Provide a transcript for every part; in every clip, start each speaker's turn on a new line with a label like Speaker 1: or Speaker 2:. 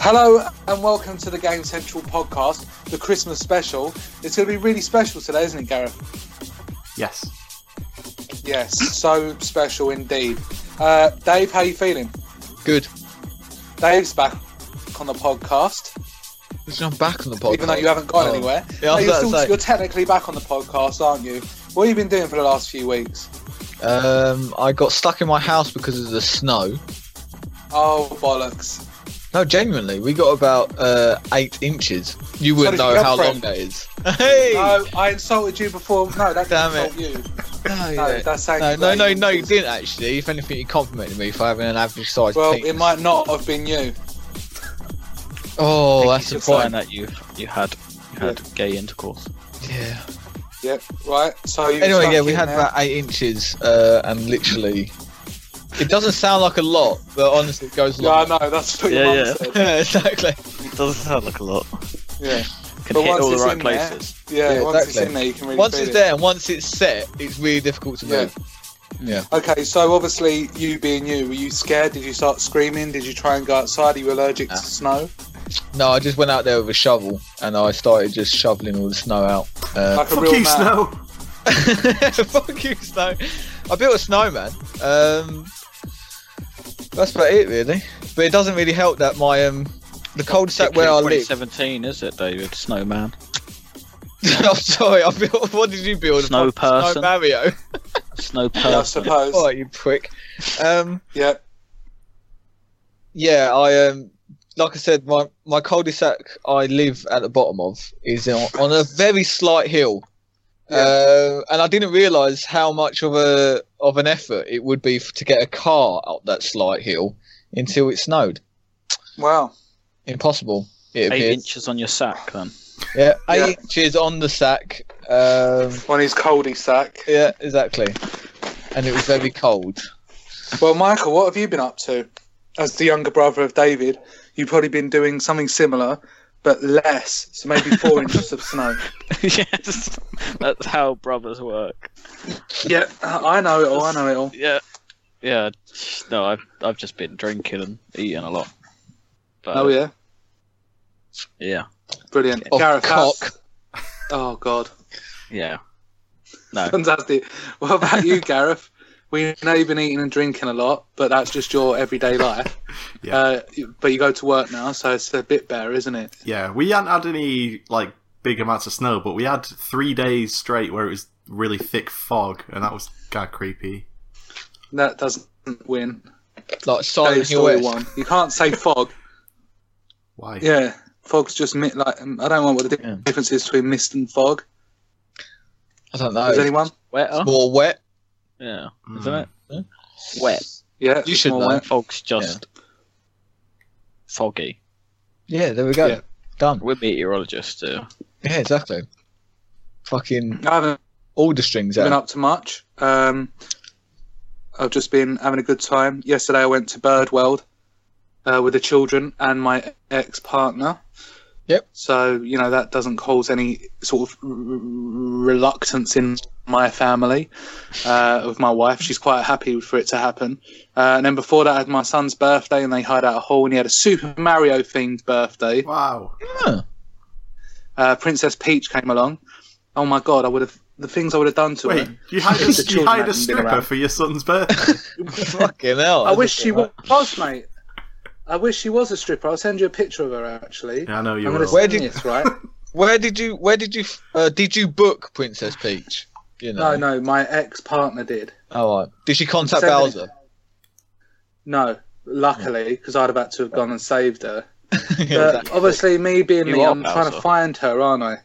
Speaker 1: Hello and welcome to the Game Central podcast, the Christmas special. It's going to be really special today, isn't it, Gareth?
Speaker 2: Yes.
Speaker 1: Yes, so special indeed. Uh, Dave, how you feeling?
Speaker 3: Good.
Speaker 1: Dave's back on the podcast,
Speaker 3: I'm back on the podcast.
Speaker 1: even though you haven't gone
Speaker 3: Oh.
Speaker 1: anywhere. No,
Speaker 3: Yeah, I was
Speaker 1: you're,
Speaker 3: about to
Speaker 1: still-
Speaker 3: say.
Speaker 1: you're technically back on the podcast, aren't you? What have you been doing for the last few weeks?
Speaker 3: Um, I got stuck in my house because of the snow.
Speaker 1: Oh bollocks!
Speaker 3: No, genuinely, we got about uh, eight inches. You wouldn't
Speaker 1: did your
Speaker 3: know how
Speaker 1: girlfriend.
Speaker 3: long that is. Hey!
Speaker 1: No, I insulted you before. No, that
Speaker 3: Damn
Speaker 1: didn't insult you.
Speaker 3: no,
Speaker 1: No,
Speaker 3: yeah.
Speaker 1: that's saying
Speaker 3: no,
Speaker 1: you're
Speaker 3: no,
Speaker 1: great.
Speaker 3: no, no, you didn't actually. If anything, you complimented me for having an average size
Speaker 1: Well,
Speaker 3: penis.
Speaker 1: it might not have been you.
Speaker 3: Oh, that's
Speaker 2: you
Speaker 3: a
Speaker 2: should find
Speaker 3: point.
Speaker 2: that you you had you had gay intercourse.
Speaker 3: Yeah.
Speaker 1: Yep. Right. So you were
Speaker 3: Anyway,
Speaker 1: stuck
Speaker 3: yeah, we
Speaker 1: in
Speaker 3: had
Speaker 1: there.
Speaker 3: about eight inches, uh, and literally, it doesn't sound like a lot, but honestly, it goes a
Speaker 1: Yeah, I
Speaker 3: lot.
Speaker 1: know. That's what your
Speaker 2: Yeah,
Speaker 1: mum
Speaker 2: yeah.
Speaker 1: said.
Speaker 3: Yeah, exactly.
Speaker 2: Doesn't sound like a lot.
Speaker 1: Yeah.
Speaker 2: Can
Speaker 1: But
Speaker 2: hit
Speaker 1: once
Speaker 2: all the
Speaker 1: it's
Speaker 2: right
Speaker 1: in there-
Speaker 2: places.
Speaker 1: Yeah,
Speaker 3: Yeah,
Speaker 1: once it's
Speaker 3: exactly.
Speaker 1: in there, you can really
Speaker 3: Once
Speaker 1: feel
Speaker 3: it's
Speaker 1: it.
Speaker 3: there and once it's set, it's really difficult to
Speaker 1: Yeah.
Speaker 3: move. Yeah.
Speaker 1: Okay, so obviously, you being you, were you scared? Did you start screaming? Did you try and go outside? Are you allergic
Speaker 3: Nah.
Speaker 1: to snow?
Speaker 3: No, I just went out there with a shovel and I started just shoveling all the snow out. Uh,
Speaker 1: Like a real man.
Speaker 3: fuck you, snow! I built a snowman. Um, that's about it, really. But it doesn't really help that my um, the cul-de-sac where I live.
Speaker 2: 2017, is it, David? Snowman.
Speaker 3: I'm sorry, I built. What did you build? A
Speaker 2: Snow
Speaker 3: fucking
Speaker 2: person.
Speaker 3: Snow Mario.
Speaker 2: Snow
Speaker 1: Yeah, I
Speaker 2: person.
Speaker 1: suppose.
Speaker 3: Oh, you prick. Um,
Speaker 1: Yeah.
Speaker 3: yeah, I um, like I said, my my cul-de-sac I live at the bottom of is on, on a very slight hill, uh, and I didn't realise how much of a of an effort it would be f to get a car up that slight hill until it snowed.
Speaker 1: Wow.
Speaker 3: Impossible. It
Speaker 2: Eight
Speaker 3: appears.
Speaker 2: inches on your sack, then.
Speaker 3: Yeah, eight
Speaker 1: Yeah.
Speaker 3: inches on the sack. Um,
Speaker 1: On his coldy sack.
Speaker 3: yeah, exactly. And it was very cold.
Speaker 1: Well, Michael, what have you been up to? As the younger brother of David, you've probably been doing something similar, but less. So maybe four inches of snow.
Speaker 2: yes, that's how brothers work.
Speaker 1: Yeah, I I know it all. I know it all.
Speaker 2: Yeah, yeah. No, I've I've just been drinking and eating a lot. But,
Speaker 1: Oh yeah,
Speaker 2: yeah,
Speaker 1: brilliant.
Speaker 3: Uh, Of
Speaker 1: Gareth, how's-
Speaker 3: cock.
Speaker 1: Oh god.
Speaker 2: yeah. No,
Speaker 1: Fantastic. What about you, Gareth? We know you've been eating and drinking a lot, but that's just your everyday life.
Speaker 4: Yeah.
Speaker 1: Uh, but you go to work now, so it's a bit better, isn't it?
Speaker 4: Yeah, we hadn't had any like big amounts of snow, but we had three days straight where it was really thick fog, and that was kind of creepy.
Speaker 1: That doesn't win.
Speaker 3: Like
Speaker 1: That
Speaker 3: Silent
Speaker 1: is
Speaker 3: Hill.
Speaker 1: story
Speaker 3: esque.
Speaker 1: one. You can't say fog.
Speaker 4: Why?
Speaker 1: Yeah, fog's just mi- like um, I don't know what the di-
Speaker 2: Yeah.
Speaker 1: difference is between mist and fog.
Speaker 3: I don't
Speaker 1: Is
Speaker 3: know.
Speaker 1: anyone?
Speaker 2: wetter.
Speaker 3: It's more wet.
Speaker 2: Yeah,
Speaker 4: Mm.
Speaker 2: isn't it? Wet.
Speaker 1: Yeah,
Speaker 3: You should
Speaker 1: more
Speaker 3: know.
Speaker 1: wet.
Speaker 2: Fog's just foggy.
Speaker 3: Yeah, there we go.
Speaker 1: Yeah.
Speaker 3: Done.
Speaker 2: We're meteorologists. Uh,
Speaker 3: Yeah, exactly. Fucking
Speaker 1: I haven't
Speaker 3: all the strings
Speaker 1: been
Speaker 3: out.
Speaker 1: up to much. Um, I've just been having a good time. Yesterday, I went to Bird World uh, with the children and my ex partner.
Speaker 3: Yep.
Speaker 1: So you know that doesn't cause any sort of r- r- reluctance in my family uh, with my wife. She's quite happy for it to happen. Uh, and then before that, I had my son's birthday, and they hired out a hall, and he had a Super Mario themed birthday
Speaker 4: Wow.
Speaker 1: uh, Princess Peach came along. Oh my god, I would have the things I would have done to
Speaker 4: Wait,
Speaker 1: her.
Speaker 4: you hired
Speaker 1: If the
Speaker 4: a, you
Speaker 1: children
Speaker 4: hired a
Speaker 1: hadn't been
Speaker 4: stripper
Speaker 1: around.
Speaker 4: for your son's birthday?
Speaker 3: Fucking hell.
Speaker 1: I wish she
Speaker 3: was.
Speaker 1: wa- was, mate. I wish she was a stripper. I'll send you a picture of her actually.
Speaker 4: yeah, I know you
Speaker 1: I'm
Speaker 4: will.
Speaker 1: gonna
Speaker 3: Where
Speaker 1: send
Speaker 3: did-
Speaker 1: this, right?
Speaker 3: Where did you? Where did you? Uh, did you book Princess Peach? You know.
Speaker 1: no, no, my ex partner did.
Speaker 3: All Oh, right. Did she contact
Speaker 1: Send it.
Speaker 3: Bowser?
Speaker 1: No, luckily, because I'd have had to have gone and saved her.
Speaker 3: Yeah,
Speaker 1: But
Speaker 3: exactly.
Speaker 1: obviously, me being
Speaker 2: You
Speaker 1: me,
Speaker 2: are
Speaker 1: I'm trying to
Speaker 2: Bowser.
Speaker 1: find her, aren't I?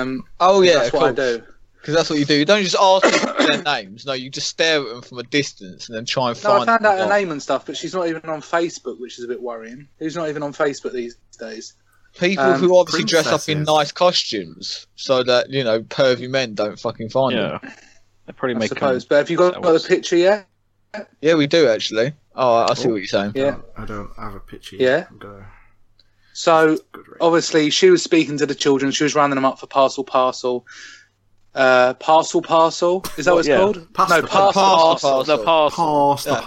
Speaker 1: Um,
Speaker 3: oh yeah,
Speaker 1: that's what I do.
Speaker 3: Because that's what you do. You don't just ask them for their names. No, you just stare at them from a distance and then try and
Speaker 1: No,
Speaker 3: find.
Speaker 1: I found
Speaker 3: them.
Speaker 1: out her name and stuff, but she's not even on Facebook, which is a bit worrying. Who's not even on Facebook these days?
Speaker 3: People
Speaker 1: Um,
Speaker 3: who obviously dress up in
Speaker 4: princesses.
Speaker 3: nice costumes so that you know pervy men don't fucking find
Speaker 2: yeah,
Speaker 3: them.
Speaker 2: they probably
Speaker 1: I
Speaker 2: make.
Speaker 1: suppose. But have you got,
Speaker 2: that
Speaker 1: got
Speaker 2: works.
Speaker 1: the picture yet?
Speaker 3: Yeah, we do actually. Oh, I see what you're saying.
Speaker 1: Yeah.
Speaker 4: I don't have a picture.
Speaker 1: Yeah. Oh,
Speaker 4: I'm gonna-
Speaker 1: So
Speaker 4: Good rate.
Speaker 1: obviously she was speaking to the children. She was rounding them up for parcel, parcel, uh, parcel, parcel. Is that what it's
Speaker 2: Yeah.
Speaker 1: called?
Speaker 4: Pasta,
Speaker 1: no, parcel,
Speaker 2: um,
Speaker 1: parcel.
Speaker 3: Parcel, parcel.
Speaker 2: The parcel.
Speaker 4: Pass the
Speaker 3: Yeah.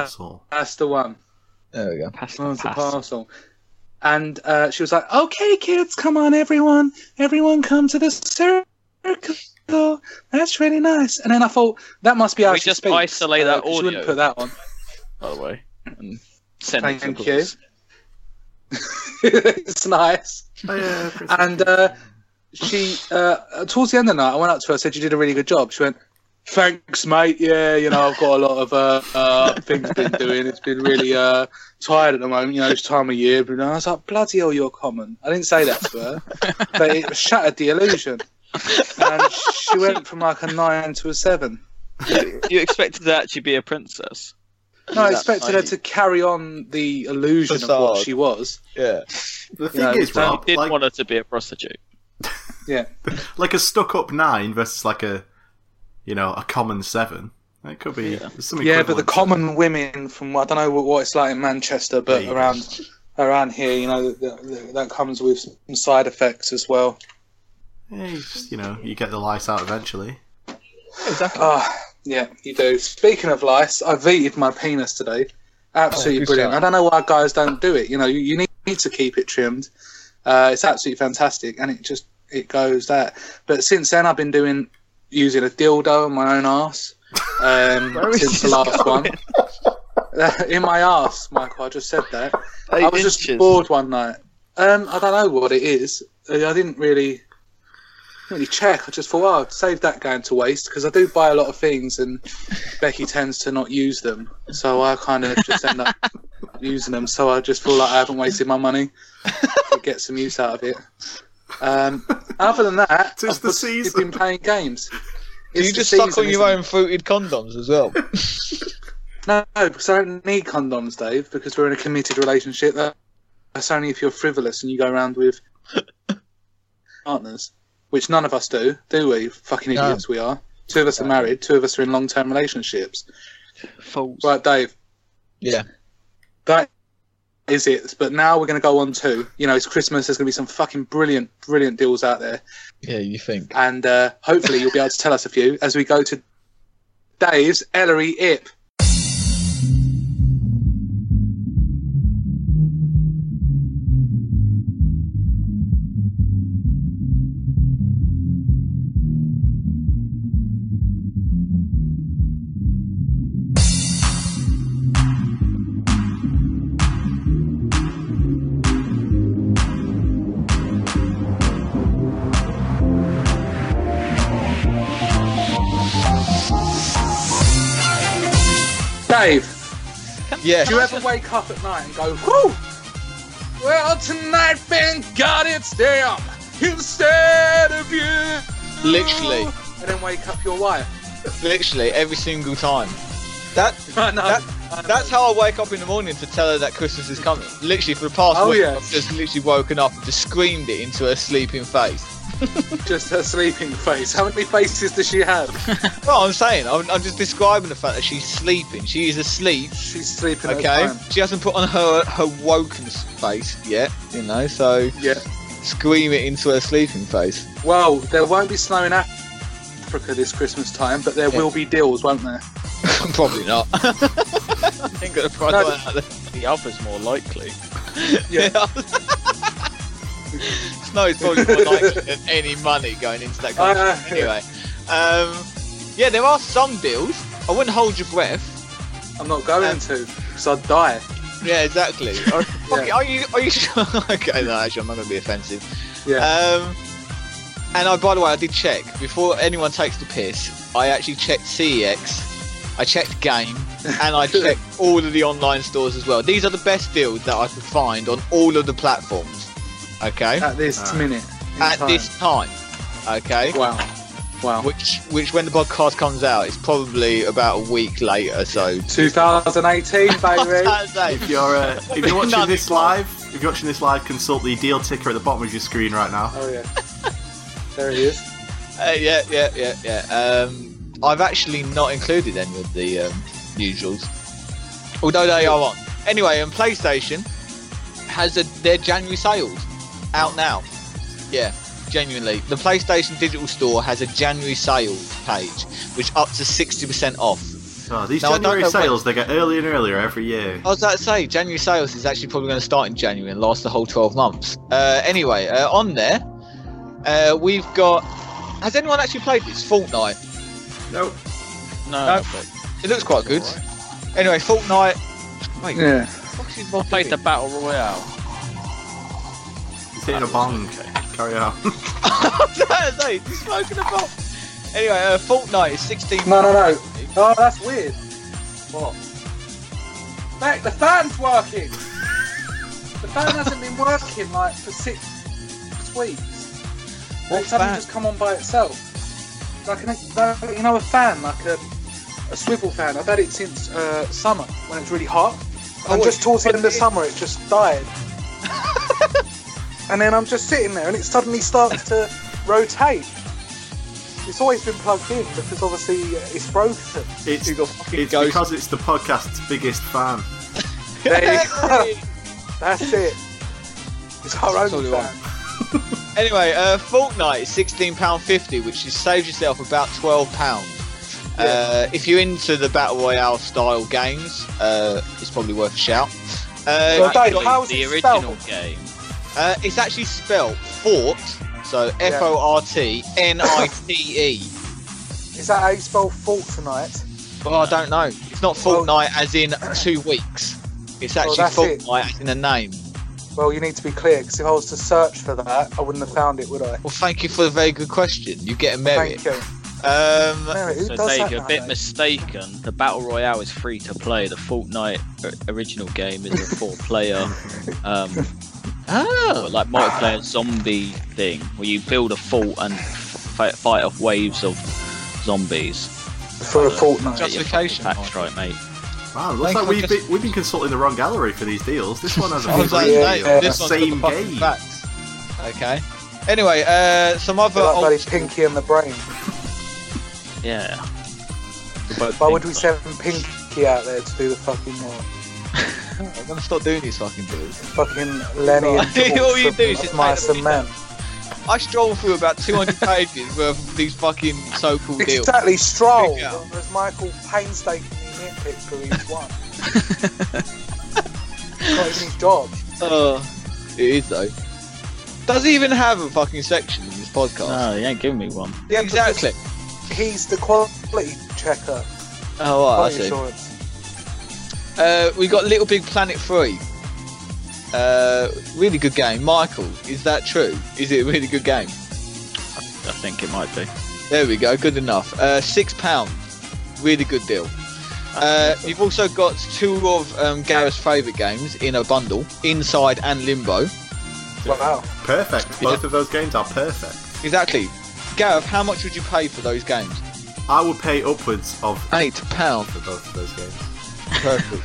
Speaker 4: parcel.
Speaker 1: That's the one.
Speaker 3: There we go.
Speaker 2: Pass the
Speaker 1: Parcel,
Speaker 2: pass.
Speaker 1: parcel. And uh, she was like, "Okay, kids, come on, everyone, everyone, come to the circle. That's really nice." And then I thought that must be how
Speaker 2: We
Speaker 1: she
Speaker 2: just
Speaker 1: speaks, Uh,
Speaker 2: isolate that
Speaker 1: 'cause She wouldn't
Speaker 2: audio.
Speaker 1: put that on.
Speaker 2: By the way, and send
Speaker 1: Thank
Speaker 2: it to
Speaker 1: you.
Speaker 2: us.
Speaker 1: it's nice.
Speaker 4: Oh, yeah, Chris.
Speaker 1: And uh, she, uh, towards the end of the night, I went up to her. I said, "You did a really good job." She went, "Thanks, mate. Yeah, you know, I've got a lot of uh, uh, things been doing. It's been really uh, tired at the moment. You know, it's time of year." But I was like, "Bloody hell, you're common." I didn't say that to her, but it shattered the illusion. And she went from like a nine to a seven.
Speaker 2: You expected to actually be a princess.
Speaker 1: No, I
Speaker 2: That's
Speaker 1: expected her
Speaker 2: tiny.
Speaker 1: to carry on the illusion of what
Speaker 3: Facade.
Speaker 1: she was.
Speaker 3: Yeah.
Speaker 4: the thing
Speaker 1: yeah,
Speaker 4: is,
Speaker 1: so
Speaker 2: I
Speaker 4: Rob,
Speaker 2: did
Speaker 4: like,
Speaker 2: want her to be a prostitute.
Speaker 4: like a stuck-up nine versus like a, you know, a common seven. It could be
Speaker 2: Yeah.
Speaker 4: there's some
Speaker 1: Yeah, but the
Speaker 4: equivalence.
Speaker 1: common women from I don't know what, what it's like in Manchester, but
Speaker 4: Yeah, you-
Speaker 1: around around here, you know, that, that, that comes with some side effects as well.
Speaker 4: Yeah, you, just, you know, you get the lice out eventually.
Speaker 3: Exactly.
Speaker 1: Ah, yeah, you do. Speaking of lice, I veted my penis today.
Speaker 2: Oh,
Speaker 1: Absolutely
Speaker 3: good
Speaker 1: brilliant.
Speaker 3: shout.
Speaker 1: I don't know why guys don't do it. You know, you, you need, need to keep it trimmed. Uh, it's absolutely fantastic, and it just it goes that. But since then, I've been doing using a dildo in my own ass um,
Speaker 2: Where is
Speaker 1: since the
Speaker 2: this
Speaker 1: last one. in my ass, Michael. I just said that. I was just bored one night. Um, I don't know what it is. Uh, I didn't really really check. I just thought, oh, I'd save that going to waste because I do buy a lot of things, and Becky tends to not use them, so I kind of just end up using them. So I just feel like I haven't wasted my money. to get some use out of it. Um, other than that,
Speaker 4: Tis
Speaker 1: I've
Speaker 4: the
Speaker 1: just
Speaker 4: season.
Speaker 1: been playing games.
Speaker 3: Do you
Speaker 1: It's the
Speaker 3: just suck
Speaker 1: season,
Speaker 3: on
Speaker 1: isn't
Speaker 3: your
Speaker 1: it?
Speaker 3: own fruited condoms as well?
Speaker 1: No, because I don't need condoms, Dave, because we're in a committed relationship. That- That's only if you're frivolous and you go around with partners, which none of us do, do we? Fucking
Speaker 3: No.
Speaker 1: idiots we are. Two of us are married, two of us are in long term relationships.
Speaker 2: False.
Speaker 1: Right, Dave.
Speaker 3: Yeah.
Speaker 1: That is it. But now we're going to go on to, you know, it's Christmas. There's going to be some fucking brilliant, brilliant deals out there.
Speaker 3: Yeah, you think.
Speaker 1: And uh, hopefully you'll be able to tell us a few as we go to Dave's Ellery Ip. Dave.
Speaker 3: Yeah.
Speaker 1: Do you ever wake up at night and go, whew? Well, tonight, thank God it's them instead of you.
Speaker 3: Literally.
Speaker 1: And then wake up your wife.
Speaker 3: Literally every single time. That
Speaker 1: I know.
Speaker 3: That-
Speaker 1: I know.
Speaker 3: that's how I wake up in the morning to tell her that Christmas is coming. Literally for the past
Speaker 1: Oh,
Speaker 3: week,
Speaker 1: yes.
Speaker 3: I've just literally woken up and just screamed it into her sleeping face.
Speaker 1: just her sleeping face. How many faces does she have?
Speaker 3: Well, I'm saying, I'm, I'm just describing the fact that she's sleeping. She is asleep.
Speaker 1: She's sleeping. at
Speaker 3: Okay,
Speaker 1: the time.
Speaker 3: she hasn't put on her her woken face yet, you know. So
Speaker 1: Yeah.
Speaker 3: scream it into her sleeping face.
Speaker 1: Well, there won't be snow in Africa this Christmas time, but there
Speaker 3: Yeah.
Speaker 1: will be deals, won't there?
Speaker 3: Probably not. Ain't gonna find
Speaker 1: No.
Speaker 3: one out there.
Speaker 2: The other's more likely.
Speaker 1: Yeah.
Speaker 3: Snow is probably more likely than any money going into that
Speaker 1: I-
Speaker 3: country.
Speaker 1: I-
Speaker 3: anyway, um, yeah, there are some deals. I wouldn't hold your breath.
Speaker 1: I'm not going
Speaker 3: Um,
Speaker 1: to because I'd die.
Speaker 3: Yeah, exactly. Are, okay, are you? Are you sure? okay, no, actually, I'm not gonna be offensive.
Speaker 1: Yeah.
Speaker 3: Um, and I, by the way, I did check before anyone takes the piss. I actually checked CEX, I checked Game, and I checked all of the online stores as well. These are the best deals that I could find on all of the platforms. Okay,
Speaker 1: at this
Speaker 4: Alright.
Speaker 1: minute. in
Speaker 3: Uh, at
Speaker 1: time.
Speaker 3: this time. Okay,
Speaker 1: Wow. Wow.
Speaker 3: which which when the podcast comes out, it's probably about a week later. So
Speaker 1: 2018, baby.
Speaker 3: Saturday.
Speaker 4: If you're uh, if you're watching
Speaker 3: None.
Speaker 4: this live, if you're watching this live, consult the deal ticker at the bottom of your screen right now.
Speaker 1: Oh yeah. there he is.
Speaker 3: Uh, yeah, yeah, yeah, yeah. Um, I've actually not included any of the um, usuals. although they are on. Anyway, and PlayStation has a, their January sales out now. Yeah, genuinely. The PlayStation Digital Store has a January sales page, which up to 60% off.
Speaker 4: Oh, these
Speaker 3: No, I don't
Speaker 4: January
Speaker 3: know when-
Speaker 4: sales, they get earlier and earlier every year.
Speaker 3: I was about to say, January sales is actually probably going to start in January and last the whole 12 months. Uh, anyway, uh, on there, uh, we've got. Has anyone actually played this? Fortnite.
Speaker 4: Nope.
Speaker 2: No,
Speaker 3: No. It looks quite good. Anyway, Fortnite. Wait, what
Speaker 1: Yeah.
Speaker 3: the fuck is
Speaker 2: I
Speaker 3: Rob
Speaker 2: played the
Speaker 3: doing?
Speaker 2: battle royale.
Speaker 3: Oh,
Speaker 4: He's hitting a bong. Carry on.
Speaker 3: I was about to say, he's smoking a bomb. Anyway, uh, Fortnite is 16.
Speaker 1: No, no, no. Oh, that's weird. What? Mate, the fan's working. the fan hasn't been working like for six six weeks.
Speaker 3: What
Speaker 1: it's suddenly
Speaker 3: fan?
Speaker 1: just come on by itself. Like an, like, you know, a fan, like a, a swivel fan. I've had it since uh, summer when it's really hot. And
Speaker 3: Oh,
Speaker 1: just towards the
Speaker 3: what
Speaker 1: end of
Speaker 3: is-
Speaker 1: summer, it just died. and then I'm just sitting there, and it suddenly starts to rotate. It's always been plugged in because obviously it's broken.
Speaker 4: It's,
Speaker 3: You've got fucking
Speaker 4: it's
Speaker 3: ghosts.
Speaker 4: because it's the podcast's biggest fan.
Speaker 1: There you go.
Speaker 3: Hey!
Speaker 1: That's it. It's our own
Speaker 3: Totally
Speaker 1: fan.
Speaker 3: Anyway, uh, Fortnite is sixteen pound fifty, which is saves yourself about twelve pound. Uh, if you're into the battle royale style games, uh, it's probably worth a shout. Uh,
Speaker 1: Well, Dave,
Speaker 3: you've got-
Speaker 1: how's
Speaker 2: the
Speaker 1: it
Speaker 2: original
Speaker 1: spelled?
Speaker 2: game.
Speaker 3: uh, it's actually spelt Fort, so F O R T N I T E.
Speaker 1: Is that how you spell Fortnite?
Speaker 3: Well, I don't know. It's not
Speaker 1: Well-
Speaker 3: Fortnite as in two weeks. It's
Speaker 1: Well,
Speaker 3: actually
Speaker 1: that's it.
Speaker 3: Fortnite as in a name.
Speaker 1: Well, you need to be clear because if I was to search for that, I wouldn't have found it, would I?
Speaker 3: Well, thank you for the very good question. You get a merit.
Speaker 1: Thank you.
Speaker 3: Um,
Speaker 1: Mary, who
Speaker 2: So
Speaker 1: does
Speaker 2: Dave,
Speaker 1: that
Speaker 2: you're a
Speaker 1: now,
Speaker 2: bit
Speaker 1: though?
Speaker 2: mistaken. The battle royale is free to play. The Fortnite o- original game is a four-player, um,
Speaker 3: oh,
Speaker 2: or like multiplayer zombie thing where you build a fort and f- fight off waves of zombies.
Speaker 1: For a Fortnite.
Speaker 3: Just- Justification.
Speaker 2: That's right, mate.
Speaker 4: Wow, looks
Speaker 3: Thank
Speaker 4: like we've
Speaker 3: you.
Speaker 4: been, we've been consulting the wrong gallery for these deals. This one has a
Speaker 3: I was like,
Speaker 4: free
Speaker 1: Yeah,
Speaker 3: mate,
Speaker 4: deal.
Speaker 1: yeah.
Speaker 3: this one's got the
Speaker 4: Same
Speaker 3: fucking
Speaker 4: game.
Speaker 3: facts. Okay. Anyway, uh, some other
Speaker 1: Like bloody
Speaker 3: old
Speaker 1: Pinky and the Brain.
Speaker 2: Yeah.
Speaker 1: Why would we send Pinky out there to do the fucking uh,
Speaker 3: I'm gonna stop doing these fucking dudes.
Speaker 1: fucking Lenny and George
Speaker 3: All you
Speaker 1: from
Speaker 3: do is just
Speaker 1: Mice and
Speaker 3: take the
Speaker 1: Men?
Speaker 3: I strolled through about 200 pages worth of these fucking so-called deals.
Speaker 1: Exactly, stroll.
Speaker 3: Big out.
Speaker 1: As Michael painstakingly nitpicks for each one. It's Not even his job.
Speaker 3: Uh, it is though. Does he even have a fucking section in this podcast?
Speaker 2: No, you ain't giving me one.
Speaker 1: Yeah,
Speaker 3: exactly.
Speaker 1: He's the quality checker.
Speaker 3: Oh, right, I
Speaker 1: quality
Speaker 3: see.
Speaker 1: assurance.
Speaker 3: Uh, we got Little Big Planet 3. Uh, really good game. Michael, is that true? Is it a really good game?
Speaker 2: I think it might be.
Speaker 3: There we go. Good enough. Uh, six pound. Really good deal. Uh, you've also got two of um, Gareth's favourite games in a bundle, Inside and Limbo.
Speaker 1: Wow.
Speaker 4: Perfect. Both of those games are perfect.
Speaker 3: Exactly. Gareth, how much would you pay for those games?
Speaker 4: I will pay upwards of
Speaker 3: Eight pound.
Speaker 4: for both of those games.
Speaker 3: Perfect.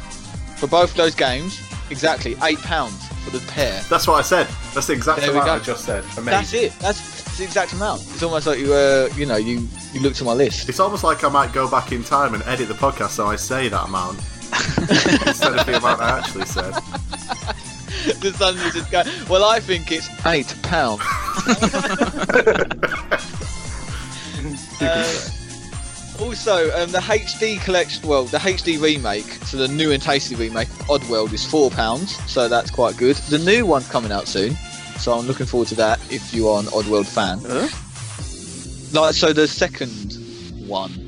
Speaker 3: for both those games, exactly eight pounds for the pair.
Speaker 4: That's what I said. That's the exact
Speaker 3: There we
Speaker 4: amount
Speaker 3: go.
Speaker 4: I just said. Amazing.
Speaker 3: That's it. That's the exact amount. It's almost like you, uh, you know, you you looked at my list.
Speaker 4: It's almost like I might go back in time and edit the podcast so I say that amount instead of the amount I actually said.
Speaker 3: the sons would just go. Well, I think it's eight pounds. Uh, also, um, the HD collection, well, the HD remake, so the new and tasty remake, Oddworld, is four pounds, so that's quite good. The new one's coming out soon, so I'm looking forward to that. If you are an Oddworld fan,
Speaker 2: Huh?
Speaker 3: like, so the second one,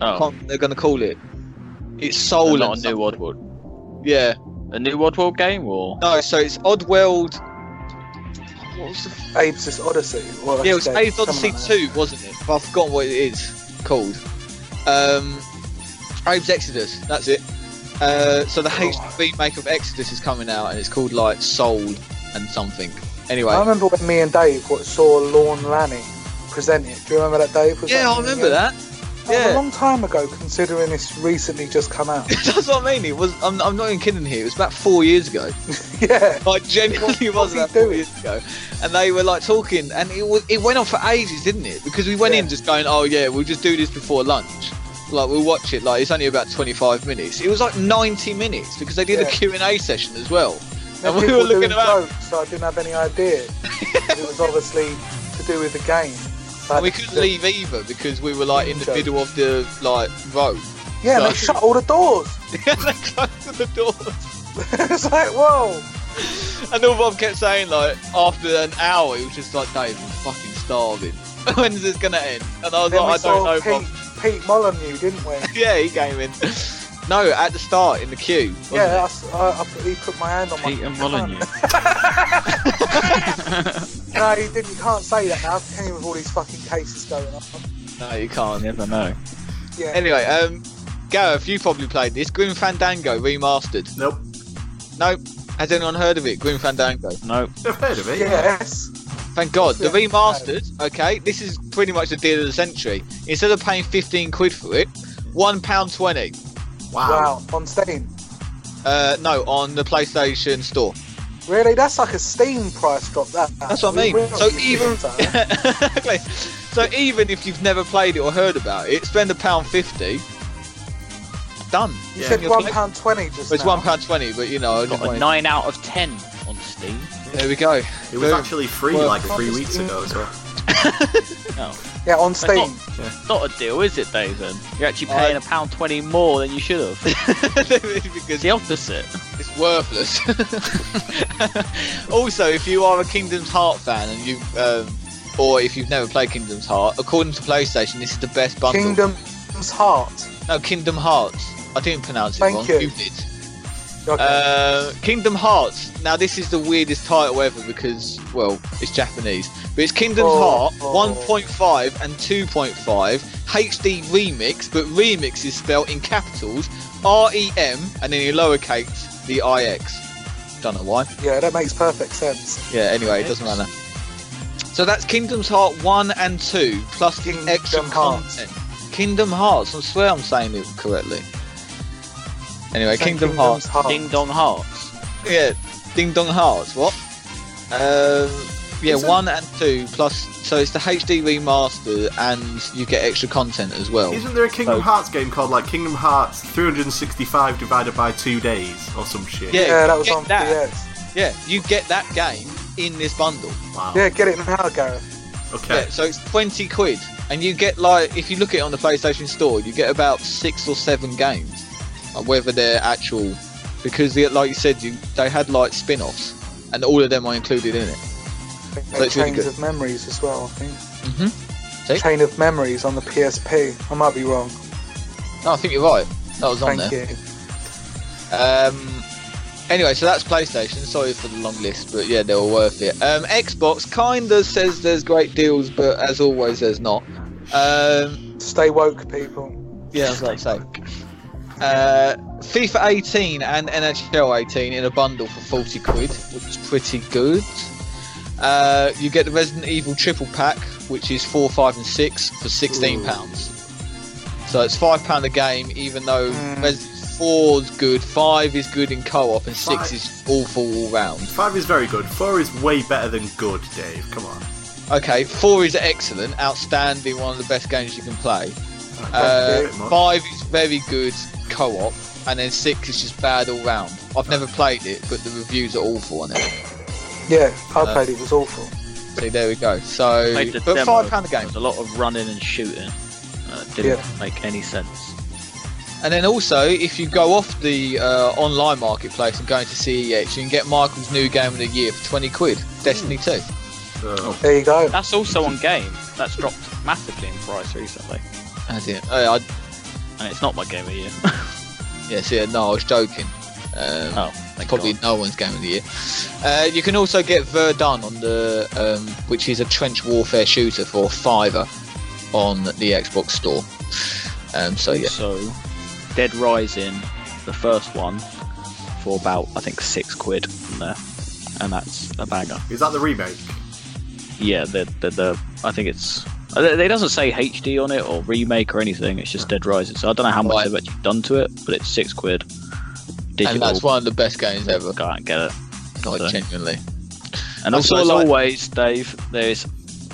Speaker 2: Oh,
Speaker 3: can't- they're going to call it. It's
Speaker 2: oh
Speaker 3: Soul
Speaker 2: not
Speaker 3: and
Speaker 2: a new Oddworld.
Speaker 3: something. Yeah,
Speaker 2: A new Oddworld game or?
Speaker 3: no, so it's Oddworld. What was the
Speaker 1: Abe's Odyssey. Well,
Speaker 3: Yeah, it was
Speaker 1: actually,
Speaker 3: Abe's Odyssey
Speaker 1: something like that.
Speaker 3: 2, wasn't it? But I've forgotten what it is called. Um, Abe's Exodus, that's it. Uh, so the
Speaker 1: Oh.
Speaker 3: HD remake of Exodus is coming out and it's called like Soul and something. Anyway.
Speaker 1: I remember when me and Dave what, saw Lorne Lanny present it. Do you remember that, Dave? Was
Speaker 3: yeah, I
Speaker 1: you?
Speaker 3: remember that.
Speaker 1: That was
Speaker 3: yeah.
Speaker 1: a long time ago, considering it's recently just come out.
Speaker 3: That's what I mean. It was. I'm, I'm not even kidding here. It was about four years ago.
Speaker 1: yeah.
Speaker 3: Like genuinely
Speaker 1: What- what's
Speaker 3: was
Speaker 1: he
Speaker 3: about four
Speaker 1: doing?
Speaker 3: years ago. And they were like talking, and it was, it went on for ages, didn't it? Because we went
Speaker 1: Yeah.
Speaker 3: in just going, oh yeah, we'll just do this before lunch. Like we'll watch it. Like it's only about 25 minutes. It was like 90 minutes because they did
Speaker 5: Yeah.
Speaker 3: a Q and A session as well.
Speaker 5: No
Speaker 3: And we
Speaker 5: people
Speaker 3: were looking
Speaker 5: doing
Speaker 3: around.
Speaker 5: jokes, so I didn't have any idea. it was obviously to do with the game. But
Speaker 3: And we couldn't
Speaker 5: the-
Speaker 3: leave either because we were like in the
Speaker 5: Joke.
Speaker 3: middle of the like road.
Speaker 5: Yeah,
Speaker 3: so-
Speaker 5: they shut all the doors.
Speaker 3: and they closed the doors.
Speaker 5: it's like, whoa.
Speaker 3: And all Rob kept saying like after an hour, he was just like, Dave, I'm fucking starving. When's this gonna end? And I was
Speaker 5: Then we
Speaker 3: like, I don't
Speaker 5: saw
Speaker 3: know, Rob.
Speaker 5: Pete, Pete Molyneux, didn't we?
Speaker 3: Yeah, he came in. No, at the start in the queue. wasn't
Speaker 5: yeah,
Speaker 3: it?
Speaker 5: that's, I, I, put- he put my hand on my.
Speaker 2: Peter Molyneux.
Speaker 5: No, he didn't. You can't say that now, can you? With all these fucking cases going on.
Speaker 3: No, you can't.
Speaker 2: Never know.
Speaker 5: Yeah.
Speaker 3: Anyway, um, Gareth, you probably played this. Grim Fandango remastered.
Speaker 4: Nope.
Speaker 3: Nope. Has anyone heard of it? Grim Fandango.
Speaker 2: No.
Speaker 4: I've heard of it.
Speaker 5: yes.
Speaker 3: Thank God. The
Speaker 5: Yeah, no.
Speaker 3: remastered, okay, this is pretty much the deal of the century. Instead of paying 15 quid for it, £1.20.
Speaker 4: Wow.
Speaker 5: Wow. On Steam.
Speaker 3: Uh, no, on the PlayStation Store.
Speaker 5: Really? That's like a Steam price drop. That.
Speaker 3: That's what I mean.
Speaker 5: We're not
Speaker 3: So
Speaker 5: used to
Speaker 3: even-
Speaker 5: it, so-
Speaker 3: okay. So even if you've never played it or heard about it, spend a pound fifty. Done.
Speaker 5: You
Speaker 4: Yeah.
Speaker 5: said
Speaker 3: You're
Speaker 5: one
Speaker 3: correct.
Speaker 5: pound twenty just
Speaker 3: It's
Speaker 5: now.
Speaker 3: one pound twenty, but you know, I just
Speaker 2: Got a
Speaker 3: wanted-
Speaker 2: nine out of ten on Steam.
Speaker 3: there we go.
Speaker 4: It was
Speaker 3: Boom.
Speaker 4: actually free
Speaker 3: Well,
Speaker 4: like three weeks ago as well.
Speaker 2: No,
Speaker 5: Yeah, on
Speaker 2: I got-
Speaker 5: Steam.
Speaker 2: not a deal, is it, David? You're actually
Speaker 3: I-
Speaker 2: paying a pound twenty more than you should have. It's
Speaker 3: because
Speaker 2: the opposite.
Speaker 3: it's worthless. also, if you are a Kingdom's Heart fan and you, um, or if you've never played Kingdom's Heart, according to PlayStation, this is the best bundle.
Speaker 5: Kingdom's Heart.
Speaker 3: No, Kingdom Hearts. I didn't pronounce it
Speaker 5: Thank
Speaker 3: wrong.
Speaker 5: you.
Speaker 3: did.
Speaker 5: Okay.
Speaker 3: Uh, Kingdom Hearts. Now this is the weirdest title ever because, well, it's Japanese. But it's Kingdom
Speaker 5: Oh,
Speaker 3: Heart
Speaker 5: oh.
Speaker 3: 1.5 and 2.5 HD remix, but remix is spelled in capitals R E M and then in lowercase the I X. Don't know why.
Speaker 5: yeah, that makes perfect sense.
Speaker 3: Yeah. Anyway, it doesn't matter. So that's Kingdom's Heart 1 and 2 plus the
Speaker 5: Kingdom
Speaker 3: extra
Speaker 5: Hearts.
Speaker 3: content. Kingdom Hearts. I swear I'm saying it correctly. Anyway,
Speaker 5: So
Speaker 3: Kingdom Hearts.
Speaker 2: Ding dong hearts.
Speaker 3: Yeah, Ding Dong Hearts. What? Um, yeah,
Speaker 5: Is it-
Speaker 3: one and two plus. So it's the HD remaster, and you get extra content as well.
Speaker 4: Isn't there a Kingdom
Speaker 3: Oh.
Speaker 4: Hearts game called like Kingdom Hearts 365 divided by two days or some shit?
Speaker 3: Yeah.
Speaker 5: Yeah, that was
Speaker 3: get
Speaker 5: on
Speaker 3: that.
Speaker 5: PS.
Speaker 3: Yeah, you get that game in this bundle.
Speaker 4: Wow.
Speaker 5: Yeah, get it now, Gareth.
Speaker 4: Okay.
Speaker 3: Yeah, so it's twenty quid, and you get like if you look at it on the PlayStation Store, you get about six or seven games, like, whether they're actual, because they, like you said, you they had like spin-offs, and all of them are included in it.
Speaker 5: Like
Speaker 3: it's really
Speaker 5: Chains
Speaker 3: good. Mm-hmm.
Speaker 5: of Memories as well, I think.
Speaker 3: See?
Speaker 5: Chain of Memories on the PSP. I might be wrong.
Speaker 3: No, I think you're right. That was on
Speaker 5: Thank
Speaker 3: there.
Speaker 5: you.
Speaker 3: Um, anyway, so that's PlayStation. Sorry for the long list, but yeah, they were worth it. Um, Xbox kind of says there's great deals, but as always, there's not. Um,
Speaker 5: Stay woke, people.
Speaker 3: yeah, that's what I'm saying. Uh, FIFA 18 and NHL 18 in a bundle for 40 quid, which is pretty good. Uh, you get the Resident Evil triple pack, which is 4, 5, and 6 for £16.
Speaker 4: Ooh.
Speaker 3: pounds. So it's £5 a game, even though
Speaker 4: Hmm.
Speaker 5: Mm.
Speaker 3: Res- 4 is good, 5 is good in co op, and 6
Speaker 4: Five.
Speaker 3: is awful all round.
Speaker 4: Five is very good. Four is way better than good, Dave. Come on.
Speaker 3: Okay, 4 is excellent, outstanding, one of the best games you can play.
Speaker 4: That's a
Speaker 3: Uh,
Speaker 4: bit much.
Speaker 3: five is very good co-op, and then six is just bad all round. I've never played it, but the reviews are awful on it.
Speaker 5: Yeah, I
Speaker 3: Uh,
Speaker 5: played it. It was awful.
Speaker 3: So there we go. So,
Speaker 2: Played the
Speaker 3: but
Speaker 2: demo.
Speaker 3: five pound a game,
Speaker 2: There's a lot of running and shooting. Uh, it didn't make any sense.
Speaker 3: and then also if you go off the uh, online marketplace and go into CEH, you can get Michael's new game of the year for twenty quid, Destiny Two.
Speaker 4: Oh,
Speaker 5: There you go.
Speaker 2: That's also on game. That's dropped massively in price recently,
Speaker 3: That's it. Oh, I,
Speaker 2: and it's not my game of the year.
Speaker 3: yes, yeah, no, I was joking. Um,
Speaker 2: Oh, thank
Speaker 3: probably
Speaker 2: God.
Speaker 3: no one's game of the year. Uh, you can also get Verdun on the, um, which is a trench warfare shooter for fiver on the Xbox Store. Um, so yeah,
Speaker 2: So, Dead Rising, the first one, for about I think six quid from there, and that's a banger.
Speaker 4: is that the remake?
Speaker 2: Yeah, the the, the I think it's. It doesn't say HD on it or remake or anything. It's just Dead Rising. So I don't know how much
Speaker 3: Right.
Speaker 2: they've actually done to it, but it's six quid. Digital.
Speaker 3: and that's one of the best games ever.
Speaker 2: Go out and get it.
Speaker 3: Like
Speaker 2: So-
Speaker 3: genuinely.
Speaker 2: And
Speaker 3: I
Speaker 2: also,
Speaker 3: saw,
Speaker 2: as
Speaker 3: like-
Speaker 2: always, Dave, there's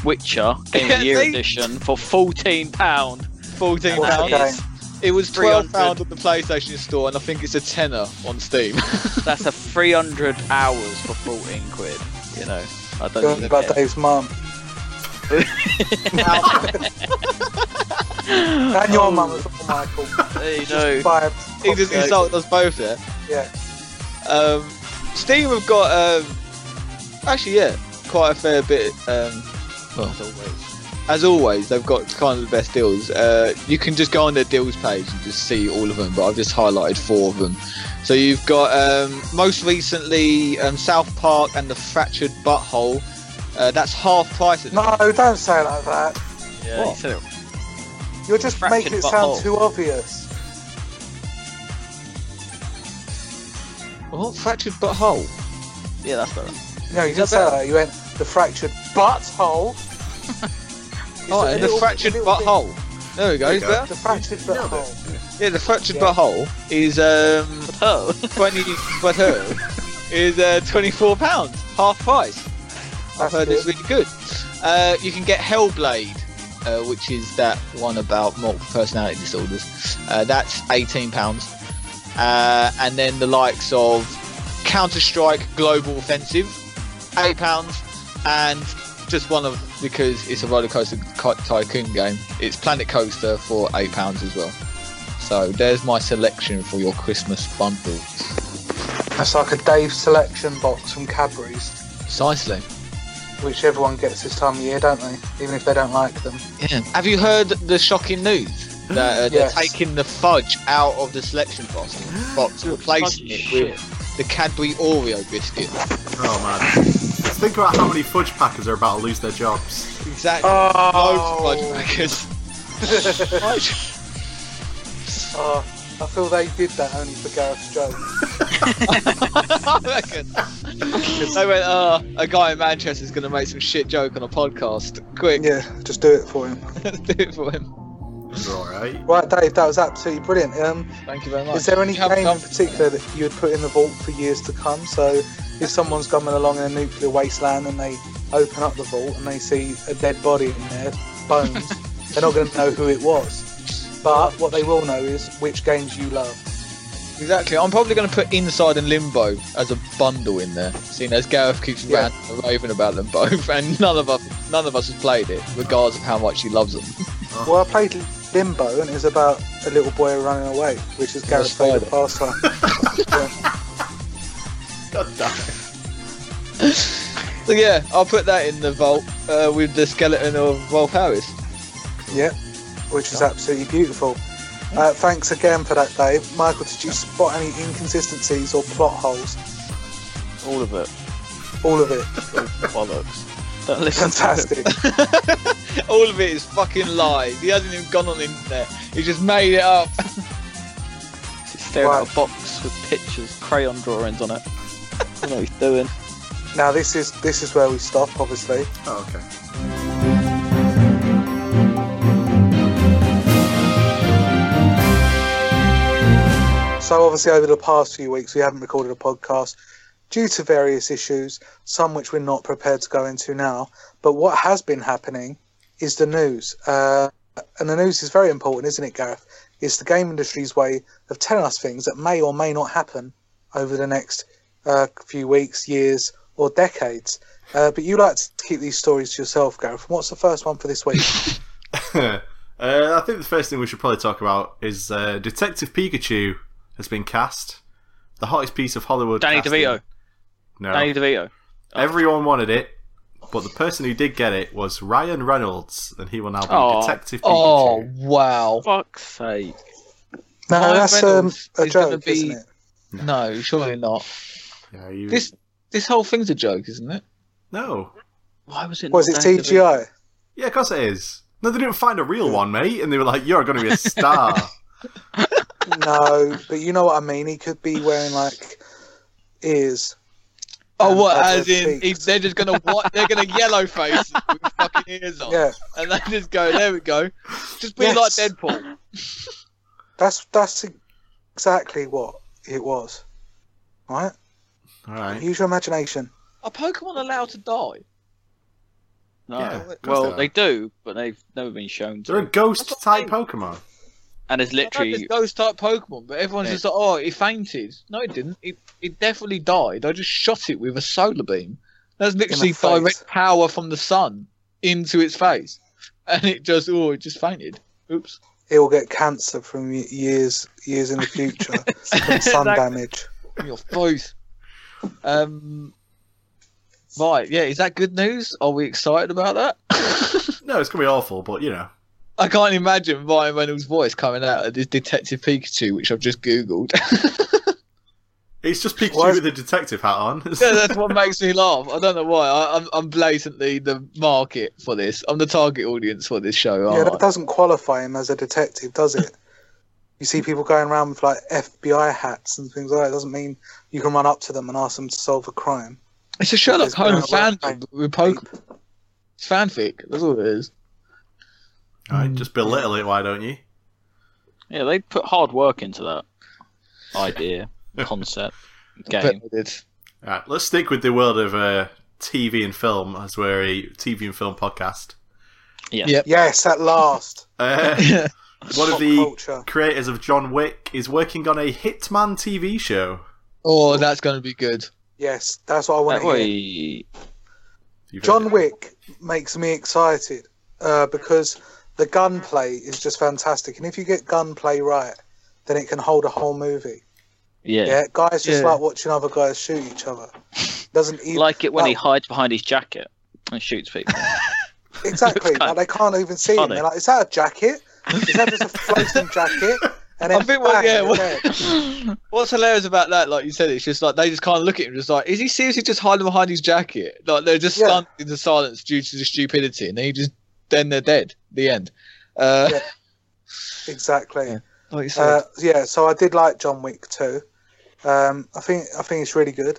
Speaker 2: Witcher Game of
Speaker 3: Yeah,
Speaker 2: the Year
Speaker 3: see?
Speaker 2: edition for fourteen pound.
Speaker 3: Fourteen
Speaker 5: What's the
Speaker 2: That
Speaker 5: game?
Speaker 2: is
Speaker 3: It was
Speaker 2: 300.
Speaker 3: twelve pound at the PlayStation store, and I think it's a tenner on Steam.
Speaker 2: That's a 300 hours for 14 quid. You know, I don't
Speaker 1: Going
Speaker 2: think
Speaker 1: about
Speaker 2: they
Speaker 1: Dave's mum. and your mum as well, Michael.
Speaker 2: There you
Speaker 1: Just
Speaker 2: go.
Speaker 1: buy a
Speaker 3: he just
Speaker 1: cupcake.
Speaker 3: insulted us both there.
Speaker 1: Yeah.
Speaker 3: Um, Steam have got um, actually yeah, quite a fair bit. Um, as always, they've got kind of the best deals. Uh, you can just go on their deals page and just see all of them, but I've just highlighted four of them. So you've got um, most recently um, South Park and the Fractured Butthole. Uh, that's half price. At
Speaker 1: No, don't say it like that.
Speaker 2: Yeah, you
Speaker 3: What?
Speaker 2: said it.
Speaker 1: You're just
Speaker 2: Fractured
Speaker 1: making it sound
Speaker 2: butthole.
Speaker 1: too obvious.
Speaker 3: What Fractured Butthole?
Speaker 2: Yeah, that's right.
Speaker 1: No, you didn't say that. You went the fractured butthole. It's
Speaker 3: Oh,
Speaker 1: a
Speaker 3: and
Speaker 1: little-
Speaker 3: the Fractured
Speaker 1: little bit-
Speaker 3: Butthole. There we go.
Speaker 4: There you
Speaker 3: is
Speaker 4: go.
Speaker 3: that-
Speaker 1: The fractured butthole.
Speaker 3: Yeah, the fractured
Speaker 1: Yeah.
Speaker 3: butthole is um
Speaker 2: Oh,
Speaker 3: twenty butthole is uh, twenty four pounds, half price. I've
Speaker 1: That's
Speaker 3: heard it's
Speaker 1: good.
Speaker 3: really good. Uh, you can get Hellblade, uh, which is that one about multiple personality disorders. Uh, that's eighteen pounds, uh, and then the likes of Counter Strike Global Offensive, eight pounds, and just one of because it's a roller coaster co- tycoon game. It's Planet Coaster for eight pounds as well. So there's my selection for your Christmas bundle.
Speaker 1: That's like a Dave selection box from Cadbury's,
Speaker 3: Precisely.
Speaker 1: which everyone gets this time of year, don't they? Even if they don't like them.
Speaker 3: Yeah. Have you heard the shocking news? That uh,
Speaker 1: Yes.
Speaker 3: they're taking the fudge out of the selection box, box replacing it with the Cadbury Oreo biscuit.
Speaker 4: Oh man. Just think about how many fudge packers are about to lose their jobs.
Speaker 3: Exactly.
Speaker 1: Oh.
Speaker 3: Loads of fudge packers.
Speaker 1: Oh, I feel they did that only for Gareth's joke.
Speaker 3: I reckon. they went, uh, a guy in Manchester's going to make some shit joke on a podcast. Quick,
Speaker 1: Yeah, just do it for him.
Speaker 3: do it for him.
Speaker 4: You're alright.
Speaker 1: Right, Dave, that was absolutely brilliant. Um,
Speaker 3: Thank you very much.
Speaker 1: is there any
Speaker 3: You have
Speaker 1: game in
Speaker 3: comfort.
Speaker 1: particular that you would put in the vault for years to come? So, if someone's coming along in a nuclear wasteland and they open up the vault and they see a dead body in there, bones, they're not going to know who it was. But what they will know is which games you love.
Speaker 3: Exactly. I'm probably going to put Inside and Limbo as a bundle in there, seeing as Gareth keeps
Speaker 1: Yeah.
Speaker 3: ranting and raving about them both, and none of us, none of us has played it, regardless of how much he loves them.
Speaker 1: Well, I played Limbo and it was about a little boy running away, which is Gareth's favourite pastime.
Speaker 4: God damn it.
Speaker 3: So yeah, I'll put that in the vault uh, with the skeleton of Rolf Harris.
Speaker 1: Yep, which is absolutely beautiful. Uh, thanks again for that, Dave. Michael, did you spot any inconsistencies or plot holes?
Speaker 2: all of it.
Speaker 1: All of it.
Speaker 2: Bollocks. Don't listen to
Speaker 1: Fantastic.
Speaker 3: All of it is fucking lies. He hasn't even gone on the internet. He just made it up.
Speaker 2: it. He's staring
Speaker 1: Wow.
Speaker 2: at a box with pictures, crayon drawings on it. I don't know what he's doing.
Speaker 1: now this is this is where we stop, obviously.
Speaker 4: Oh, okay.
Speaker 1: So obviously over the past few weeks we haven't recorded a podcast due to various issues, some which we're not prepared to go into now. But what has been happening is the news. Uh, and the news is very important, isn't it, Gareth? It's the game industry's way of telling us things that may or may not happen over the next uh, few weeks, years, or decades. Uh, but you like to keep these stories to yourself, Gareth. What's the first one for this week?
Speaker 4: uh, I think the first thing we should probably talk about is uh, Detective Pikachu has been cast. The hottest piece of Hollywood.
Speaker 2: Danny
Speaker 4: casting.
Speaker 2: DeVito.
Speaker 4: No,
Speaker 2: Danny DeVito.
Speaker 4: everyone wanted it, but the person who did get it was Ryan Reynolds, and he will now be
Speaker 2: Oh.
Speaker 4: Detective Pikachu.
Speaker 3: Oh wow.
Speaker 2: Fuck's sake.
Speaker 1: No,
Speaker 3: Ryan
Speaker 1: that's um,
Speaker 3: Reynolds
Speaker 1: a
Speaker 3: is gonna
Speaker 1: joke,
Speaker 3: be-
Speaker 1: isn't it?
Speaker 3: No, surely not.
Speaker 4: Yeah, you-
Speaker 3: This this whole thing's a joke, isn't it?
Speaker 4: No,
Speaker 2: Why was it?
Speaker 1: Was it
Speaker 2: not Danny DeVito?
Speaker 1: CGI?
Speaker 4: yeah, of course it is. No, they didn't find a real one, mate, and they were like, "You're going to be a star."
Speaker 1: No, but you know what I mean. He could be wearing like ears.
Speaker 3: Oh,
Speaker 1: Um,
Speaker 3: what?
Speaker 1: that's
Speaker 3: As
Speaker 1: what
Speaker 3: in,
Speaker 1: it
Speaker 3: if they're just gonna what? They're gonna yellow face it with fucking ears on,
Speaker 1: Yeah,
Speaker 3: and they just go, "There we go." Just be
Speaker 1: Yes.
Speaker 3: like Deadpool.
Speaker 1: that's that's exactly what it was. Right?
Speaker 4: All right.
Speaker 1: Use your imagination.
Speaker 3: Are Pokemon allowed to die?
Speaker 2: No.
Speaker 4: Yeah, of course
Speaker 2: well,
Speaker 4: they are.
Speaker 2: they do, but they've never been shown
Speaker 4: They're
Speaker 2: to.
Speaker 4: a ghost type Pokemon.
Speaker 2: and it's
Speaker 3: Literally,
Speaker 2: literally
Speaker 3: ghost type Pokemon, but everyone's
Speaker 2: Yeah.
Speaker 3: just like, "Oh, it fainted." No, it didn't. It it definitely died. I just shot it with a solar beam. That's literally
Speaker 1: face.
Speaker 3: direct power from the sun into its face, and it just oh, it just fainted. Oops.
Speaker 1: It will get cancer from y- years years in the future from sun
Speaker 3: Exactly.
Speaker 1: damage.
Speaker 3: in your face. Um, right, yeah, is that good news? Are we excited about that?
Speaker 4: No, it's gonna be awful, but you know,
Speaker 3: I can't imagine Ryan Reynolds' voice coming out of this Detective Pikachu, which I've just googled.
Speaker 4: it's just Pikachu
Speaker 1: Why-
Speaker 4: with a detective hat on.
Speaker 3: Yeah, That's what makes me laugh. I don't know why. I, I'm, I'm blatantly the market for this. I'm the target audience for this show.
Speaker 1: yeah,
Speaker 3: aren't
Speaker 1: that doesn't qualify him as a detective, does it? you see people going around with like FBI hats and things like that. It doesn't mean you can run up to them and ask them to solve a crime.
Speaker 3: I? It's a Sherlock
Speaker 1: It's been
Speaker 3: Holmes
Speaker 1: a long
Speaker 3: fanfic
Speaker 1: time.
Speaker 3: but with Pokemon. It's fanfic. That's all it is.
Speaker 4: Alright, just belittle it, why don't you?
Speaker 2: yeah they put hard work into that idea concept
Speaker 3: But
Speaker 2: game.
Speaker 3: it is.
Speaker 4: Alright, let's stick with the world of uh, TV and film as we're a TV and film podcast.
Speaker 2: Yes.
Speaker 3: Yeah.
Speaker 1: Yes, at last.
Speaker 4: Uh, one of
Speaker 1: Pop
Speaker 4: the
Speaker 1: culture.
Speaker 4: creators of John Wick is working on a Hitman TV show.
Speaker 3: oh, that's going to be good.
Speaker 1: Yes, that's what I want
Speaker 2: That
Speaker 1: to hear.
Speaker 2: way,
Speaker 4: You've heard
Speaker 1: John
Speaker 4: it.
Speaker 1: Wick makes me excited uh, because the gunplay is just fantastic, and if you get gunplay right, then it can hold a whole movie.
Speaker 2: yeah.
Speaker 1: Yeah, guys just
Speaker 3: Yeah.
Speaker 1: like watching other guys shoot each other. Doesn't e-, even
Speaker 2: like it when he
Speaker 1: that-
Speaker 2: hides behind his jacket and shoots people.
Speaker 1: exactly?
Speaker 2: It's kind
Speaker 1: Like, they can't even see him.
Speaker 2: funny.
Speaker 1: They're like, "Is that a jacket? Is that just a floating jacket?" And then
Speaker 3: I think what-
Speaker 1: bang,
Speaker 3: yeah,
Speaker 1: you're
Speaker 3: what-
Speaker 1: dead.
Speaker 3: What's hilarious about that, like you said, it's just like they just can't look at him, just like, is he seriously just hiding behind his jacket? Like they're just
Speaker 1: Yeah.
Speaker 3: stunned into silence due to the stupidity, and then you just then they're dead. The end. Uh,
Speaker 1: Yeah. exactly.
Speaker 3: Yeah. like you said,
Speaker 1: Uh, yeah, so I did like John Wick two. Um, I think I think it's really good.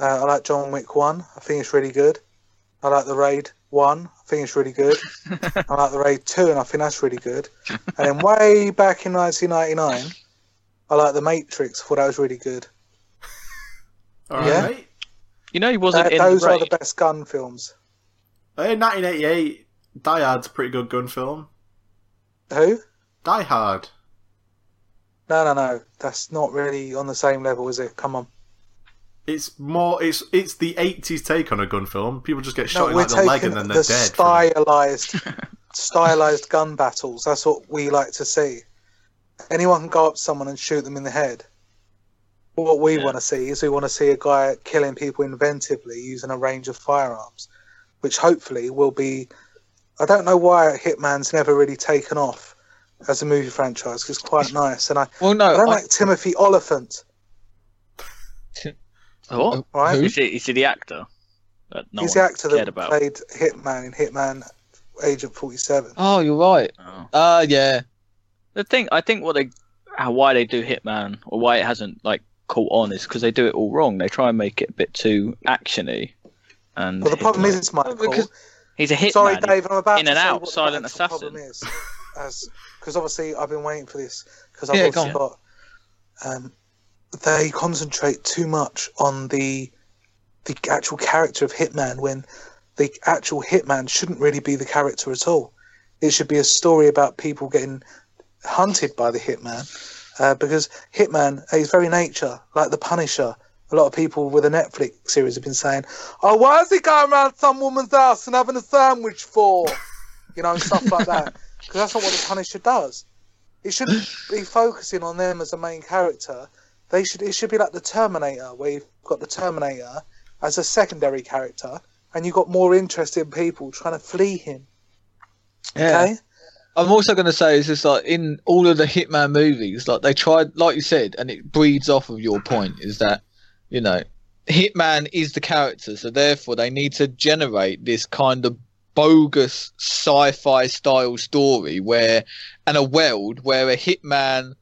Speaker 1: Uh, I like John Wick one. I think it's really good. I like the Raid one. I think it's really good. I like the Raid two, and I think that's really good. And then way back in 1999, I like the Matrix. I thought that was really good.
Speaker 4: Alright,
Speaker 1: Yeah.
Speaker 4: mate.
Speaker 2: you know he wasn't
Speaker 1: That-
Speaker 2: in
Speaker 1: Uh, those
Speaker 2: the
Speaker 1: are
Speaker 2: raid.
Speaker 1: the best gun films.
Speaker 4: Uh, 1988, Die Hard's a pretty good gun film.
Speaker 1: Who?
Speaker 4: Die Hard.
Speaker 1: No, no, no. That's not really on the same level, is it? Come on.
Speaker 4: It's more. It's it's the 80s take on a gun film. People just get shot
Speaker 1: No,
Speaker 4: in
Speaker 1: we're
Speaker 4: like the leg
Speaker 1: taking
Speaker 4: and then they're
Speaker 1: the
Speaker 4: dead. from-
Speaker 1: stylized, stylized gun battles. That's what we like to see. Anyone can go up to someone and shoot them in the head. What we
Speaker 2: Yeah.
Speaker 1: want to see is we want to see a guy killing people inventively using a range of firearms, which hopefully will be. I don't know why Hitman's never really taken off as a movie franchise. 'cause it's quite nice, and I,
Speaker 3: well,
Speaker 2: Oh,
Speaker 3: no,
Speaker 1: I don't
Speaker 3: I-
Speaker 1: like Timothy Oliphant.
Speaker 4: Oh,
Speaker 2: What?
Speaker 1: Right?
Speaker 3: Who?
Speaker 2: Is he, is he the actor? That no
Speaker 1: He's the
Speaker 2: one
Speaker 1: actor
Speaker 2: cared
Speaker 1: that
Speaker 2: about.
Speaker 1: played Hitman in Hitman Agent Forty Seven.
Speaker 3: Oh, you're right.
Speaker 2: Oh.
Speaker 3: Uh yeah.
Speaker 2: The thing I think what they, how, why they do Hitman or why it hasn't like caught on is because they do it all wrong. They try and make it a bit too actiony. And
Speaker 1: Well, the problem
Speaker 2: Hitman-
Speaker 1: is, it's Michael.
Speaker 3: because-
Speaker 2: he's a hitman.
Speaker 1: Sorry, Dave, I'm about
Speaker 2: in
Speaker 1: to
Speaker 2: and
Speaker 1: say
Speaker 2: out,
Speaker 1: what the
Speaker 2: silent
Speaker 1: actual
Speaker 2: assassin.
Speaker 1: problem is, because obviously I've been waiting for this because I've
Speaker 3: Yeah,
Speaker 1: also
Speaker 2: go
Speaker 1: got. Um, they concentrate too much on the the actual character of Hitman when the actual Hitman shouldn't really be the character at all. It should be a story about people getting hunted by the Hitman, uh, because Hitman, at his very nature, like the Punisher. A lot of people with a Netflix series have been saying, "Oh, why is he going around some woman's house and having a sandwich for?" you know, and stuff like that. Because that's not what the Punisher does. It shouldn't be focusing on them as a main character. They should. It should be like the Terminator, where you've got the Terminator as a secondary character, and you've got more interesting people trying to flee him.
Speaker 3: Yeah.
Speaker 1: Okay.
Speaker 3: I'm also going to say is just like in all of the Hitman movies, like they tried, like you said, and it breeds off of your point is that, you know, Hitman is the character, so therefore they need to generate this kind of bogus sci-fi style story where, and a world where a Hitman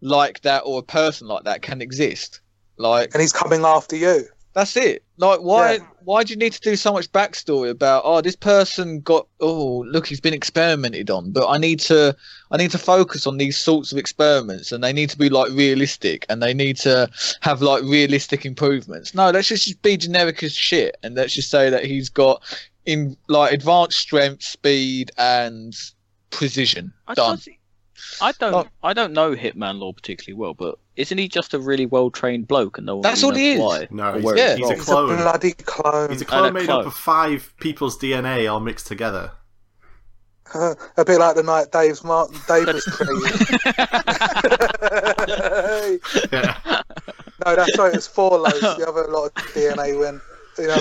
Speaker 3: like that or a person like that can exist. Like
Speaker 1: And he's coming after you.
Speaker 3: that's it. Like, why?
Speaker 1: Yeah.
Speaker 3: Why do you need to do so much backstory about? Oh, this person got. Oh, look, he's been experimented on. But I need to. I need to focus on these sorts of experiments, and they need to be like realistic, and they need to have like realistic improvements. No, let's just, just be generic as shit, and let's just say that he's got in like advanced strength, speed, and precision.
Speaker 2: I
Speaker 3: Done.
Speaker 2: just, I don't.
Speaker 3: Oh.
Speaker 2: I don't know Hitman Law particularly well, but isn't he just a really well trained bloke? And no one
Speaker 3: That's
Speaker 2: really
Speaker 3: all he
Speaker 2: knows
Speaker 3: is.
Speaker 2: Why?
Speaker 4: No,
Speaker 2: Or
Speaker 4: he's,
Speaker 2: where
Speaker 3: Yeah.
Speaker 2: it's
Speaker 4: he's
Speaker 2: from.
Speaker 4: a
Speaker 5: He's a
Speaker 4: clone.
Speaker 5: bloody clone.
Speaker 4: He's a
Speaker 2: And
Speaker 4: clone
Speaker 2: a
Speaker 4: made
Speaker 2: clone.
Speaker 4: up of five people's DNA all mixed together.
Speaker 5: a... bit like the night Dave's Mark Davis created.
Speaker 4: Yeah.
Speaker 5: no, that's right. It's four loads. The other lot of DNA went. You know,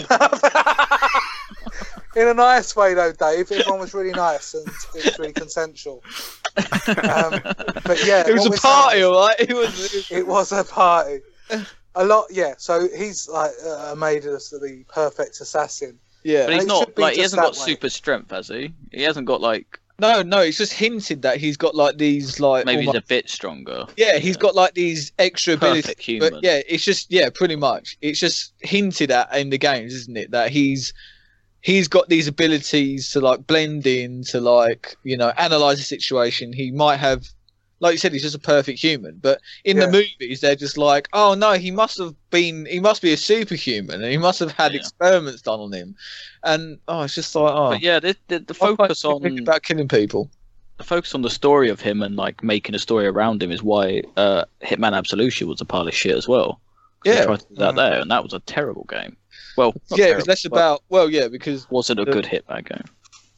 Speaker 5: in a nice way, though, Dave. Everyone was really nice and it was really consensual. Um, but yeah,
Speaker 3: It
Speaker 5: what
Speaker 3: was a
Speaker 5: we're
Speaker 3: party,
Speaker 5: saying-
Speaker 3: all right? It was. It
Speaker 5: It was a party. A lot, yeah. So he's like uh, made us the perfect assassin.
Speaker 3: yeah.
Speaker 2: But he's
Speaker 5: It should
Speaker 2: not
Speaker 5: be
Speaker 2: like he
Speaker 5: just
Speaker 2: hasn't got
Speaker 5: that way.
Speaker 2: super strength, has he? He hasn't got like
Speaker 3: No, no. It's just hinted that he's got like these like.
Speaker 2: maybe he's
Speaker 3: almost-
Speaker 2: a bit stronger.
Speaker 3: Yeah, he's got like these extra abilities.
Speaker 2: Perfect human.
Speaker 3: But yeah, it's just yeah, pretty much. It's just hinted at in the games, isn't it? That he's he's got these abilities to like blend in, to like you know analyze the situation. He might have, like you said, he's just a perfect human. But in
Speaker 5: Yeah.
Speaker 3: the movies, they're just like, oh no, he must have been, he must be a superhuman, and he must have had
Speaker 2: Yeah.
Speaker 3: experiments done on him. And oh, it's just like oh,
Speaker 2: But yeah, the, the, the
Speaker 3: I find
Speaker 2: focus
Speaker 3: it really
Speaker 2: on
Speaker 3: about killing people.
Speaker 2: the focus on the story of him and like making a story around him is why uh, Hitman Absolution was a pile of shit as well. 'Cause they
Speaker 3: Yeah.
Speaker 2: tried to do that
Speaker 5: Mm.
Speaker 2: there, and that was a terrible game. Well, not
Speaker 3: Yeah, it
Speaker 2: terrible,
Speaker 3: was less
Speaker 2: but
Speaker 3: about well, yeah, because
Speaker 2: wasn't a
Speaker 3: the-
Speaker 2: good Hitman game.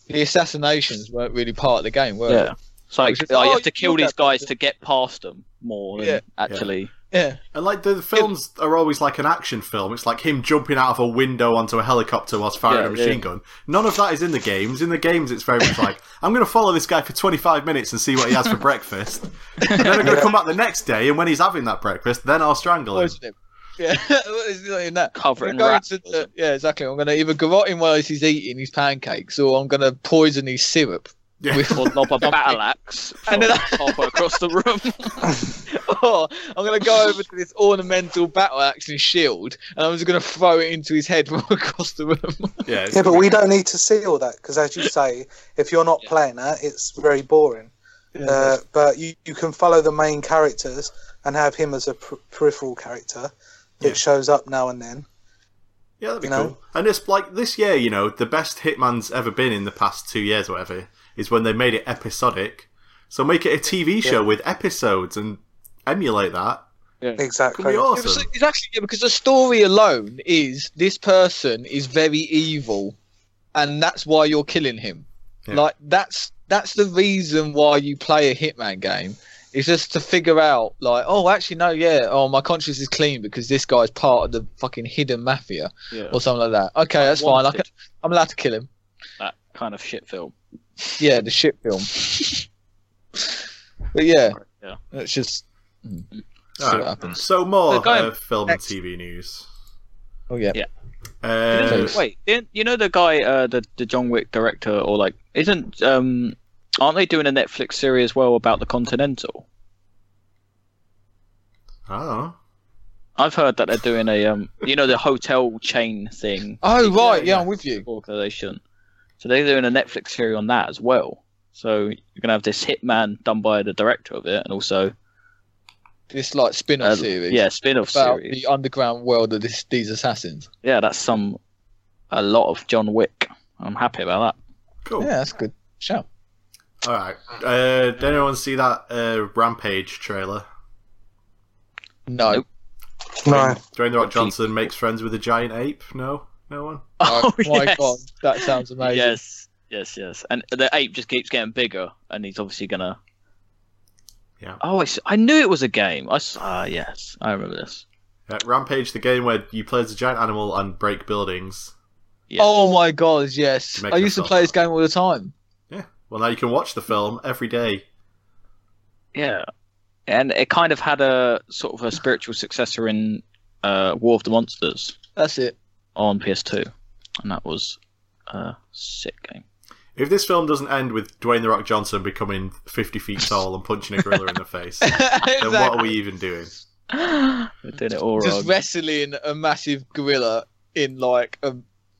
Speaker 3: the assassinations weren't really part of the game, were
Speaker 2: Yeah, it's like
Speaker 3: It was just,
Speaker 2: oh, you
Speaker 3: oh,
Speaker 2: have to
Speaker 3: you
Speaker 2: kill
Speaker 3: killed
Speaker 2: these
Speaker 3: that
Speaker 2: guys
Speaker 3: person.
Speaker 2: to get past them more than
Speaker 3: Yeah.
Speaker 2: actually.
Speaker 3: they? Yeah,
Speaker 4: And like the films are always like an action film. It's like him jumping out of a window onto a helicopter whilst firing
Speaker 2: Yeah,
Speaker 4: a machine
Speaker 2: yeah.
Speaker 4: gun. None of that is in the games. In the games, it's very much like I'm going to follow this guy for 25 minutes and see what he has for breakfast. And then I'm going to come back the next day, and when he's having that breakfast, then I'll strangle him.
Speaker 3: poison him. Yeah, it's not even that.
Speaker 2: Cover it
Speaker 3: I'm
Speaker 2: in
Speaker 3: going
Speaker 2: rap
Speaker 3: to
Speaker 2: or
Speaker 3: the-
Speaker 2: something.
Speaker 3: yeah, exactly. I'm going to either garrote him while he's eating his pancakes, or I'm going to poison his syrup.
Speaker 4: Yeah.
Speaker 3: With,
Speaker 2: Or lob a battle axe
Speaker 3: And
Speaker 2: and
Speaker 3: then-
Speaker 2: then halfway across the room.
Speaker 3: or I'm going to go over to this ornamental battle axe and shield, and I'm just going to throw it into his head from across the room.
Speaker 4: Yeah, it's-
Speaker 5: Yeah, but we don't need to see all that because, as you say, if you're not playing that, it's very boring. Uh, but you, you can follow the main characters and have him as a per- peripheral character that
Speaker 4: Yeah.
Speaker 5: shows up now and then.
Speaker 4: yeah, that'd be
Speaker 5: you know?
Speaker 4: cool. And it's like this year, you know, the best Hitman's ever been in the past two years, or whatever, is when they made it episodic. So make it a TV show with episodes and emulate that. Could
Speaker 5: Exactly.
Speaker 4: be
Speaker 3: It was-
Speaker 4: awesome.
Speaker 3: it's actually yeah, because the story alone is this person is very evil, and that's why you're killing him.
Speaker 4: Yeah.
Speaker 3: Like that's that's the reason why you play a Hitman game. It's just to figure out like, oh, actually no, yeah, oh, my conscience is clean because this guy's part of the fucking hidden mafia
Speaker 2: yeah,
Speaker 3: or something like that. Okay, that's fine. I can, I'm allowed to kill him.
Speaker 2: that kind of shit film.
Speaker 3: Yeah, the shit film. but yeah,
Speaker 2: Yeah.
Speaker 3: it's just see
Speaker 4: Alright.
Speaker 3: what happens.
Speaker 4: So more
Speaker 2: So going-
Speaker 4: uh, film
Speaker 3: next.
Speaker 4: and TV news.
Speaker 3: Oh yeah,
Speaker 2: Yeah.
Speaker 4: Uh,
Speaker 2: Wait, didn't- you know the guy, uh, the the John Wick director, or like, isn't um, aren't they doing a Netflix series as well about the Continental?
Speaker 4: I don't know.
Speaker 2: I've heard that they're doing a um, you know, the hotel chain thing
Speaker 3: Oh right,
Speaker 4: yeah.
Speaker 3: yeah, I'm with you.
Speaker 2: organization. So they're doing a Netflix series on that as well. So you're gonna have this Hitman done by the director of it, and also
Speaker 3: This like spin-off
Speaker 2: uh,
Speaker 3: series.
Speaker 2: yeah, spin-off
Speaker 3: about
Speaker 2: series.
Speaker 3: the underground world of this, these assassins.
Speaker 2: Yeah, that's some a lot of John Wick. I'm happy about that.
Speaker 4: Cool.
Speaker 3: Yeah, that's good. Show.
Speaker 4: All right. Uh, did anyone see that uh, Rampage trailer?
Speaker 3: No.
Speaker 2: Nope.
Speaker 1: Uh,
Speaker 5: No.
Speaker 4: Dwayne the Rock Johnson makes friends with a giant ape. No, no one.
Speaker 3: Oh, my
Speaker 2: yes.
Speaker 3: god, that sounds amazing.
Speaker 2: Yes, yes, yes. And the ape just keeps getting bigger, and he's obviously gonna.
Speaker 4: Yeah.
Speaker 2: Oh, I, s- I knew it was a game. I s- ah yes, I remember this.
Speaker 4: Uh, Rampage, the game where you play as a giant animal and break buildings.
Speaker 2: Yes.
Speaker 3: Oh my god, yes.
Speaker 4: Make
Speaker 3: I used to
Speaker 4: yourself
Speaker 3: play this
Speaker 4: laugh.
Speaker 3: game all the time.
Speaker 4: Yeah. Well, now you can watch the film every day.
Speaker 2: yeah, and it kind of had a sort of a spiritual successor in uh, War of the Monsters
Speaker 3: That's it.
Speaker 2: on PS2, and that was a sick game.
Speaker 4: If this film doesn't end with Dwayne the Rock Johnson becoming 50 feet tall and punching a gorilla in the face, then what are
Speaker 3: exactly.
Speaker 4: we even doing?
Speaker 2: We're doing it all
Speaker 3: Just
Speaker 2: wrong.
Speaker 3: wrestling a massive gorilla in like a,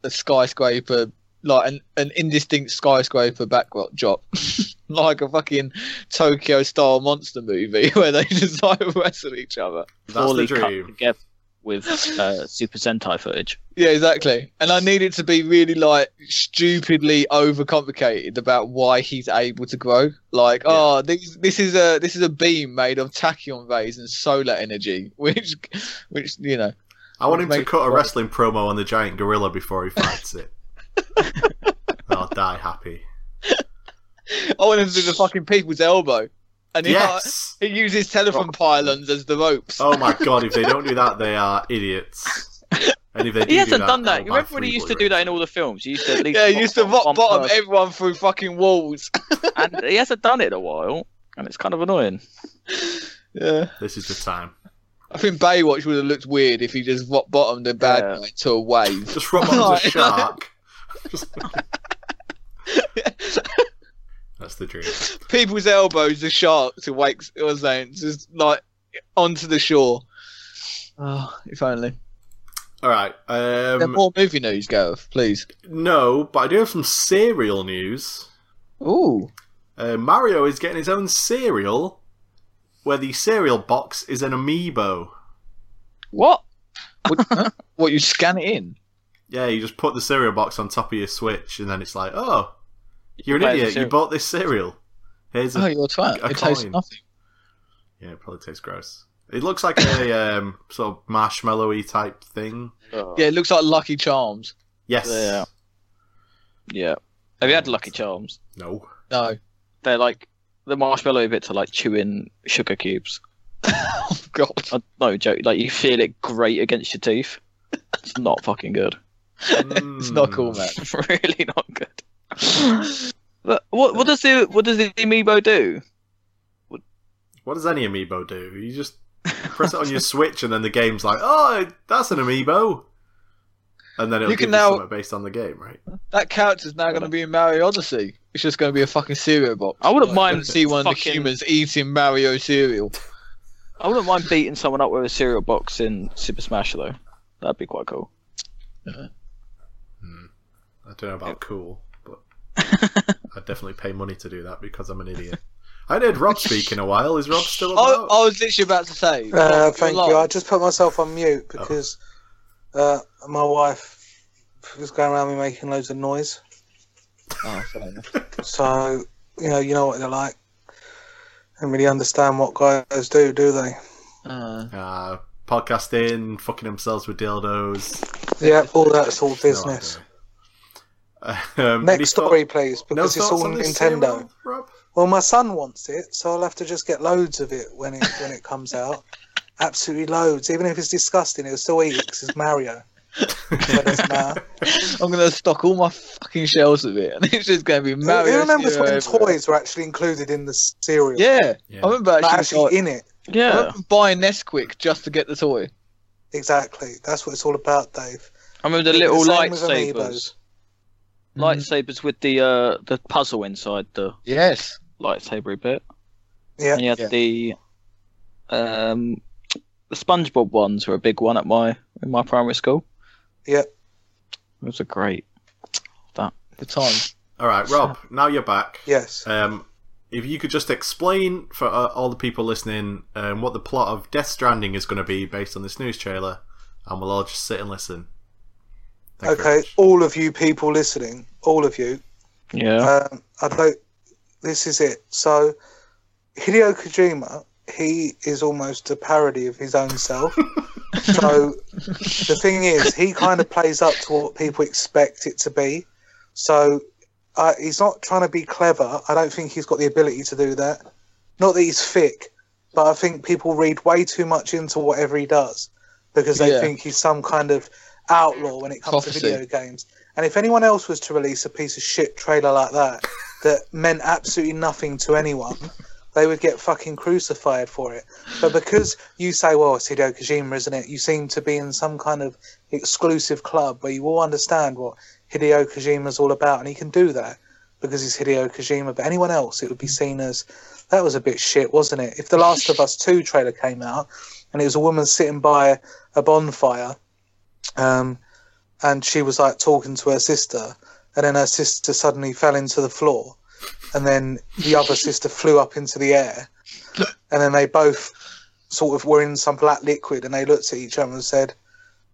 Speaker 3: a skyscraper, like an, an indistinct skyscraper backdrop drop. like a fucking Tokyo style monster movie where they just like wrestle each other.
Speaker 4: That's
Speaker 2: poorly
Speaker 4: the
Speaker 2: cut
Speaker 4: dream.
Speaker 2: together with uh, Super Sentai footage.
Speaker 3: Yeah, exactly. And I need it to be really like stupidly overcomplicated about why he's able to grow. Like, oh, this, this is a this is a beam made of tachyon rays and solar energy, which, which you know,
Speaker 4: I want him to
Speaker 3: Make-
Speaker 4: cut a wrestling promo on the giant gorilla before he fights it. I'll die happy.
Speaker 3: I want him to do the fucking people's elbow, and he,
Speaker 4: Yes.
Speaker 3: he uses telephone pylons as the ropes.
Speaker 4: Oh my god! If they don't do that, they are idiots. And if they do
Speaker 2: He
Speaker 4: do
Speaker 2: hasn't
Speaker 4: that,
Speaker 2: done
Speaker 4: I'll
Speaker 2: that.
Speaker 4: buy
Speaker 2: Remember when he
Speaker 4: three
Speaker 2: used to
Speaker 4: Blu-rays.
Speaker 2: do that in all the films? He used to at least
Speaker 3: yeah, he used to
Speaker 2: rock
Speaker 3: rock bottom
Speaker 2: person.
Speaker 3: everyone through fucking walls.
Speaker 2: and he hasn't done it in a while, and it's kind of annoying.
Speaker 3: yeah.
Speaker 4: This is the time.
Speaker 3: I think Baywatch would have looked weird if he just rock bottomed a bad
Speaker 2: Yeah.
Speaker 3: guy into a wave.
Speaker 4: Just
Speaker 2: Oh,
Speaker 4: rob onto a
Speaker 3: Right.
Speaker 4: shark. Just- That's the dream.
Speaker 3: People's elbows, the shark to wake or something, just like onto the shore. Oh, if only.
Speaker 4: All right.
Speaker 3: There are
Speaker 4: Um,
Speaker 3: more movie news, Gareth, please.
Speaker 4: no, but I do have some serial news.
Speaker 3: Ooh.
Speaker 4: Uh, Mario is getting his own cereal, where the cereal box is an amiibo.
Speaker 2: What?
Speaker 3: What, huh? What, you scan it in?
Speaker 4: Yeah, you just put the cereal box on top of your Switch, and then it's like, oh, you're an
Speaker 2: Buy the
Speaker 4: idiot. You
Speaker 2: cereal.
Speaker 4: bought this cereal. Here's a
Speaker 3: Oh, you're a twat.
Speaker 4: a
Speaker 3: It tastes
Speaker 4: coin.
Speaker 3: nothing.
Speaker 4: yeah, it probably tastes gross. It looks like a um, sort of marshmallowy type thing.
Speaker 3: Yeah, it looks like Lucky Charms.
Speaker 4: Yes.
Speaker 2: Yeah. Yeah. Have you had Lucky Charms?
Speaker 4: No.
Speaker 3: No.
Speaker 2: They're like the marshmallow bits are like chewing sugar cubes.
Speaker 3: Oh, God.
Speaker 2: I, no joke. Like you feel it grate against your teeth. It's not fucking good.
Speaker 3: It's not cool,
Speaker 4: Mm.
Speaker 3: man.
Speaker 2: really not good. But what what does the what does the amiibo do?
Speaker 4: What does any amiibo do? You just press it on your Switch, and then the game's like, "Oh, that's an amiibo," and then it'll
Speaker 3: You can
Speaker 4: give you
Speaker 3: now-
Speaker 4: something based on the game, right?
Speaker 3: That character's now going to be in Mario Odyssey. It's just going to be a fucking cereal box.
Speaker 2: I wouldn't
Speaker 3: Like,
Speaker 2: mind
Speaker 3: see one of the
Speaker 2: fucking-
Speaker 3: humans eating Mario cereal.
Speaker 2: I wouldn't mind beating someone up with a cereal box in Super Smash though. That'd be quite cool.
Speaker 4: Hmm. I don't know about cool, but I'd definitely pay money to do that because I'm an idiot. I haven't heard Rob speak in a while. Is Rob still
Speaker 3: I,
Speaker 4: about?
Speaker 3: I was literally about to say.
Speaker 1: Uh,
Speaker 3: you're
Speaker 1: thank
Speaker 3: lying.
Speaker 1: you. I just put myself on mute because uh, my wife was going around me making loads of noise.
Speaker 3: Oh, fair enough.
Speaker 1: So you know, you know what they're like. Don't really understand what guys do, do they?
Speaker 3: Uh,
Speaker 4: Uh, podcasting, fucking themselves with dildos.
Speaker 1: Yeah, all that sort of
Speaker 4: No
Speaker 1: business.
Speaker 4: idea. Um, any
Speaker 1: Next
Speaker 4: thought-
Speaker 1: story, please,
Speaker 4: no
Speaker 1: because it's
Speaker 4: thoughts
Speaker 1: all
Speaker 4: on this
Speaker 1: Nintendo.
Speaker 4: cereal, Rob?
Speaker 1: Well, my son wants it, so I'll have to just get loads of it when it when it comes out. Absolutely loads. Even if it's disgusting, it'll still eat it 'cause it's Mario. uh, So it doesn't matter.
Speaker 3: I'm going to stock all my fucking shelves with it, and it's just going to be
Speaker 1: Who
Speaker 3: Mario
Speaker 1: who remembers
Speaker 3: cereal
Speaker 1: when
Speaker 3: everywhere.
Speaker 1: toys were actually included in the cereal?
Speaker 3: Yeah.
Speaker 4: Yeah.
Speaker 3: I remember
Speaker 1: Not
Speaker 3: actually,
Speaker 1: actually in
Speaker 3: like,
Speaker 1: it.
Speaker 3: I
Speaker 2: Yeah.
Speaker 3: remember buying Nesquik just to get the toy.
Speaker 1: Exactly. That's what it's all about, Dave.
Speaker 2: I remember the
Speaker 1: It's the
Speaker 2: little
Speaker 1: same with Mm-hmm.
Speaker 2: lightsabers. Lightsabers with the uh the puzzle inside the
Speaker 3: Yes.
Speaker 2: lightsaber bit.
Speaker 1: Yeah.
Speaker 2: And you had
Speaker 3: Yeah.
Speaker 2: the um the SpongeBob ones were a big one at my in my primary school.
Speaker 1: Yeah.
Speaker 2: Those are great.
Speaker 3: The time.
Speaker 4: All right, Rob. Now you're back.
Speaker 1: Yes.
Speaker 4: Um, if you could just explain for uh, all the people listening um, what the plot of Death Stranding is going to be based on this news trailer, and we'll all just sit and listen. Thank you very
Speaker 1: okay.
Speaker 4: much.
Speaker 1: All of you people listening, all of you,
Speaker 2: Yeah.
Speaker 1: Um, I don't. This is it. So, Hideo Kojima, he is almost a parody of his own self. so, the thing is, he kind of plays up to what people expect it to be. So, uh, he's not trying to be clever. I don't think he's got the ability to do that. Not that he's thick, but I think people read way too much into whatever he does because they
Speaker 3: Yeah.
Speaker 1: think he's some kind of outlaw when it comes
Speaker 3: Prophecy.
Speaker 1: to video games. And if anyone else was to release a piece of shit trailer like that, that meant absolutely nothing to anyone, they would get fucking crucified for it. But because you say, well, it's Hideo Kojima, isn't it? You seem to be in some kind of exclusive club where you all understand what Hideo Kojima's all about, and he can do that because he's Hideo Kojima. But anyone else, it would be seen as that was a bit shit, wasn't it? If The Last of Us 2 trailer came out and it was a woman sitting by a bonfire, um, and she was like talking to her sister, and then her sister suddenly fell into the floor, and then the other sister flew up into the air, and then they both sort of were in some black liquid and they looked at each other and said,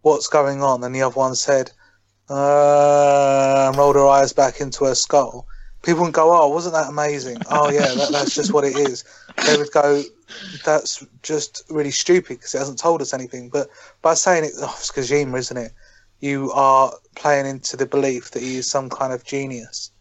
Speaker 1: What's going on? And the other one said, uh, and rolled her eyes back into her skull. People would go, Oh, wasn't that amazing? Oh, yeah, that, that's just what it is. They would go, That's just really stupid because it hasn't told us anything. But by saying it, oh, it's Kojima, isn't it? You are playing into the belief that he is some kind of genius.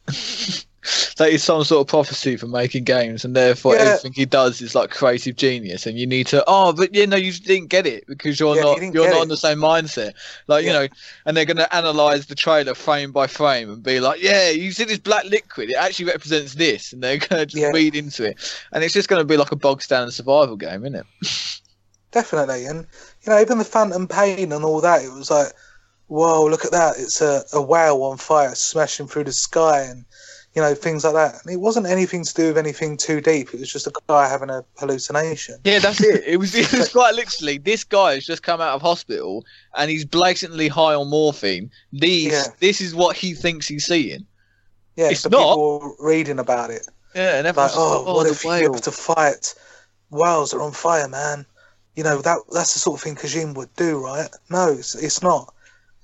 Speaker 3: That is some sort of prophecy for making games, and therefore
Speaker 1: Yeah.
Speaker 3: everything he does is like creative genius. And you need to, oh, but you know, you didn't get it because you're
Speaker 1: Yeah, you
Speaker 3: not
Speaker 1: didn't
Speaker 3: you're
Speaker 1: get
Speaker 3: not
Speaker 1: it.
Speaker 3: on the same mindset. Like
Speaker 1: Yeah.
Speaker 3: you know, and they're going to analyze the trailer frame by frame and be like, yeah, you see this black liquid, it actually represents this, and they're going to just
Speaker 1: Yeah.
Speaker 3: read into it, and it's just going to be like a bog standard survival game, isn't it?
Speaker 1: Definitely, and you know, even the Phantom Pain and all that, it was like, whoa, look at that! It's a, a whale on fire smashing through the sky, and you know things like that. And it wasn't anything to do with anything too deep. It was just a guy having a hallucination.
Speaker 3: Yeah, that's it. It was, it was quite literally this guy has just come out of hospital and he's blatantly high on morphine. These,
Speaker 1: Yeah.
Speaker 3: this is what he thinks he's seeing.
Speaker 1: Yeah,
Speaker 3: It's
Speaker 1: so
Speaker 3: not.
Speaker 1: people were reading about it,
Speaker 3: Yeah, and
Speaker 1: like,
Speaker 3: everyone's
Speaker 1: oh,
Speaker 3: like, oh,
Speaker 1: what
Speaker 3: the
Speaker 1: if you
Speaker 3: whale.
Speaker 1: were to fight? Whales are on fire, man. You know that that's the sort of thing Kajim would do, right? No, it's, it's not.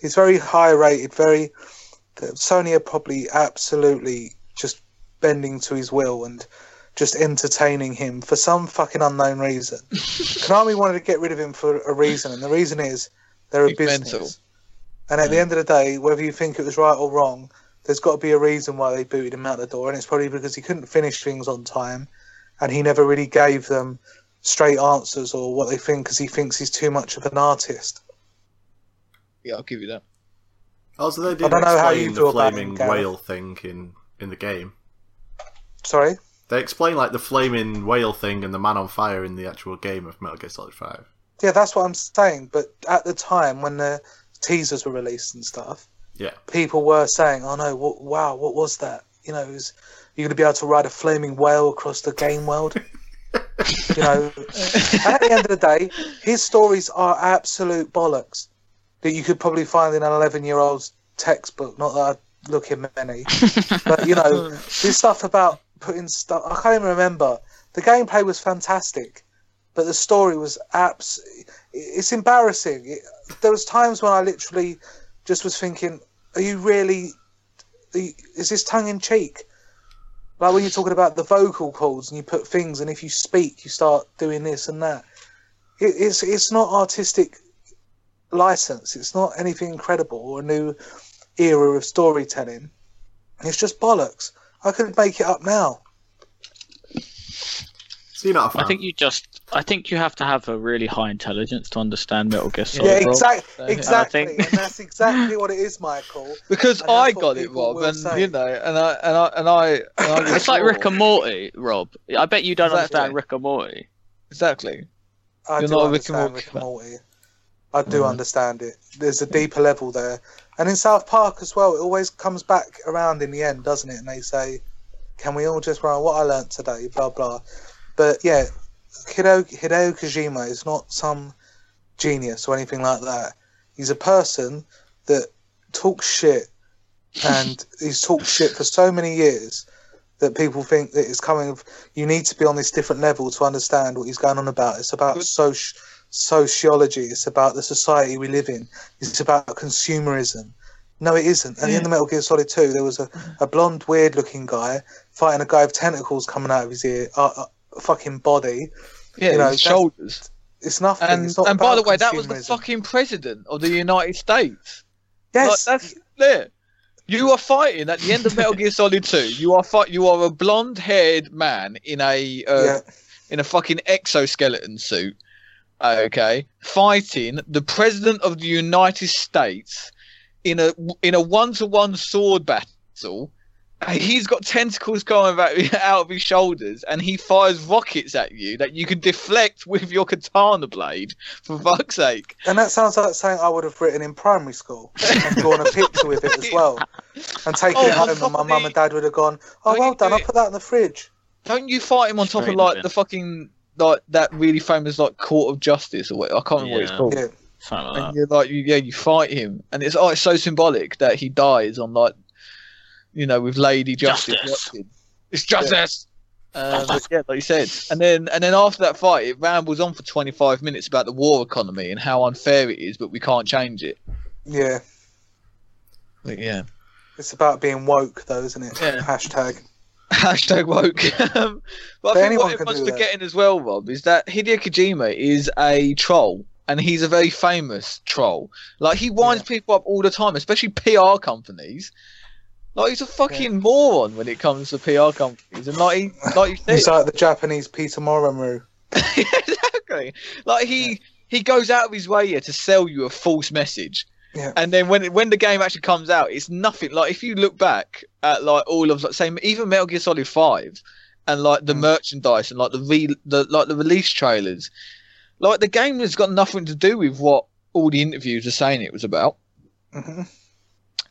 Speaker 1: It's very high rated. Very Sony are probably absolutely just bending to his will and just entertaining him for some fucking unknown reason. Konami wanted to get rid of him for a reason, and the reason is they're a
Speaker 3: He's
Speaker 1: business.
Speaker 3: mental.
Speaker 1: And at the end of the day, whether you think it was right or wrong, there's got to be a reason why they booted him out the door, and it's probably because he couldn't finish things on time, and he never really gave them straight answers or what they think because he thinks he's too much of an artist.
Speaker 3: Yeah, I'll give you that.
Speaker 4: Also, they did
Speaker 1: don't know how you
Speaker 4: explain the
Speaker 1: feel about
Speaker 4: flaming
Speaker 1: it, Gareth.
Speaker 4: whale thing in, in the game.
Speaker 1: Sorry.
Speaker 4: They explain like the flaming whale thing and the man on fire in the actual game of Metal Gear Solid Five.
Speaker 1: Yeah, that's what I'm saying. But at the time when the teasers were released and stuff,
Speaker 4: Yeah.
Speaker 1: people were saying, "Oh no, what, wow, what was that?" You know, is you're going to be able to ride a flaming whale across the game world. you know, at the end of the day, his stories are absolute bollocks that you could probably find in an 11 year old's textbook. Not that I look in many, but you know, this stuff about putting stuff. I can't even remember. The gameplay was fantastic, but the story was abs. It's embarrassing. It, there was times when I literally just was thinking, "Are you really? Are you, is this tongue in cheek?" Like when you're talking about the vocal cords and you put things, and if you speak, you start doing this and that. It, it's it's not artistic license. It's not anything incredible or a new era of storytelling. It's just bollocks. I could make it up now.
Speaker 4: So you're not a fan.
Speaker 2: I think you just. I think you have to have a really high intelligence to understand Metal Gear Solid.
Speaker 1: yeah,
Speaker 2: Rob.
Speaker 3: So,
Speaker 1: exactly,
Speaker 3: yeah.
Speaker 1: exactly,
Speaker 2: uh, I think-
Speaker 1: and that's exactly what it is, Michael.
Speaker 3: Because
Speaker 1: And that's
Speaker 3: I
Speaker 1: what
Speaker 3: got it,
Speaker 1: people
Speaker 3: Rob,
Speaker 1: will
Speaker 3: and
Speaker 1: say.
Speaker 3: you know, and I and I and I. And I was
Speaker 2: It's like
Speaker 3: wrong.
Speaker 2: Rick and Morty, Rob. I bet you don't
Speaker 3: Exactly.
Speaker 2: understand Rick and Morty.
Speaker 3: Exactly.
Speaker 1: I
Speaker 3: You're
Speaker 1: do
Speaker 3: not a Rick and
Speaker 1: understand
Speaker 3: Morty
Speaker 1: Rick
Speaker 3: fan. Mm.
Speaker 1: and Morty. I do understand it. There's a deeper level there, and in South Park as well, it always comes back around in the end, doesn't it? And they say, "Can we all just run what I learnt today?" Blah blah. But yeah, Hideo, Hideo Kojima is not some genius or anything like that. He's a person that talks shit, and he's talked shit for so many years that people think that it's coming. You need to be on this different level to understand what he's going on about. It's about
Speaker 3: Good.
Speaker 1: soci- sociology. It's about the society we live in. It's about consumerism. No, it isn't. And
Speaker 3: Mm.
Speaker 1: in the Metal Gear Solid 2, there was a, a blonde, weird looking guy fighting a guy with tentacles coming out of his ear, uh, uh, fucking body.
Speaker 3: Yeah,
Speaker 1: You know,
Speaker 3: his
Speaker 1: that's-
Speaker 3: shoulders.
Speaker 1: It's nothing.
Speaker 3: And
Speaker 1: it's not
Speaker 3: and by the
Speaker 1: about
Speaker 3: way, that was the
Speaker 1: consumerism.
Speaker 3: fucking president of the United States.
Speaker 1: Yes,
Speaker 3: Like, that's there. You are fighting at the end of Metal Gear Solid 2. You are fight. You are a blonde-haired man in a uh,
Speaker 1: yeah.
Speaker 3: in a fucking exoskeleton suit, okay, fighting the president of the United States in a in a one to one sword battle. And He's got tentacles coming back out of his shoulders, and he fires rockets at you that you can deflect with your katana blade. For fuck's sake!
Speaker 1: And that sounds like something I would have written in primary school and drawn a picture with it as well. And taken
Speaker 3: Oh,
Speaker 1: it
Speaker 3: on
Speaker 1: home,
Speaker 3: top
Speaker 1: and my
Speaker 3: of
Speaker 1: mum
Speaker 3: the-
Speaker 1: and dad would have gone, Oh,
Speaker 3: Don't
Speaker 1: well
Speaker 3: you
Speaker 1: done,
Speaker 3: do
Speaker 1: I'll
Speaker 3: it-
Speaker 1: put that in the fridge.
Speaker 3: Don't you fight him on
Speaker 2: Straight
Speaker 3: top of
Speaker 2: in the
Speaker 3: like
Speaker 2: bin.
Speaker 3: the fucking like that really famous like court of justice or what? I can't remember what it's
Speaker 2: Yeah.
Speaker 3: called.
Speaker 1: Yeah.
Speaker 2: Something like
Speaker 3: and
Speaker 2: that.
Speaker 3: you're like, you, yeah, you fight him, and it's oh, it's so symbolic that he dies on like, you know, with Lady Justice.
Speaker 2: Justice.
Speaker 3: watching. It's justice. Um, but yeah, like you said, and then and then after that fight, it rambles on for 25 minutes about the war economy and how unfair it is, but we can't change it.
Speaker 1: Yeah.
Speaker 3: But yeah,
Speaker 1: It's about being woke, though, isn't it?
Speaker 3: Yeah.
Speaker 1: Hashtag.
Speaker 3: hashtag woke. um, but
Speaker 1: But
Speaker 3: I think
Speaker 1: anyone
Speaker 3: what
Speaker 1: can
Speaker 3: everyone's
Speaker 1: do that.
Speaker 3: forgetting as well, Rob, is that Hideo Kojima is a troll, and he's a very famous troll. Like he winds people up all the time, especially PR companies. Like he's a fucking moron when it comes to PR companies, and like he, like you said,
Speaker 1: It's like the Japanese Peter Moromu.
Speaker 3: exactly. Like he he goes out of his way here to sell you a false message.
Speaker 1: Yeah.
Speaker 3: And then when when the game actually comes out, it's nothing. Like if you look back at like all of like same even Metal Gear Solid Five, and like the
Speaker 1: Mm.
Speaker 3: merchandise and like the re the like the release trailers, like the game has got nothing to do with what all the interviews are saying it was about.
Speaker 1: hmm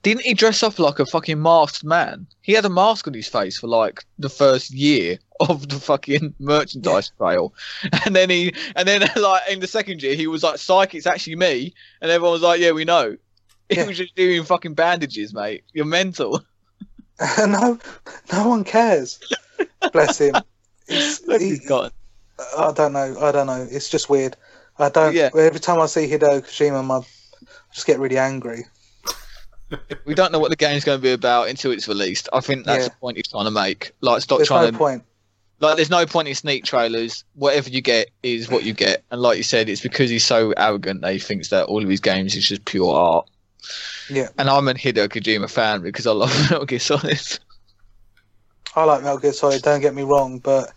Speaker 3: Didn't he dress up like a fucking masked man? He had a mask on his face for like the first year of the fucking merchandise trail, and then he, and then like in the second year, he was like, "Psych, it's actually me," and everyone was like, "Yeah, we know." He
Speaker 1: Yeah.
Speaker 3: was just doing fucking bandages, mate. You're mental.
Speaker 1: Mm-hmm. no, no one cares. Bless him. It's-
Speaker 3: Look,
Speaker 1: he-
Speaker 3: he's got.
Speaker 1: I don't know. I don't know. It's just weird. I don't.
Speaker 3: Yeah.
Speaker 1: Every time I see Hideo Kojima, my, I just get really angry.
Speaker 3: We don't know what the game's going to be about until it's released. I think that's
Speaker 1: Yeah.
Speaker 3: the point he's trying to make. Like, stop
Speaker 1: There's
Speaker 3: trying
Speaker 1: no
Speaker 3: to
Speaker 1: point.
Speaker 3: like there's no point in sneak trailers whatever you get is what you get and like you said it's because he's so arrogant that he thinks that all of his games is just pure art
Speaker 1: Yeah.
Speaker 3: and i'm a hideo kojima fan because i love metal gear solid
Speaker 1: I like Metal Gear Solid. Don't get me wrong, but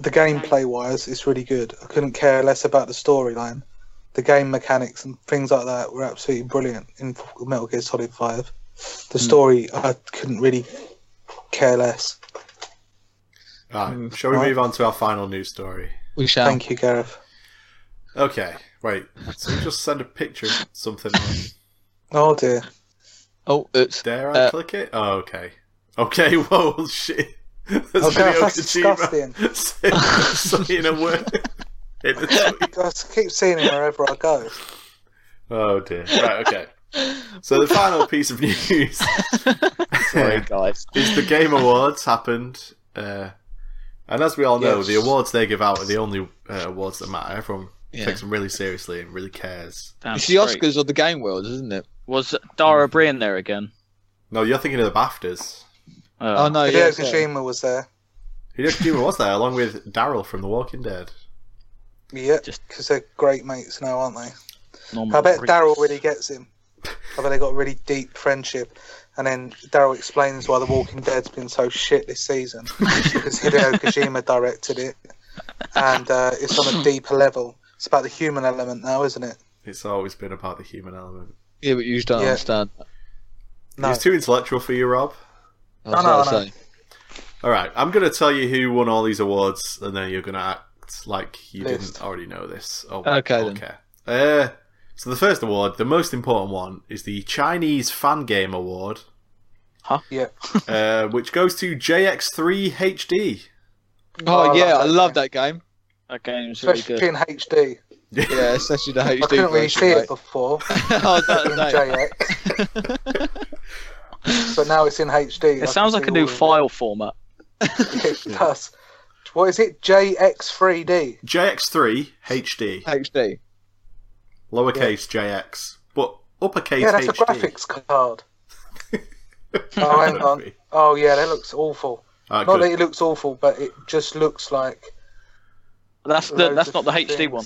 Speaker 1: the gameplay wise, it's really good. I couldn't care less about the storyline. The game mechanics and things like that were absolutely brilliant in Metal Gear Solid Five.
Speaker 3: Hmm.
Speaker 1: The story, I couldn't really care less.
Speaker 4: Right, shall we
Speaker 1: Right.
Speaker 4: move on to our final news story?
Speaker 3: we shall
Speaker 1: Thank you, Gareth.
Speaker 4: Okay, wait. So you just send a picture of something.
Speaker 1: Oh dear.
Speaker 3: oh it's
Speaker 4: Dare I
Speaker 3: Uh,
Speaker 4: click it? Oh, okay. Okay, whoa, shit. That's
Speaker 1: Oh, Gareth,
Speaker 4: Hideo
Speaker 1: that's
Speaker 4: Kojima
Speaker 1: disgusting.
Speaker 4: saying in a word. in the tweet.
Speaker 1: I just keep seeing him wherever I go.
Speaker 4: Oh, dear. Right, okay. So the final piece of news
Speaker 3: sorry guys
Speaker 4: is the Game Awards happened. Uh, and as we all know,
Speaker 3: Yes.
Speaker 4: the awards they give out are the only uh, awards that matter. Everyone
Speaker 3: Yeah.
Speaker 4: takes them really seriously and really cares.
Speaker 2: Damn
Speaker 3: it's the
Speaker 2: straight.
Speaker 3: oscars or the game world isn't it
Speaker 2: Was Dara Breen there again?
Speaker 4: No, you're thinking of the BAFTAs.
Speaker 2: Uh,
Speaker 3: oh no
Speaker 1: Hideo
Speaker 3: yeah, yeah.
Speaker 1: Kojima was there.
Speaker 4: Hideo Kojima was there, along with Daryl from The Walking Dead.
Speaker 1: Yeah,
Speaker 2: Just-
Speaker 1: because they're great mates now, aren't they?
Speaker 2: normal
Speaker 1: I bet
Speaker 2: Breen.
Speaker 1: Daryl really gets him. I bet they got a really deep friendship. And then Daryl explains why The Walking Dead's been so shit this season because Hideo Kojima directed it, and uh, it's on a deeper level. It's about the human element now, isn't it?
Speaker 4: It's always been about the human element.
Speaker 3: yeah but you don't
Speaker 1: Yeah.
Speaker 3: understand
Speaker 1: No,
Speaker 4: It's too intellectual for you, Rob.
Speaker 3: I
Speaker 1: No,
Speaker 3: was
Speaker 1: no,
Speaker 3: about
Speaker 1: no.
Speaker 3: to say.
Speaker 4: All right, I'm going to tell you who won all these awards, and then you're going to act like you
Speaker 1: List.
Speaker 4: didn't already know this. Oh,
Speaker 3: Okay, then.
Speaker 4: okay. Uh, so the first award, the most important one, is the Chinese Fan Game Award.
Speaker 2: Huh?
Speaker 1: Yeah.
Speaker 4: uh, which goes to JX3 HD.
Speaker 3: oh,
Speaker 1: Oh, I
Speaker 3: yeah
Speaker 1: love
Speaker 3: i
Speaker 1: that
Speaker 3: love
Speaker 1: game.
Speaker 3: that game
Speaker 2: That game's really
Speaker 1: especially
Speaker 2: good.
Speaker 1: in HD.
Speaker 3: yeah especially the hd
Speaker 1: I couldn't really
Speaker 3: version,
Speaker 1: see
Speaker 3: mate. Oh,
Speaker 1: it before
Speaker 3: I was about
Speaker 1: in
Speaker 3: to say.
Speaker 1: JX, but now it's in HD. I
Speaker 2: It sounds
Speaker 1: can
Speaker 2: like
Speaker 1: see
Speaker 2: a new
Speaker 1: all of
Speaker 2: file format.
Speaker 1: It It does. What is it? JX3D.
Speaker 4: JX3 HD,
Speaker 3: hd
Speaker 4: lowercase JX, but uppercase
Speaker 1: Yeah, that's
Speaker 4: HD.
Speaker 1: a graphics card. oh, hang on. Oh yeah, that looks awful.
Speaker 4: Ah,
Speaker 1: Not
Speaker 4: good.
Speaker 1: that it looks awful, but it just looks like.
Speaker 2: That's the,
Speaker 1: loads
Speaker 2: that's
Speaker 1: of
Speaker 2: not the HD
Speaker 1: things.
Speaker 2: one.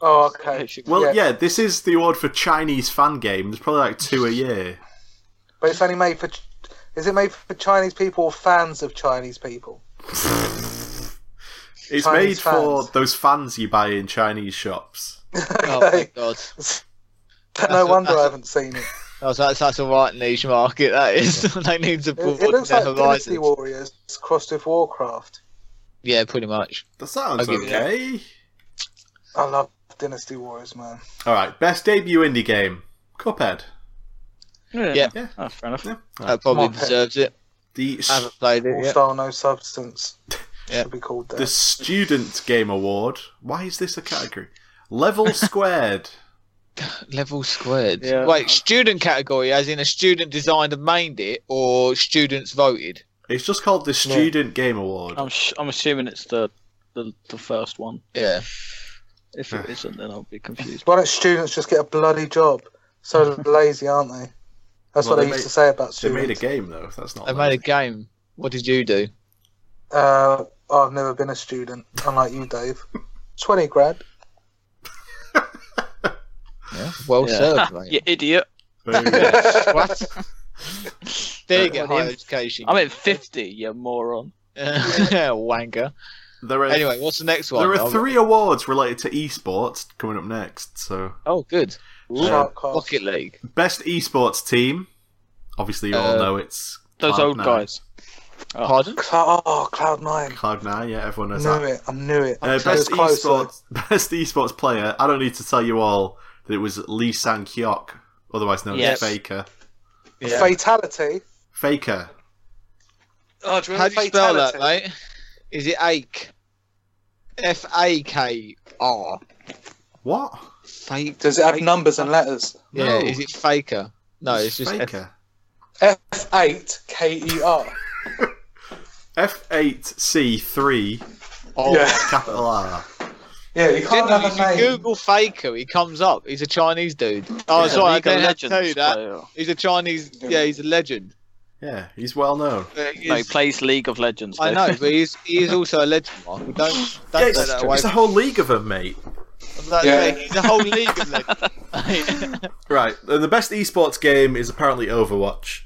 Speaker 1: Oh okay,
Speaker 4: Well,
Speaker 1: Yeah.
Speaker 4: yeah. this is the award for Chinese fan game. There's probably like two a year.
Speaker 1: but it's only made for. Ch- Is it made for Chinese people or fans of Chinese people?
Speaker 4: It's
Speaker 1: Chinese
Speaker 4: made for
Speaker 1: fans.
Speaker 4: those fans you buy in Chinese shops.
Speaker 3: oh my
Speaker 1: okay. no
Speaker 3: god That's a-
Speaker 1: wonder
Speaker 3: that's
Speaker 1: I
Speaker 3: a-
Speaker 1: haven't seen it.
Speaker 3: Oh, so that's that's a right niche market. That is, they need to
Speaker 1: It,
Speaker 3: broaden
Speaker 1: it looks
Speaker 3: their
Speaker 1: like
Speaker 3: horizons.
Speaker 1: Dynasty Warriors crossed with Warcraft.
Speaker 3: Yeah, pretty much.
Speaker 4: That sounds
Speaker 3: I'll give you that.
Speaker 4: okay.
Speaker 1: I love Dynasty Warriors, man.
Speaker 4: All right, best debut indie game, Cuphead.
Speaker 2: Yeah.
Speaker 4: Yeah.
Speaker 2: Oh, fair enough.
Speaker 3: That probably
Speaker 1: Market.
Speaker 3: deserves it.
Speaker 4: The
Speaker 3: I haven't played it
Speaker 1: All
Speaker 3: yet.
Speaker 1: style, no substance.
Speaker 3: Yeah.
Speaker 1: Should be called that.
Speaker 4: the student game award. Why is this a category? Level squared.
Speaker 3: Level squared.
Speaker 2: Yeah.
Speaker 3: Wait, student category, as in a student designed and made it, or students voted.
Speaker 4: It's just called the
Speaker 5: Yeah.
Speaker 4: Student Game Award.
Speaker 2: I'm sh- I'm assuming it's the the, the first one.
Speaker 3: Yeah.
Speaker 2: If it isn't, then I'll be confused.
Speaker 5: Why don't students just get a bloody job? So lazy, aren't they? That's
Speaker 4: Well,
Speaker 5: what
Speaker 4: they
Speaker 5: I used
Speaker 4: made-
Speaker 5: to say about
Speaker 4: They made a
Speaker 5: students.
Speaker 4: game though. That's not.
Speaker 3: They made a
Speaker 4: lazy.
Speaker 3: game. What did you do?
Speaker 5: Uh, I've never been a student, unlike you, Dave. Twenty grad.
Speaker 3: Yeah. Well
Speaker 2: Yeah.
Speaker 3: served, mate.
Speaker 2: you idiot!
Speaker 4: Boom.
Speaker 3: What? there
Speaker 2: Uh,
Speaker 3: you get higher education.
Speaker 2: I'm at 50, you moron.
Speaker 3: yeah, wanker.
Speaker 4: there are
Speaker 3: Anyway, what's the next one? Oh,
Speaker 4: there
Speaker 3: I'll-
Speaker 4: are three awards related to esports coming up next. So
Speaker 3: Oh, good.
Speaker 5: Sharp cast.
Speaker 3: Rocket League.
Speaker 4: best esports team. Obviously, you all
Speaker 3: Uh,
Speaker 4: know it's
Speaker 2: Those
Speaker 4: Cloud
Speaker 2: old
Speaker 4: Nine.
Speaker 2: guys. Oh.
Speaker 3: Pardon?
Speaker 5: Cla- oh, Cloud Nine.
Speaker 4: Cloud Nine. Yeah, everyone knows
Speaker 5: knew
Speaker 4: that.
Speaker 5: it. I knew it.
Speaker 4: Uh,
Speaker 5: It was
Speaker 4: best
Speaker 5: close, though.
Speaker 4: esports, best esports player. I don't need to tell you all that it was Lee Sang Kyok, otherwise known
Speaker 2: Yes.
Speaker 4: as Faker.
Speaker 5: Fatality.
Speaker 4: Faker.
Speaker 5: Oh, do you
Speaker 3: How
Speaker 5: remember
Speaker 3: do you spell
Speaker 5: fatality?
Speaker 3: that, mate? Is it ache? F A K R.
Speaker 4: What?
Speaker 3: Fake.
Speaker 5: Does it have numbers and letters?
Speaker 3: Yeah.
Speaker 4: No.
Speaker 3: Is it faker? No, it's just F-
Speaker 4: Faker.
Speaker 5: F eight K E R.
Speaker 4: F eight C three
Speaker 3: Oh.
Speaker 5: Yeah,
Speaker 4: capital R.
Speaker 5: yeah. You
Speaker 3: Didn't
Speaker 5: can't
Speaker 3: know,
Speaker 5: have
Speaker 3: if
Speaker 5: a
Speaker 3: you
Speaker 5: name.
Speaker 3: Google Faker, he comes up. He's a Chinese dude. Oh,
Speaker 2: Yeah,
Speaker 3: sorry, I
Speaker 2: League of
Speaker 3: didn't have to
Speaker 2: Legends uh,
Speaker 3: tell you that.
Speaker 2: player.
Speaker 3: He's a Chinese. Yeah, he's a legend.
Speaker 4: Yeah, he's well known.
Speaker 3: But he
Speaker 2: No, he
Speaker 3: is-
Speaker 2: plays League of Legends.
Speaker 3: I
Speaker 2: Dave.
Speaker 3: know, but he's, he is also a legend, Michael. Don't, don't
Speaker 4: Yeah,
Speaker 3: take
Speaker 4: it's,
Speaker 3: that away.
Speaker 4: it's a whole league of them, mate.
Speaker 3: from- that's
Speaker 5: Yeah.
Speaker 3: it, He's a whole league of legends.
Speaker 4: Right, and the best esports game is apparently Overwatch.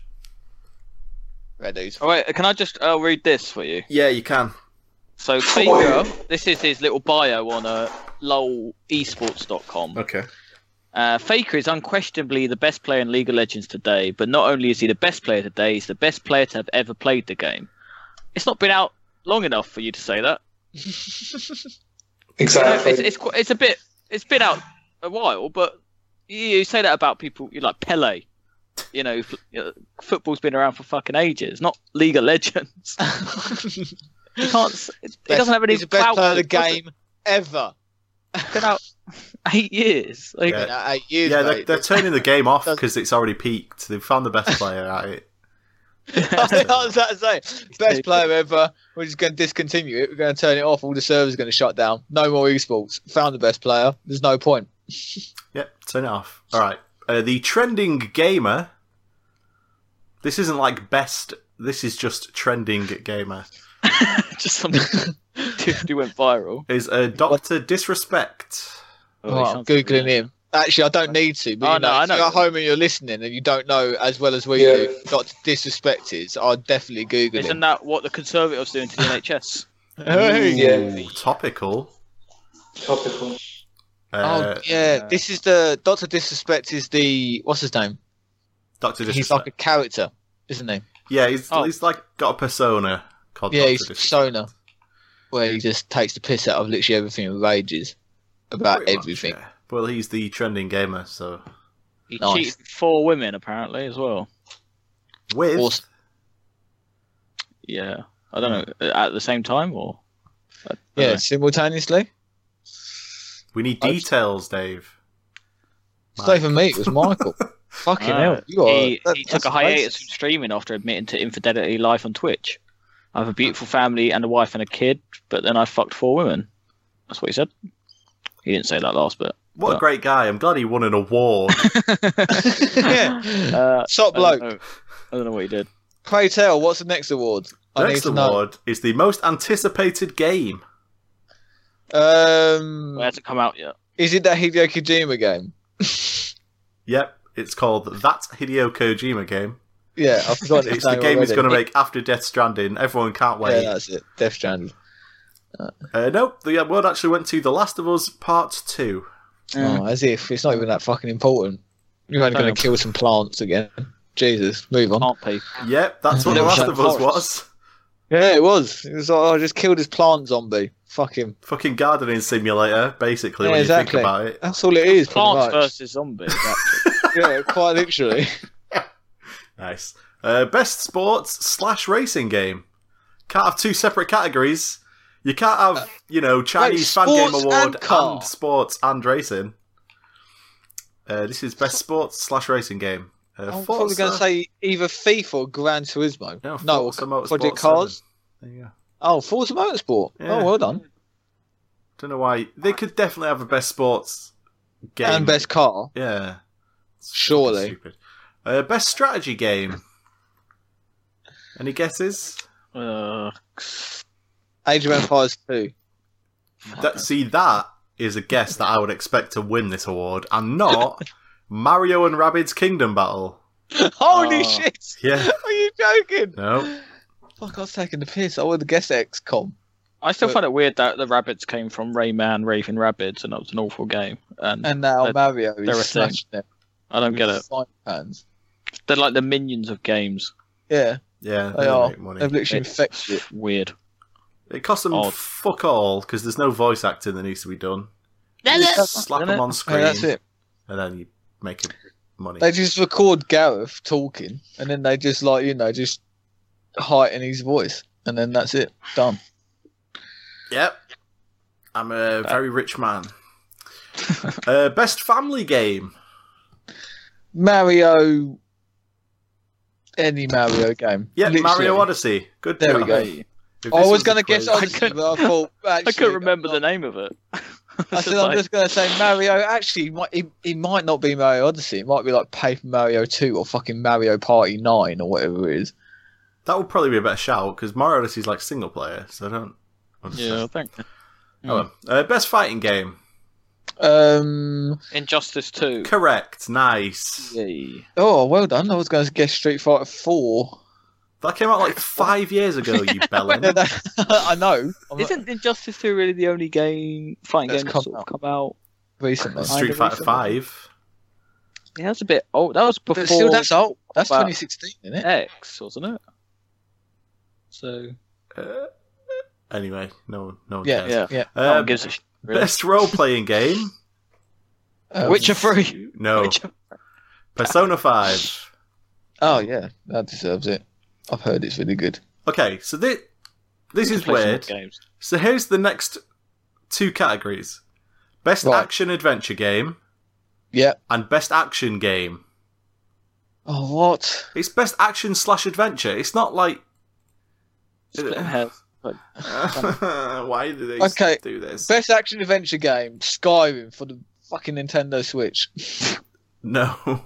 Speaker 3: Redos.
Speaker 2: Oh, wait, can I just uh, read this for you?
Speaker 4: Yeah, you can.
Speaker 3: Oh,
Speaker 2: So, Faker, this is his little bio on uh, lolesports.com.
Speaker 4: Okay.
Speaker 2: Uh, Faker is unquestionably the best player in League of Legends today, but not only is he the best player today, he's the best player to have ever played the game. It's not been out long enough for you to say that. You know, it's, it's, qu- it's a bit, it's been out a while, but you, you say that about people you know, like Pele. You know, f- you know, football's been around for fucking ages, not League of Legends. You can't, s- it, it doesn't have any
Speaker 3: He's the best
Speaker 2: clout,
Speaker 3: player of the
Speaker 2: it doesn't-
Speaker 3: game ever.
Speaker 2: It's been out eight years. Like,
Speaker 4: Yeah.
Speaker 3: You know, eight years,
Speaker 4: Yeah, they're,
Speaker 3: mate.
Speaker 4: they're turning the game off because it's already peaked. They've found the best player at it.
Speaker 3: I was about to say,
Speaker 2: taken.
Speaker 3: best player ever. We're just going to discontinue it. We're going to turn it off. All the servers are going to shut down. No more esports. Found the best player. There's no point.
Speaker 4: Yep, turn it off. All right. Uh, the trending gamer. This isn't like best. This is just trending gamer.
Speaker 2: just some Tiffany went viral.
Speaker 4: Is a Doctor Disrespect.
Speaker 2: Oh,
Speaker 3: Well,
Speaker 2: he
Speaker 3: I'm
Speaker 2: sounds
Speaker 3: googling
Speaker 2: familiar.
Speaker 3: him. Actually, I don't need to. But
Speaker 2: Oh,
Speaker 3: you
Speaker 2: no,
Speaker 3: know,
Speaker 2: I
Speaker 3: if you're
Speaker 2: know.
Speaker 3: at home and you're listening and you don't know as well as we
Speaker 5: Yeah.
Speaker 3: do, Dr. Disrespect is. I'll definitely Google
Speaker 2: Isn't
Speaker 3: him.
Speaker 2: that what the Conservatives doing to the NHS?
Speaker 3: Hey.
Speaker 5: Yeah.
Speaker 4: Topical.
Speaker 5: topical.
Speaker 4: Uh,
Speaker 3: Oh yeah, this is the Doctor Disrespect is the what's his name?
Speaker 4: Doctor
Speaker 3: He's
Speaker 4: Disrespect.
Speaker 3: like a character, isn't he?
Speaker 4: Yeah, he's,
Speaker 2: Oh.
Speaker 4: he's like got a persona called
Speaker 3: Yeah,
Speaker 4: Doctor
Speaker 3: he's
Speaker 4: Disrespect.
Speaker 3: persona, where he just takes the piss out of literally everything and rages about
Speaker 4: Pretty much,
Speaker 3: everything.
Speaker 4: yeah. Well, he's the trending gamer, so
Speaker 2: He
Speaker 3: Nice.
Speaker 2: cheated four women apparently as well.
Speaker 4: with
Speaker 3: Awesome.
Speaker 2: Yeah, I don't know at the same time or. I don't
Speaker 3: Hmm. Yeah,
Speaker 2: know.
Speaker 3: simultaneously.
Speaker 4: we need
Speaker 3: I've-
Speaker 4: details, Dave.
Speaker 3: It's not even me. It was Michael. Fucking
Speaker 2: Ah,
Speaker 3: hell! You are,
Speaker 2: he,
Speaker 3: that-
Speaker 2: he
Speaker 3: that's
Speaker 2: took a hiatus
Speaker 3: racist.
Speaker 2: from streaming after admitting to infidelity live on Twitch. I have a beautiful family and a wife and a kid, but then I fucked four women. That's what he said. He didn't say that last bit.
Speaker 4: What a
Speaker 2: But-
Speaker 4: great guy! I'm glad he won an award.
Speaker 3: yeah.
Speaker 2: Uh, I
Speaker 3: Top
Speaker 2: don't
Speaker 3: bloke.
Speaker 2: know. I don't know what he did.
Speaker 3: Pray tell, what's the next award?
Speaker 4: The
Speaker 3: I
Speaker 4: next
Speaker 3: need to
Speaker 4: award is the most anticipated game.
Speaker 3: know.
Speaker 2: Well, it
Speaker 3: Um,
Speaker 2: hasn't come out yet.
Speaker 3: is it that Hideo Kojima game?
Speaker 4: Yep, it's called that Hideo Kojima game.
Speaker 3: Yeah, I've forgotten his
Speaker 4: It's the
Speaker 3: name
Speaker 4: game he's
Speaker 3: already.
Speaker 4: going to make after Death Stranding. Everyone can't wait.
Speaker 3: Yeah, that's it. Death Stranding.
Speaker 4: Uh, nope, the award actually went to The Last of Us Part Two.
Speaker 3: Oh, as if it's not even that fucking important. You're only going
Speaker 2: Don't.
Speaker 3: to kill some plants again. Jesus, move on.
Speaker 2: Can't pay.
Speaker 4: Yep, that's what The
Speaker 3: Little
Speaker 4: Last
Speaker 3: Shop
Speaker 4: of Us
Speaker 2: Forest.
Speaker 4: was.
Speaker 3: Yeah, it was. It was like, oh, I just killed this plant zombie. Fuck him.
Speaker 4: Fucking gardening simulator, basically.
Speaker 3: Yeah,
Speaker 4: when
Speaker 3: exactly.
Speaker 4: you think about it,
Speaker 3: That's all it is. pretty
Speaker 2: Plants
Speaker 3: much.
Speaker 2: versus zombies.
Speaker 3: Yeah, quite literally.
Speaker 4: nice. Uh, best sports slash racing game. Can't have two separate categories. You can't have you know Chinese fan game
Speaker 3: sports
Speaker 4: award
Speaker 3: and car.
Speaker 4: and sports and racing. Uh, this is best sports slash racing game. Uh,
Speaker 3: I'm probably
Speaker 4: Forza-
Speaker 3: going to say either FIFA or Gran Turismo.
Speaker 4: Yeah,
Speaker 3: no,
Speaker 4: Forza
Speaker 3: or
Speaker 4: Motorsport
Speaker 3: Project Cars.
Speaker 4: 7. There you go.
Speaker 3: Oh, Forza Motorsport.
Speaker 4: Yeah.
Speaker 3: Oh, well done.
Speaker 4: Don't know why they could definitely have a best sports game
Speaker 3: And best car.
Speaker 4: Yeah, It's
Speaker 3: Surely.
Speaker 4: Stupid. Uh, best strategy game. Any guesses?
Speaker 2: Uh,
Speaker 3: Age of Empires 2.
Speaker 4: That see that is a guess that I would expect to win this award, and not Mario and Rabbids Kingdom Battle.
Speaker 3: Holy
Speaker 2: Oh.
Speaker 3: shit!
Speaker 4: Yeah,
Speaker 3: Are you joking?
Speaker 4: no,
Speaker 3: Fuck, I was taking the piss. I would have guessed XCOM.
Speaker 2: I still
Speaker 3: But-
Speaker 2: find it weird that the rabbits came from Rayman Raving Rabbits, and that was an awful game. And
Speaker 3: And now
Speaker 2: They're-
Speaker 3: Mario
Speaker 2: they're a thing.
Speaker 3: is smashing them.
Speaker 2: I don't get it.
Speaker 3: Five pounds.
Speaker 2: They're like the minions of games.
Speaker 3: Yeah,
Speaker 4: yeah,
Speaker 3: They
Speaker 4: they don't
Speaker 3: are.
Speaker 4: make money.
Speaker 3: they've literally
Speaker 2: It's
Speaker 3: infected it.
Speaker 2: weird.
Speaker 4: It costs them
Speaker 2: Odd.
Speaker 4: fuck all because there's no voice acting that needs to be done. You just slap them on
Speaker 3: Yeah,
Speaker 4: screen,
Speaker 3: that's it.
Speaker 4: and then you make it money.
Speaker 3: They just record Gareth talking, and then they just like you know just heighten his voice, and then that's it. Done.
Speaker 4: Yep. I'm a very rich man. uh, best family game.
Speaker 3: Mario, any Mario game.
Speaker 4: Yeah, Mario
Speaker 3: Literally.
Speaker 4: Odyssey. Good
Speaker 3: There we
Speaker 4: job.
Speaker 3: go. Oh,
Speaker 4: If this
Speaker 3: I was
Speaker 4: a
Speaker 3: going to
Speaker 4: quiz-
Speaker 3: guess Odyssey,
Speaker 2: couldn't-
Speaker 3: but I thought actually,
Speaker 2: I couldn't remember the name of it.
Speaker 3: I
Speaker 2: It's
Speaker 3: said
Speaker 2: just
Speaker 3: I'm
Speaker 2: like-
Speaker 3: just going to say Mario. Actually, it might, it, it might not be Mario Odyssey. It might be like Paper Mario Two or fucking Mario Party Nine or whatever it is.
Speaker 4: That would probably be a better shout because Mario Odyssey is like single player, so I don't.
Speaker 2: yeah, I think
Speaker 4: Oh, well. uh, best fighting game.
Speaker 3: Um.
Speaker 2: Injustice Two.
Speaker 4: Correct. Nice.
Speaker 2: Yay.
Speaker 3: Oh, well done. I was going to guess Street Fighter Four.
Speaker 4: That came out like five years ago. You bellend.
Speaker 3: Yeah, that- I know. I'm not-
Speaker 2: Isn't Injustice Two really the only game fighting
Speaker 3: That's
Speaker 2: game
Speaker 3: come
Speaker 2: that's sort of
Speaker 3: out.
Speaker 2: come out?
Speaker 3: recently.
Speaker 4: Street Fighter Five.
Speaker 2: Yeah, that's a bit old. That was before
Speaker 3: But still, that's old. That's
Speaker 2: But-
Speaker 3: 2016, isn't it?
Speaker 2: X, wasn't it? So
Speaker 4: Uh, anyway, no, no one
Speaker 3: Yeah,
Speaker 4: cares.
Speaker 2: yeah,
Speaker 3: Yeah.
Speaker 2: no one
Speaker 4: Um,
Speaker 2: gives a shit. Really.
Speaker 4: best role-playing game.
Speaker 3: Um,
Speaker 2: Witcher Three.
Speaker 4: No.
Speaker 2: Witcher.
Speaker 4: Persona Five.
Speaker 3: Oh yeah, that deserves it. I've heard it's really good.
Speaker 4: Okay, so this this is
Speaker 2: Play some
Speaker 4: weird.
Speaker 2: Games.
Speaker 4: So here's the next two categories: best
Speaker 3: Right.
Speaker 4: action adventure game
Speaker 3: Yeah.
Speaker 4: and best action game.
Speaker 3: Oh what?
Speaker 4: It's best action slash adventure. It's not like
Speaker 2: Split hairs.
Speaker 4: why do they
Speaker 3: Okay,
Speaker 4: do this?
Speaker 3: Best action adventure game: Skyrim for the fucking Nintendo Switch.
Speaker 4: No,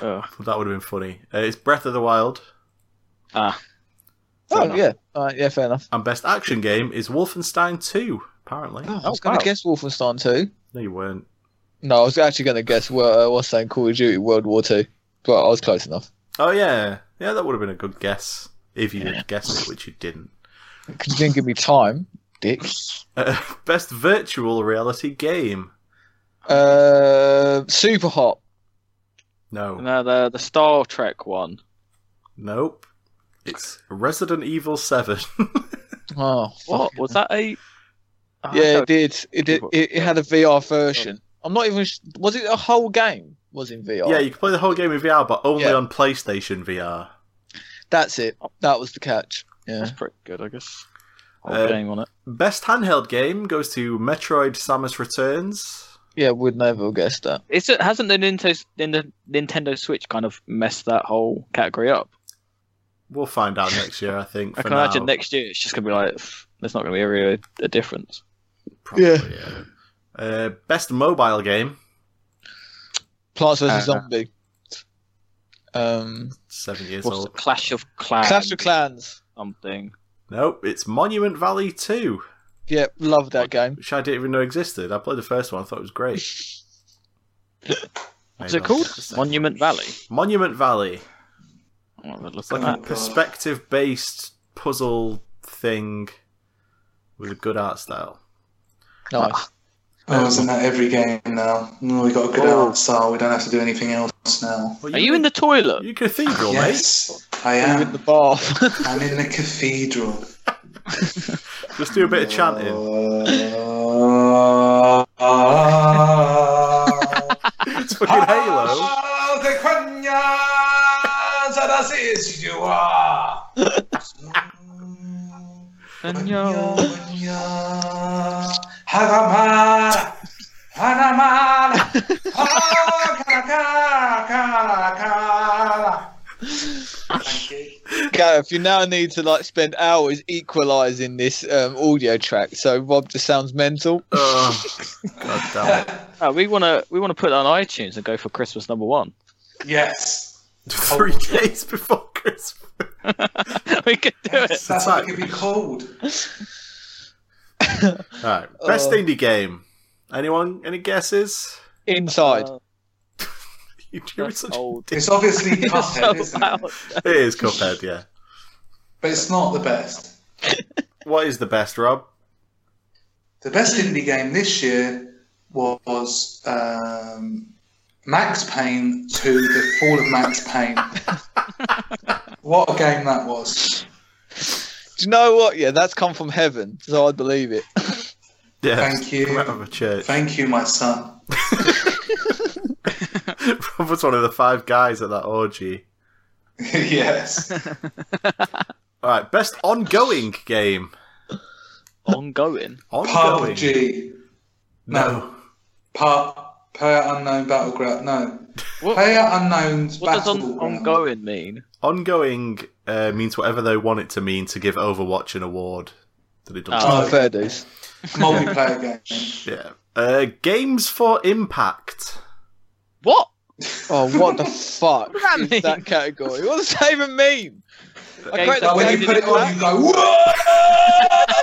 Speaker 3: Oh.
Speaker 2: Ugh.
Speaker 4: that would have been funny. Uh, it's Breath of the Wild,
Speaker 2: Ah,
Speaker 3: oh
Speaker 4: enough.
Speaker 3: yeah. All right. Yeah. Fair enough.
Speaker 4: and best action game is Wolfenstein Two. Apparently,
Speaker 3: Oh, I was
Speaker 2: Oh,
Speaker 3: going
Speaker 2: wow.
Speaker 3: to guess Wolfenstein 2.
Speaker 4: no, you weren't.
Speaker 3: No, I was actually going to guess well, uh, what's saying Call of Duty World War Two, but I was close enough.
Speaker 4: Oh yeah, yeah, that would have been a good guess if you had guessed it, which you didn't.
Speaker 3: Because you didn't give me time, dick.
Speaker 4: Uh, best virtual reality game.
Speaker 3: Uh, super hot.
Speaker 4: No.
Speaker 2: no, the the Star Trek one.
Speaker 4: Nope. It's Resident Evil 7.
Speaker 3: Oh,
Speaker 2: What
Speaker 3: fuck.
Speaker 2: was that? A Oh, I
Speaker 3: Yeah,
Speaker 2: don't-
Speaker 3: it did. It did. It, it had a VR version. I'm not even. s- Was it a whole game? Was in VR.
Speaker 4: yeah, you can play the whole game in VR, but only
Speaker 3: Yeah.
Speaker 4: on PlayStation VR.
Speaker 3: that's it. That was the catch. Yeah.
Speaker 2: That's pretty good, I guess. Whole
Speaker 4: Uh,
Speaker 2: game on it.
Speaker 4: Best handheld game goes to Metroid Samus Returns.
Speaker 3: Yeah, would never have guessed that.
Speaker 2: Is it hasn't the Nintendo the Nintendo Switch kind of messed that whole category up?
Speaker 4: We'll find out next year, I think.
Speaker 2: I
Speaker 4: for
Speaker 2: can imagine
Speaker 4: now.
Speaker 2: next year it's just gonna be like pff, there's not gonna be a real a difference.
Speaker 4: Probably,
Speaker 3: Yeah.
Speaker 4: yeah. Uh, best mobile game,
Speaker 3: Plants vs
Speaker 2: Uh,
Speaker 3: Zombie. Um,
Speaker 4: seven years
Speaker 2: What's the
Speaker 4: old.
Speaker 2: Clash of Clans?
Speaker 3: Clash of Clans.
Speaker 2: Something.
Speaker 4: Nope, it's Monument Valley 2,
Speaker 3: Yeah, love that game.
Speaker 4: which I didn't even know existed. I played the first one, I thought it was great.
Speaker 2: What's it
Speaker 4: Maybe I'll
Speaker 2: called?
Speaker 4: get the second one.
Speaker 2: Monument Valley.
Speaker 4: Monument Valley.
Speaker 2: I'll have a look
Speaker 4: It's Oh, like
Speaker 2: at
Speaker 4: a
Speaker 2: that.
Speaker 4: perspective based puzzle thing with a good art style.
Speaker 3: Nice.
Speaker 5: Oh, isn't that every game now? No, we got a good
Speaker 2: Oh.
Speaker 5: art style. We don't have to do anything else now.
Speaker 4: Well,
Speaker 2: Are you in the toilet?
Speaker 4: you cathedral,
Speaker 5: Yes, I
Speaker 2: Uh,
Speaker 3: You in
Speaker 5: am.
Speaker 3: the bar.
Speaker 5: I'm in the cathedral.
Speaker 4: mate? Just do a bit of chanting.
Speaker 5: Uh, uh,
Speaker 4: It's fucking Halo.
Speaker 5: Ah, the cunyas that us is you are. Mm.
Speaker 2: And
Speaker 5: Cunya,
Speaker 2: yo.
Speaker 5: cunya. Hagamal, hagamal. Ah, kara, kara, kara, kara.
Speaker 1: Thank you.
Speaker 3: Gareth, you now need to like spend hours equalising this um, audio track, so Rob just sounds mental.
Speaker 4: Oh, God damn it.
Speaker 2: Oh, we want to we want to put it on iTunes and go for Christmas number one.
Speaker 1: Yes.
Speaker 4: Three days before Christmas.
Speaker 2: we could do it.
Speaker 1: That's what it could be called.
Speaker 4: Alright, best
Speaker 3: Oh.
Speaker 4: indie game. Anyone? Any guesses?
Speaker 3: Inside.
Speaker 2: Uh,
Speaker 4: You're doing
Speaker 2: That's
Speaker 4: such a
Speaker 2: old.
Speaker 4: dick.
Speaker 1: It's obviously
Speaker 2: it's
Speaker 1: Cuphead,
Speaker 2: so
Speaker 1: isn't it?
Speaker 2: loud.
Speaker 4: It is Cuphead, yeah.
Speaker 1: But it's not the best.
Speaker 4: What is the best, Rob?
Speaker 1: The best indie game this year was um, Max Payne 2 The Fall of Max Payne. what a game that was.
Speaker 3: Do you know what? Yeah, that's come from heaven, so I believe it.
Speaker 4: Yeah,
Speaker 1: Thank
Speaker 4: just
Speaker 1: you.
Speaker 4: Come out of a church.
Speaker 1: Thank you, my son.
Speaker 4: Rob was one of the five guys at that orgy.
Speaker 1: yes.
Speaker 4: Alright, best ongoing game.
Speaker 2: Ongoing.
Speaker 4: Ongoing.
Speaker 1: PUBG.
Speaker 4: No.
Speaker 1: Pa- Player Unknown Battleground. No.
Speaker 2: What,
Speaker 1: Player Unknown's
Speaker 2: what does on,
Speaker 1: Battleground.
Speaker 2: ongoing mean?
Speaker 4: Ongoing uh, means whatever they want it to mean to give Overwatch an award that it doesn't.
Speaker 2: Oh.
Speaker 3: Oh, fair dues.
Speaker 1: Multiplayer game.
Speaker 4: Yeah. Uh, games for Impact.
Speaker 2: What?
Speaker 3: Oh, what the
Speaker 2: What
Speaker 3: fuck
Speaker 2: does that
Speaker 3: is
Speaker 2: mean?
Speaker 3: that category? What does that even mean? I
Speaker 2: Okay,
Speaker 1: Like
Speaker 3: created a
Speaker 1: when you
Speaker 3: game
Speaker 1: put it
Speaker 3: in
Speaker 1: on, you go, whoa!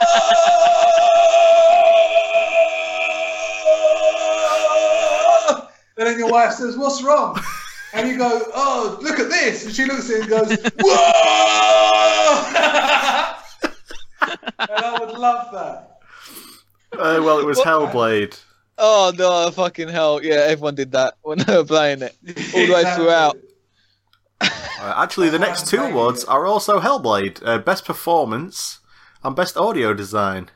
Speaker 1: and then your wife says, "What's wrong?" And you go, "Oh, look at this!" And she looks at it and goes, "Whoa!" and I would love that.
Speaker 4: Uh, well, it was
Speaker 3: What?
Speaker 4: Hellblade.
Speaker 3: Oh no, fucking hell! Yeah, everyone did that when they were playing it. All the way throughout.
Speaker 4: Uh, actually, the next two awards are also Hellblade uh, Best Performance and Best Audio Design,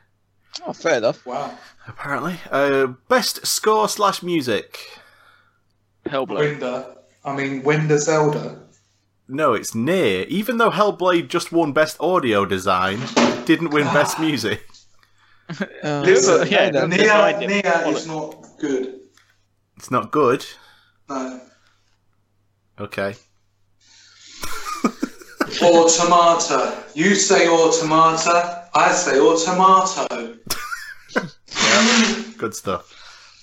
Speaker 3: Oh, fair enough.
Speaker 1: Wow,
Speaker 4: apparently. Uh, best Score slash Music.
Speaker 2: Hellblade.
Speaker 1: Winder. I mean, Winder Zelda.
Speaker 4: No, it's near. Even though Hellblade just won Best Audio Design, it didn't win Best Music.
Speaker 3: Uh,
Speaker 1: Listen,
Speaker 2: yeah,
Speaker 3: no,
Speaker 2: Nia-
Speaker 3: no.
Speaker 1: Nia,
Speaker 2: designed it.
Speaker 1: Nia is not good.
Speaker 4: It's not good.
Speaker 1: No.
Speaker 4: Okay.
Speaker 1: Automata. You say automata. I say automato.
Speaker 4: Good stuff.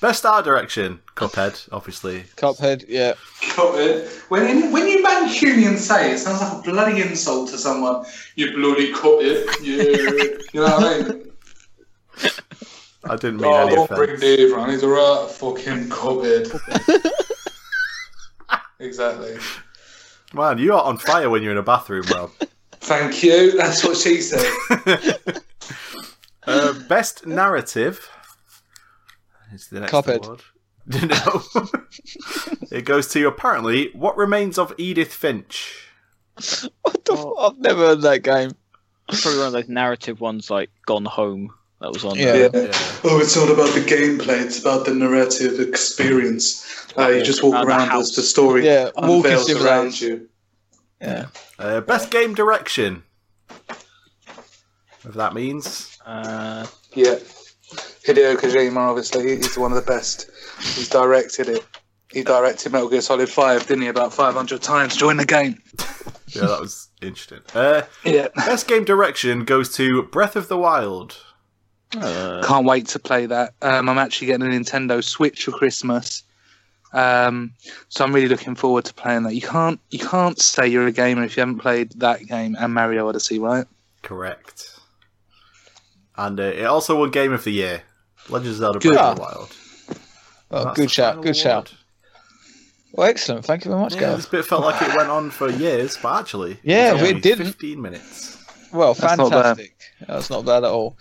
Speaker 4: Best Art Direction. Cuphead, obviously.
Speaker 3: Cuphead. Yeah.
Speaker 1: Got it. When when you Mancunian say it, it sounds like a bloody insult to someone. You bloody cut it. Yeah. you know what I mean?
Speaker 4: I didn't mean
Speaker 1: Oh,
Speaker 4: any
Speaker 1: don't bring
Speaker 4: offense.
Speaker 1: Dave round. He's a right fucking cupboard. exactly.
Speaker 4: Man, you are on fire when you're in a bathroom, Rob.
Speaker 1: Thank you. That's what she said.
Speaker 4: Uh, best narrative. It's the next
Speaker 3: Cuphead.
Speaker 4: award. No. it goes to apparently what remains of Edith Finch.
Speaker 3: What the?
Speaker 2: Oh.
Speaker 3: fu- I've never heard that game.
Speaker 2: Probably one of those narrative ones like Gone Home that was on.
Speaker 3: Yeah.
Speaker 1: Yeah.
Speaker 4: Yeah.
Speaker 1: Oh, it's not about the gameplay. It's about the narrative experience. Uh, you just walk
Speaker 2: Around
Speaker 1: around,
Speaker 2: the house.
Speaker 1: as the story
Speaker 3: Yeah, walking
Speaker 1: unveils
Speaker 3: simulators.
Speaker 1: around you.
Speaker 3: Yeah.
Speaker 4: Uh, best game direction. If that means
Speaker 2: Uh,
Speaker 1: Yeah. Hideo Kojima, obviously, he's one of the best. He's directed it. He directed Metal Gear Solid 5, didn't he, about 500 times during the game?
Speaker 4: yeah, that was interesting. Uh,
Speaker 1: Yeah.
Speaker 4: best game direction goes to Breath of the Wild.
Speaker 2: uh,
Speaker 6: Can't wait to play that. Um, I'm actually getting a Nintendo Switch for Christmas, um, so I'm really looking forward to playing that. You can't you can't say you're a gamer if you haven't played that game and Mario Odyssey, right?
Speaker 4: Correct. And uh, it also won Game of the Year. Legend of Zelda Breath of the Wild.
Speaker 3: Ah. Oh,
Speaker 4: That's the
Speaker 3: good shout.
Speaker 4: final
Speaker 3: Good shout.
Speaker 4: award.
Speaker 3: Well, excellent. Thank you very much,
Speaker 4: Yeah,
Speaker 3: Gareth.
Speaker 4: this bit felt like it went on for years, but actually,
Speaker 3: Yeah,
Speaker 4: was
Speaker 3: we
Speaker 4: only
Speaker 3: didn't.
Speaker 4: Fifteen minutes.
Speaker 3: Well,
Speaker 6: That's not bad.
Speaker 3: fantastic. That's not bad at all.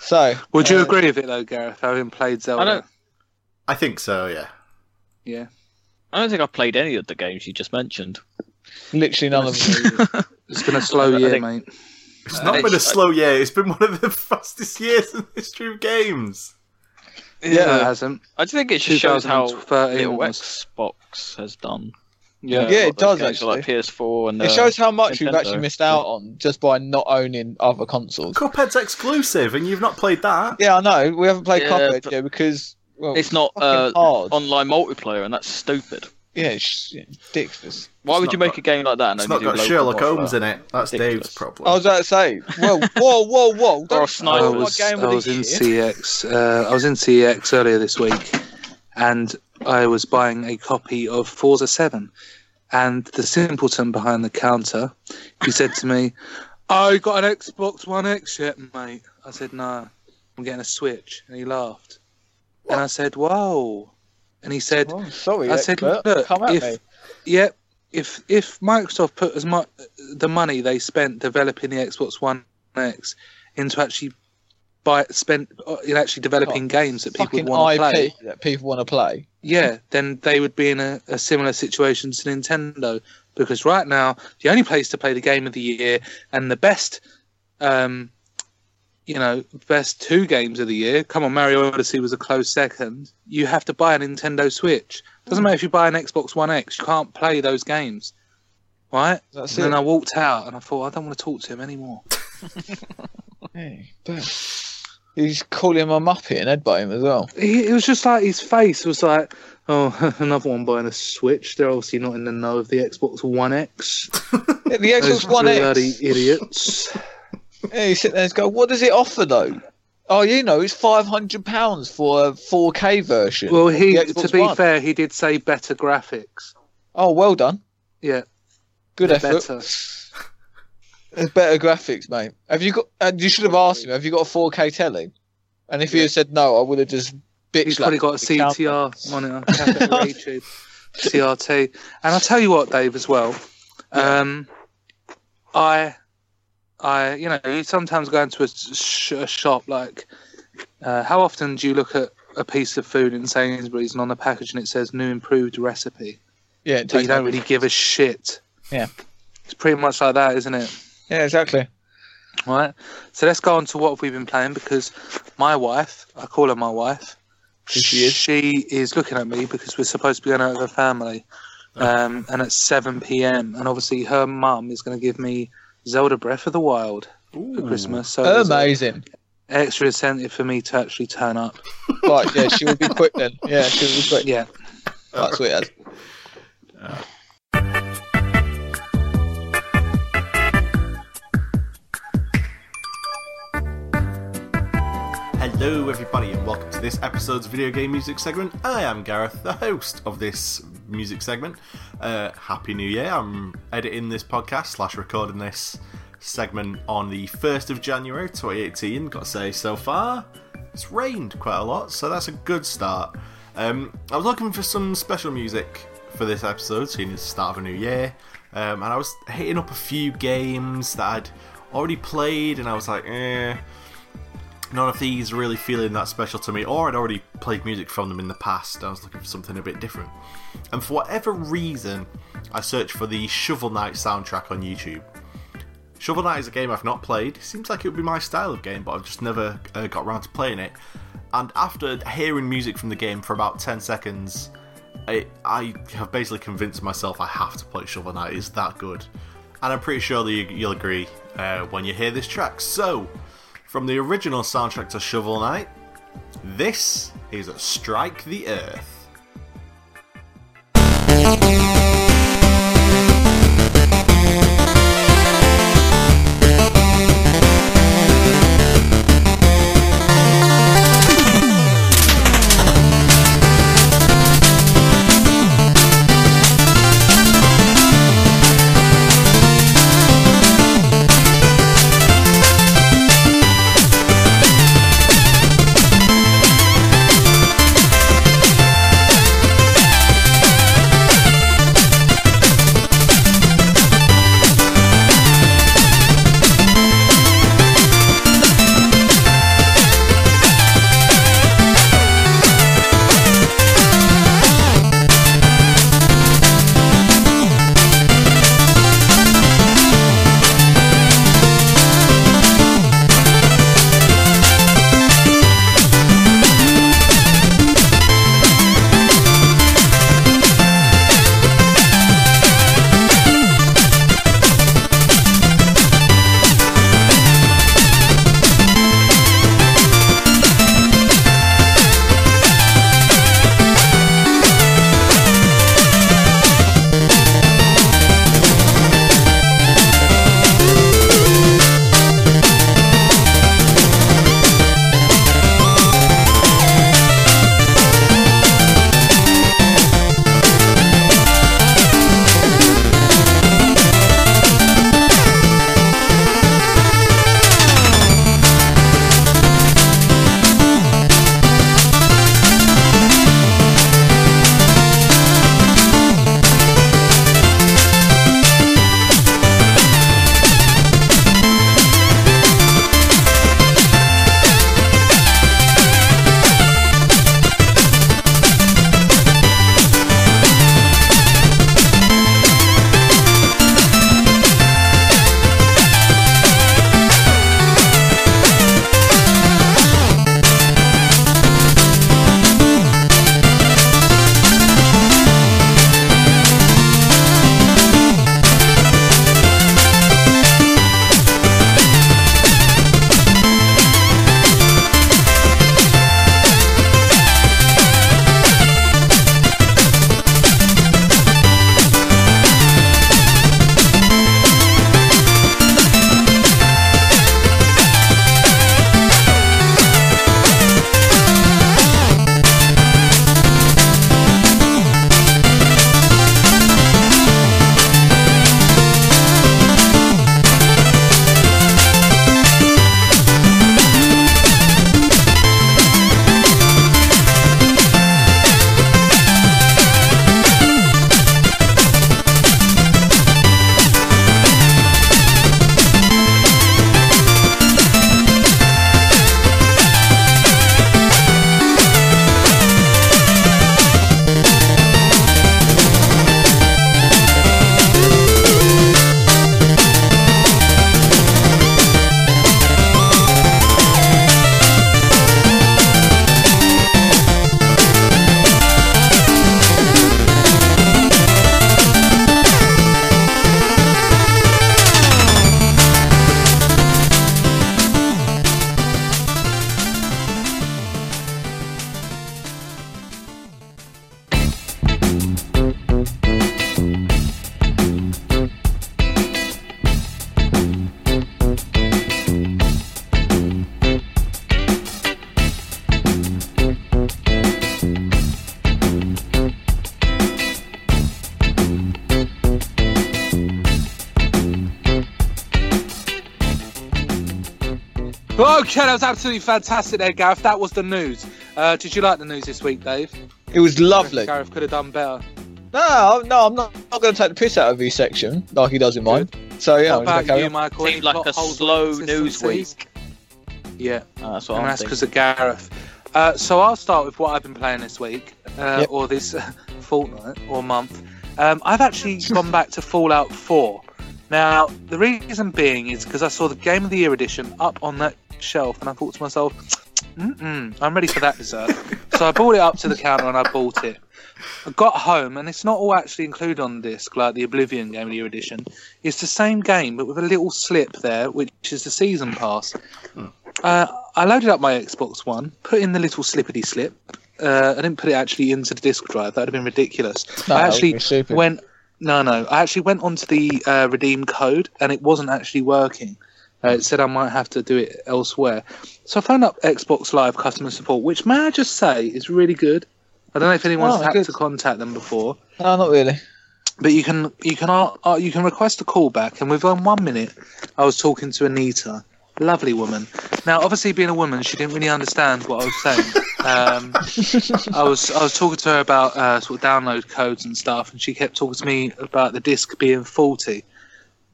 Speaker 3: So,
Speaker 6: Would you
Speaker 3: Uh,
Speaker 6: agree with it though, Gareth? Having played Zelda,
Speaker 2: I don't-
Speaker 4: I think so. Yeah.
Speaker 6: yeah.
Speaker 2: I don't think I've played any of the games you just mentioned.
Speaker 3: literally none of them.
Speaker 6: It's been a slow
Speaker 2: I
Speaker 6: year,
Speaker 2: think-
Speaker 6: mate.
Speaker 2: Uh,
Speaker 4: It's not been a slow year. It's been one of the fastest years in the history of games.
Speaker 6: No, it
Speaker 3: Yeah.
Speaker 6: hasn't.
Speaker 2: I just think it shows how
Speaker 6: 2013
Speaker 2: little
Speaker 6: was.
Speaker 2: Xbox has done.
Speaker 6: Yeah.
Speaker 3: Yeah, it
Speaker 2: Like those
Speaker 3: does,
Speaker 2: games are Like PS4 and
Speaker 3: It
Speaker 2: uh,
Speaker 3: shows how much we've
Speaker 2: Nintendo.
Speaker 3: actually missed out on just by not owning other consoles.
Speaker 4: Cuphead's exclusive, and you've not played that.
Speaker 3: Yeah, I know. We haven't played
Speaker 2: Yeah,
Speaker 3: Cuphead
Speaker 2: but-
Speaker 3: yeah, because well,
Speaker 2: it's not
Speaker 3: fucking
Speaker 2: uh,
Speaker 3: hard.
Speaker 2: online multiplayer, and that's stupid.
Speaker 3: Yeah, it's yeah, ridiculous.
Speaker 2: Why
Speaker 4: It's
Speaker 2: would
Speaker 4: not
Speaker 2: you make
Speaker 4: got-
Speaker 2: a game like that? And
Speaker 4: It's not
Speaker 2: only
Speaker 4: got
Speaker 2: do local
Speaker 4: Sherlock
Speaker 2: multiplayer?
Speaker 4: Holmes in it. That's
Speaker 2: Ridiculous.
Speaker 4: Dave's problem.
Speaker 3: I was about to say, well, whoa, whoa, whoa!
Speaker 2: Or a
Speaker 3: Don't
Speaker 2: sniper.
Speaker 1: I
Speaker 2: Oh, what
Speaker 1: was,
Speaker 3: game of
Speaker 1: I
Speaker 3: the
Speaker 1: was in
Speaker 3: year?
Speaker 1: CEX. Uh, I was in CEX earlier this week, and I was buying a copy of Forza Seven. And the simpleton behind the counter, he said to me, "Oh, you got an Xbox One X yet, mate?" I said, "No, I'm getting a Switch." And he laughed, and I said, "Whoa!" And he said,
Speaker 3: Oh, sorry,
Speaker 1: I said,
Speaker 3: expert.
Speaker 1: look,
Speaker 3: come at
Speaker 1: if-
Speaker 3: me.
Speaker 1: Yep. If if Microsoft put as much the money they spent developing the Xbox One X into actually buy spent uh, in actually developing games that people
Speaker 3: Oh, Fucking
Speaker 1: would want
Speaker 3: IP
Speaker 1: to play,
Speaker 3: that people want to play.
Speaker 1: yeah, then they would be in a, a similar situation to Nintendo because right now the only place to play the game of the year and the best, um, you know, best two games of the year. Come on, Mario Odyssey was a close second. You have to buy a Nintendo Switch. Doesn't matter if you buy an Xbox One X, you can't play those games, right?
Speaker 3: That's
Speaker 1: and
Speaker 3: it.
Speaker 1: then I walked out and I thought I don't want to talk to him anymore.
Speaker 3: Hey, but- He's calling him a muppet and headbutt him as well.
Speaker 1: He, it was just like his face was like, oh, another one buying a Switch. They're obviously not in the know of the Xbox One X.
Speaker 3: Yeah, the Xbox
Speaker 1: Those
Speaker 3: One
Speaker 1: bloody
Speaker 3: X.
Speaker 1: idiots.
Speaker 3: Yeah, you sit there and go, what does it offer though? Oh, you know, it's five hundred pounds for a four K version.
Speaker 1: well, he
Speaker 3: The Xbox
Speaker 1: to be
Speaker 3: One.
Speaker 1: fair, he did say better graphics.
Speaker 3: oh, well done.
Speaker 1: Yeah,
Speaker 3: Good
Speaker 1: they're
Speaker 3: effort.
Speaker 1: better.
Speaker 3: There's better graphics, mate. Have you got? And you should have asked him. Have you got a 4K telly? And if he had said no, I would have just bitch.
Speaker 1: He's probably got a CTR monitor, capital rated CRT. And I'll tell you what, Dave, as well. Um, I, I, you know, you sometimes go into a, sh- a shop like. Uh, how often do you look at a piece of food in Sainsbury's and on the packaging it says "new improved recipe"?
Speaker 3: Yeah, it
Speaker 1: But you
Speaker 3: takes
Speaker 1: don't
Speaker 3: no-
Speaker 1: really give a shit.
Speaker 3: Yeah.
Speaker 1: it's pretty much like that, isn't it?
Speaker 3: Yeah, exactly.
Speaker 1: Right. So let's go on to what have we been playing because my wife, I call her my wife.
Speaker 3: She is.
Speaker 1: she is looking at me because we're supposed to be going out with her family, um, and at seven p.m. And obviously her mum is going to give me Zelda Breath of the Wild for Christmas. So
Speaker 3: uh,
Speaker 1: there's a
Speaker 3: Amazing.
Speaker 1: extra incentive for me to actually turn up.
Speaker 3: right, yeah, she would be quick then. Yeah, she would be quick.
Speaker 1: Yeah.
Speaker 3: That's what it is.
Speaker 4: Hello, everybody, and welcome to this episode's video game music segment. I am Gareth, the host of this music segment. Uh, Happy New Year! I'm editing this podcast slash recording this segment on the first of January 2018. Got to say, so far it's rained quite a lot, so that's a good start. Um, I was looking for some special music for this episode, seeing it's the start of a new year, um, and I was hitting up a few games that I'd already played, and I was like, eh none of these really feeling that special to me, or I'd already played music from them in the past. I was looking for something a bit different. And for whatever reason, I searched for the Shovel Knight soundtrack on YouTube. Shovel Knight is a game I've not played. Seems like it would be my style of game, but I've just never uh, got around to playing it. And after hearing music from the game for about 10 seconds, I, I have basically convinced myself I have to play Shovel Knight. It's that good. And I'm pretty sure that you, you'll agree uh, when you hear this track. So, from the original soundtrack to Shovel Knight, this is Strike the Earth.
Speaker 7: Thank
Speaker 1: Okay, that was absolutely fantastic there, Gareth. That was the news. Uh, did you like the news this week, Dave?
Speaker 3: It was lovely.
Speaker 1: Gareth could have done better.
Speaker 3: No, no, I'm not, not going to take the piss out of his section like he does in mine. So yeah,
Speaker 1: How about
Speaker 3: I'm just gonna
Speaker 1: you,
Speaker 3: carry on.
Speaker 1: Michael?
Speaker 2: Seemed
Speaker 1: Any
Speaker 2: like a
Speaker 1: potholes,
Speaker 2: slow news
Speaker 1: inconsistencies? Yeah.
Speaker 2: Oh, that's what
Speaker 1: and
Speaker 2: I'm
Speaker 1: that's
Speaker 2: thinking.
Speaker 1: because of Gareth. Uh, so I'll start with what I've been playing this week, uh,
Speaker 3: Yep.
Speaker 1: or this uh, fortnight, or month. Um, I've actually gone back to Fallout 4. Now, the reason being is because I saw the Game of the Year edition up on that shelf, and I thought to myself, Mm-mm, I'm ready for that dessert. so I brought it up to the counter and I bought it. I got home, and it's not all actually included on the disc, like the Oblivion Game of the Year edition. It's the same game, but with a little slip there, which is the season pass.
Speaker 3: Hmm.
Speaker 1: Uh, I loaded up my Xbox One, put in the little slippity slip. Uh, I didn't put it actually into the disc drive. That would have been ridiculous.
Speaker 3: No,
Speaker 1: I
Speaker 3: that would
Speaker 1: actually
Speaker 3: be stupid.
Speaker 1: went. No, no. I actually went onto the uh, redeem code, and it wasn't actually working. Uh, it said I might have to do it elsewhere. So I phoned up Xbox Live customer support, which may I just say is really good. I don't know if anyone's
Speaker 3: Oh,
Speaker 1: had
Speaker 3: good.
Speaker 1: to contact them before,
Speaker 3: No, not really.
Speaker 1: but you can you can uh, uh, you can request a callback, and within one minute, I was talking to Anita, lovely woman. Now, obviously, being a woman, she didn't really understand what I was saying. Um, I was I was talking to her about uh, sort of download codes and stuff, and she kept talking to me about the disc being faulty.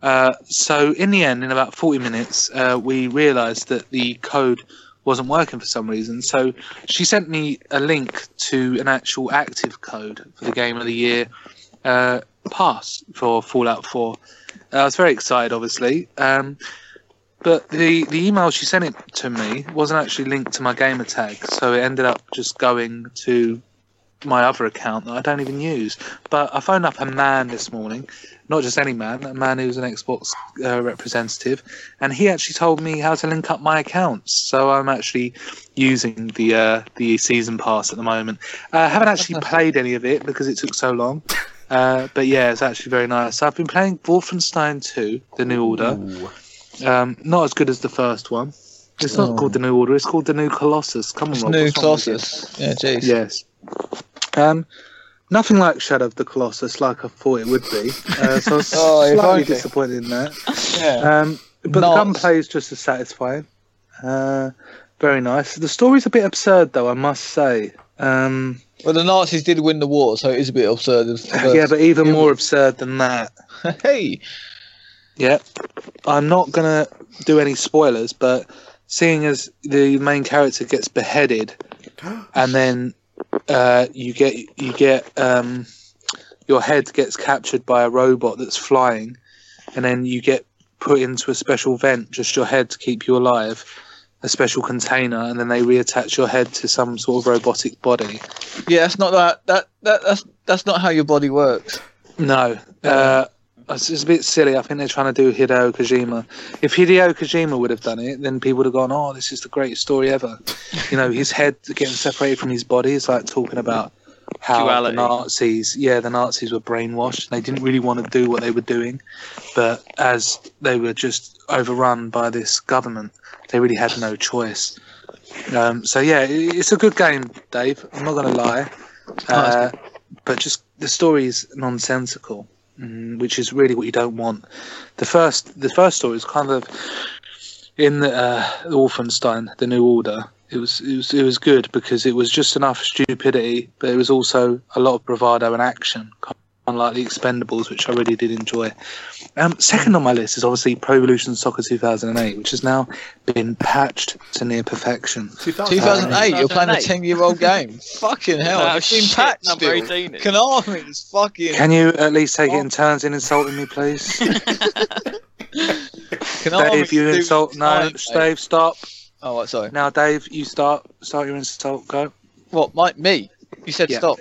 Speaker 1: Uh, so in the end, in about forty minutes, uh, we realised that the code wasn't working for some reason. So she sent me a link to an actual active code for the Game of the Year uh, pass for Fallout Four. Uh, I was very excited, obviously. Um, but the, the email she sent it to me wasn't actually linked to my gamer tag, so it ended up just going to my other account that I don't even use. But I phoned up a man this morning, not just any man, a man who's an Xbox uh, representative, and he actually told me how to link up my accounts. So I'm actually using the uh, the season pass at the moment. Uh, I haven't actually played any of it because it took so long. Uh, but yeah, it's actually very nice. I've been playing Wolfenstein 2, The New Order.
Speaker 4: Ooh.
Speaker 1: Um, not as good as the first one. It's not
Speaker 3: Oh.
Speaker 1: called the New Order. It's called the New Colossus. Come on,
Speaker 3: It's
Speaker 1: Rob,
Speaker 3: new
Speaker 1: what's wrong with
Speaker 3: classes. Yeah,
Speaker 1: you?
Speaker 3: jeez.
Speaker 1: Yes. Um, nothing like Shadow of the Colossus, like I thought it would be. Uh, so I was
Speaker 3: Oh, if
Speaker 1: slightly
Speaker 3: only.
Speaker 1: disappointed in that.
Speaker 3: yeah.
Speaker 1: Um, but
Speaker 3: Not-
Speaker 1: the gunplay is just as satisfying. Uh, very nice. The story's a bit absurd, though, I must say. Um,
Speaker 3: Well, the Nazis did win the war, so it is a bit absurd. of-
Speaker 1: yeah, but even more absurd than that.
Speaker 3: hey,
Speaker 1: Yep. I'm not gonna do any spoilers, but seeing as the main character gets beheaded, and then uh, you get you get um, your head gets captured by a robot that's flying, and then you get put into a special vent, just your head to keep you alive, a special container, and then they reattach your head to some sort of robotic body.
Speaker 3: yeah, that's not that. That that that's that's not how your body works.
Speaker 1: No. Uh, it's it's a bit silly. I think they're trying to do Hideo Kojima. If Hideo Kojima would have done it, then people would have gone, oh, this is the greatest story ever. You know, his head getting separated from his body is like talking about how
Speaker 2: Duality.
Speaker 1: the Nazis, yeah, the Nazis were brainwashed. They didn't really want to do what they were doing, but as they were just overrun by this government, they really had no choice. Um, so, yeah, i- it's a good game, Dave. I'm not going to lie.
Speaker 3: that's
Speaker 1: Uh, but just the story is nonsensical, mm, which is really what you don't want. The first, the first story is kind of in the uh, Wolfenstein, the New Order. It was, it was it was good because it was just enough stupidity, but it was also a lot of bravado and action, kind of like the Expendables, which I really did enjoy. Um, second on my list is obviously Pro Evolution Soccer 2008, which has now been patched to near perfection.
Speaker 3: 2008, you're playing a
Speaker 2: 2008.
Speaker 3: 10 year old game. fucking hell,
Speaker 2: Oh,
Speaker 3: it's been
Speaker 2: shit,
Speaker 3: patched
Speaker 2: number
Speaker 3: still.
Speaker 2: 18 is.
Speaker 3: Konami's fucking
Speaker 1: Can you at least take it in turns in insulting me, please?
Speaker 3: Konami's
Speaker 1: Dave, you
Speaker 3: doing
Speaker 1: insult.
Speaker 3: his
Speaker 1: No,
Speaker 3: time, mate.
Speaker 1: Dave, stop.
Speaker 3: Oh, right, sorry.
Speaker 1: Now, Dave, you start. Start your insult. Go.
Speaker 3: What, Mike? Me? You said
Speaker 1: Yeah.
Speaker 3: stop.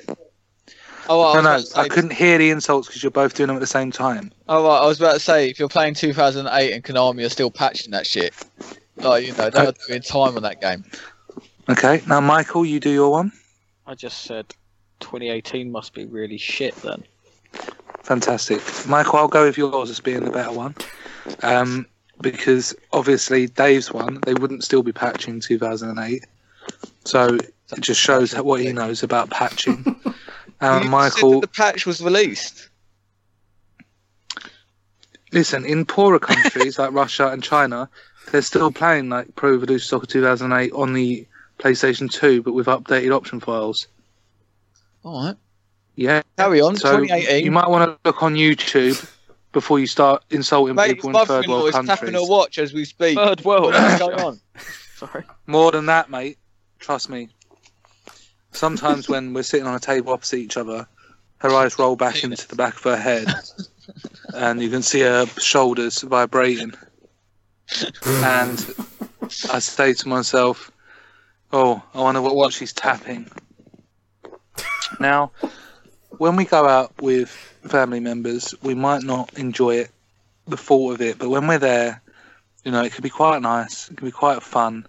Speaker 3: Oh, right,
Speaker 1: No,
Speaker 3: I
Speaker 1: no,
Speaker 3: was about to
Speaker 1: I
Speaker 3: say-
Speaker 1: couldn't hear the insults because you're both doing them at the same time.
Speaker 3: Oh, right, I was about to say, if you're playing 2008 and Konami are still patching that shit, like you
Speaker 1: Uh,
Speaker 3: know, they're doing time on that game.
Speaker 1: Okay. Now, Michael, you do your one.
Speaker 2: I just said 2018 must be really shit then.
Speaker 1: Fantastic, Michael. I'll go with yours as being the better one, um, because obviously Dave's one they wouldn't still be patching 2008. So it just shows what he knows about patching.
Speaker 3: You
Speaker 1: Um,
Speaker 3: said
Speaker 1: Michael,
Speaker 3: that the patch was released.
Speaker 1: Listen, in poorer countries like Russia and China, they're still playing like Pro Evolution Soccer 2008 on the PlayStation 2, but with updated option files.
Speaker 3: All right.
Speaker 1: Yeah.
Speaker 3: Carry on.
Speaker 1: So
Speaker 3: 2018.
Speaker 1: you might want to look on YouTube before you start insulting
Speaker 3: Mate,
Speaker 1: people in third
Speaker 3: mother-in-law
Speaker 1: world
Speaker 3: is tapping her
Speaker 1: countries.
Speaker 3: watch as we speak.
Speaker 2: Third world.
Speaker 3: What's going on?
Speaker 2: Sorry.
Speaker 1: More than that, mate. Trust me. Sometimes when we're sitting on a table opposite each other, her eyes roll back into the back of her head, and you can see her shoulders vibrating. And I say to myself, "Oh, I wonder what watch she's tapping." Now, when we go out with family members, we might not enjoy it, the thought of it, but when we're there, you know, it can be quite nice. It can be quite fun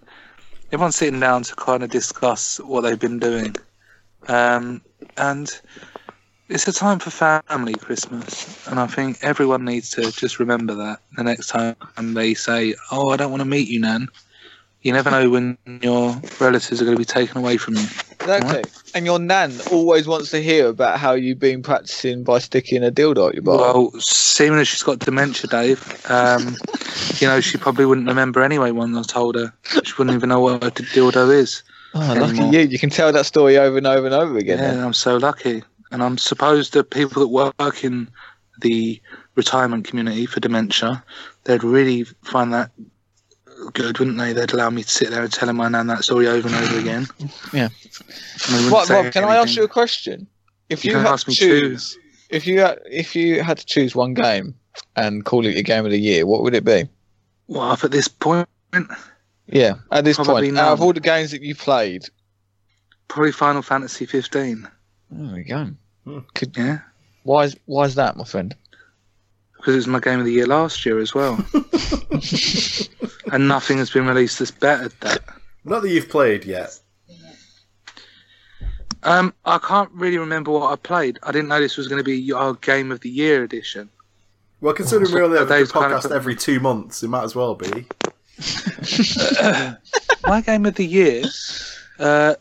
Speaker 1: everyone's sitting down to kind of discuss what they've been doing. Um, and it's a time for family Christmas, and I think everyone needs to just remember that the next time they say, "Oh, I don't want to meet you, Nan." You never know when your relatives are going to be taken away from you.
Speaker 3: Exactly. And your nan always wants to hear about how you've been practicing by sticking a dildo at your butt.
Speaker 1: Well, seeing as she's got dementia, Dave, um, you know she probably wouldn't remember anyway. When I told her, she wouldn't even know what a dildo is.
Speaker 3: oh, lucky
Speaker 1: anymore.
Speaker 3: you. You can tell that story over and over and over again.
Speaker 1: Yeah,
Speaker 3: then.
Speaker 1: I'm so lucky. And I'm supposed that people that work in the retirement community for dementia, they'd really find that good, wouldn't they? They'd allow me to sit there and tell my nan that story over and over again.
Speaker 3: Yeah.
Speaker 1: And they wouldn't
Speaker 3: Right,
Speaker 1: say
Speaker 3: Rob, can I ask you a
Speaker 1: anything.
Speaker 3: question? If
Speaker 1: You
Speaker 3: you,
Speaker 1: can
Speaker 3: had
Speaker 1: ask
Speaker 3: to
Speaker 1: me
Speaker 3: choose, if you had, if you had to choose one game and call it your game of the year, what would it be?
Speaker 1: Well, up at this point,
Speaker 3: Yeah, at this
Speaker 1: Probably
Speaker 3: point, out of
Speaker 1: none.
Speaker 3: all the games that you played,
Speaker 1: probably Final Fantasy 15.
Speaker 3: there we go.
Speaker 1: Yeah,
Speaker 3: Why is why is that, my friend?
Speaker 1: because it was my game of the year last year as well. and nothing has been released that's bettered that.
Speaker 4: Not that you've played yet.
Speaker 1: Um, I can't really remember what I played. I didn't know this was going to be our game of the year edition.
Speaker 4: Well, considering we only have a
Speaker 1: Dave's kind of
Speaker 4: podcast
Speaker 1: put-
Speaker 4: every two months, it might as well be.
Speaker 1: my game of the year, uh,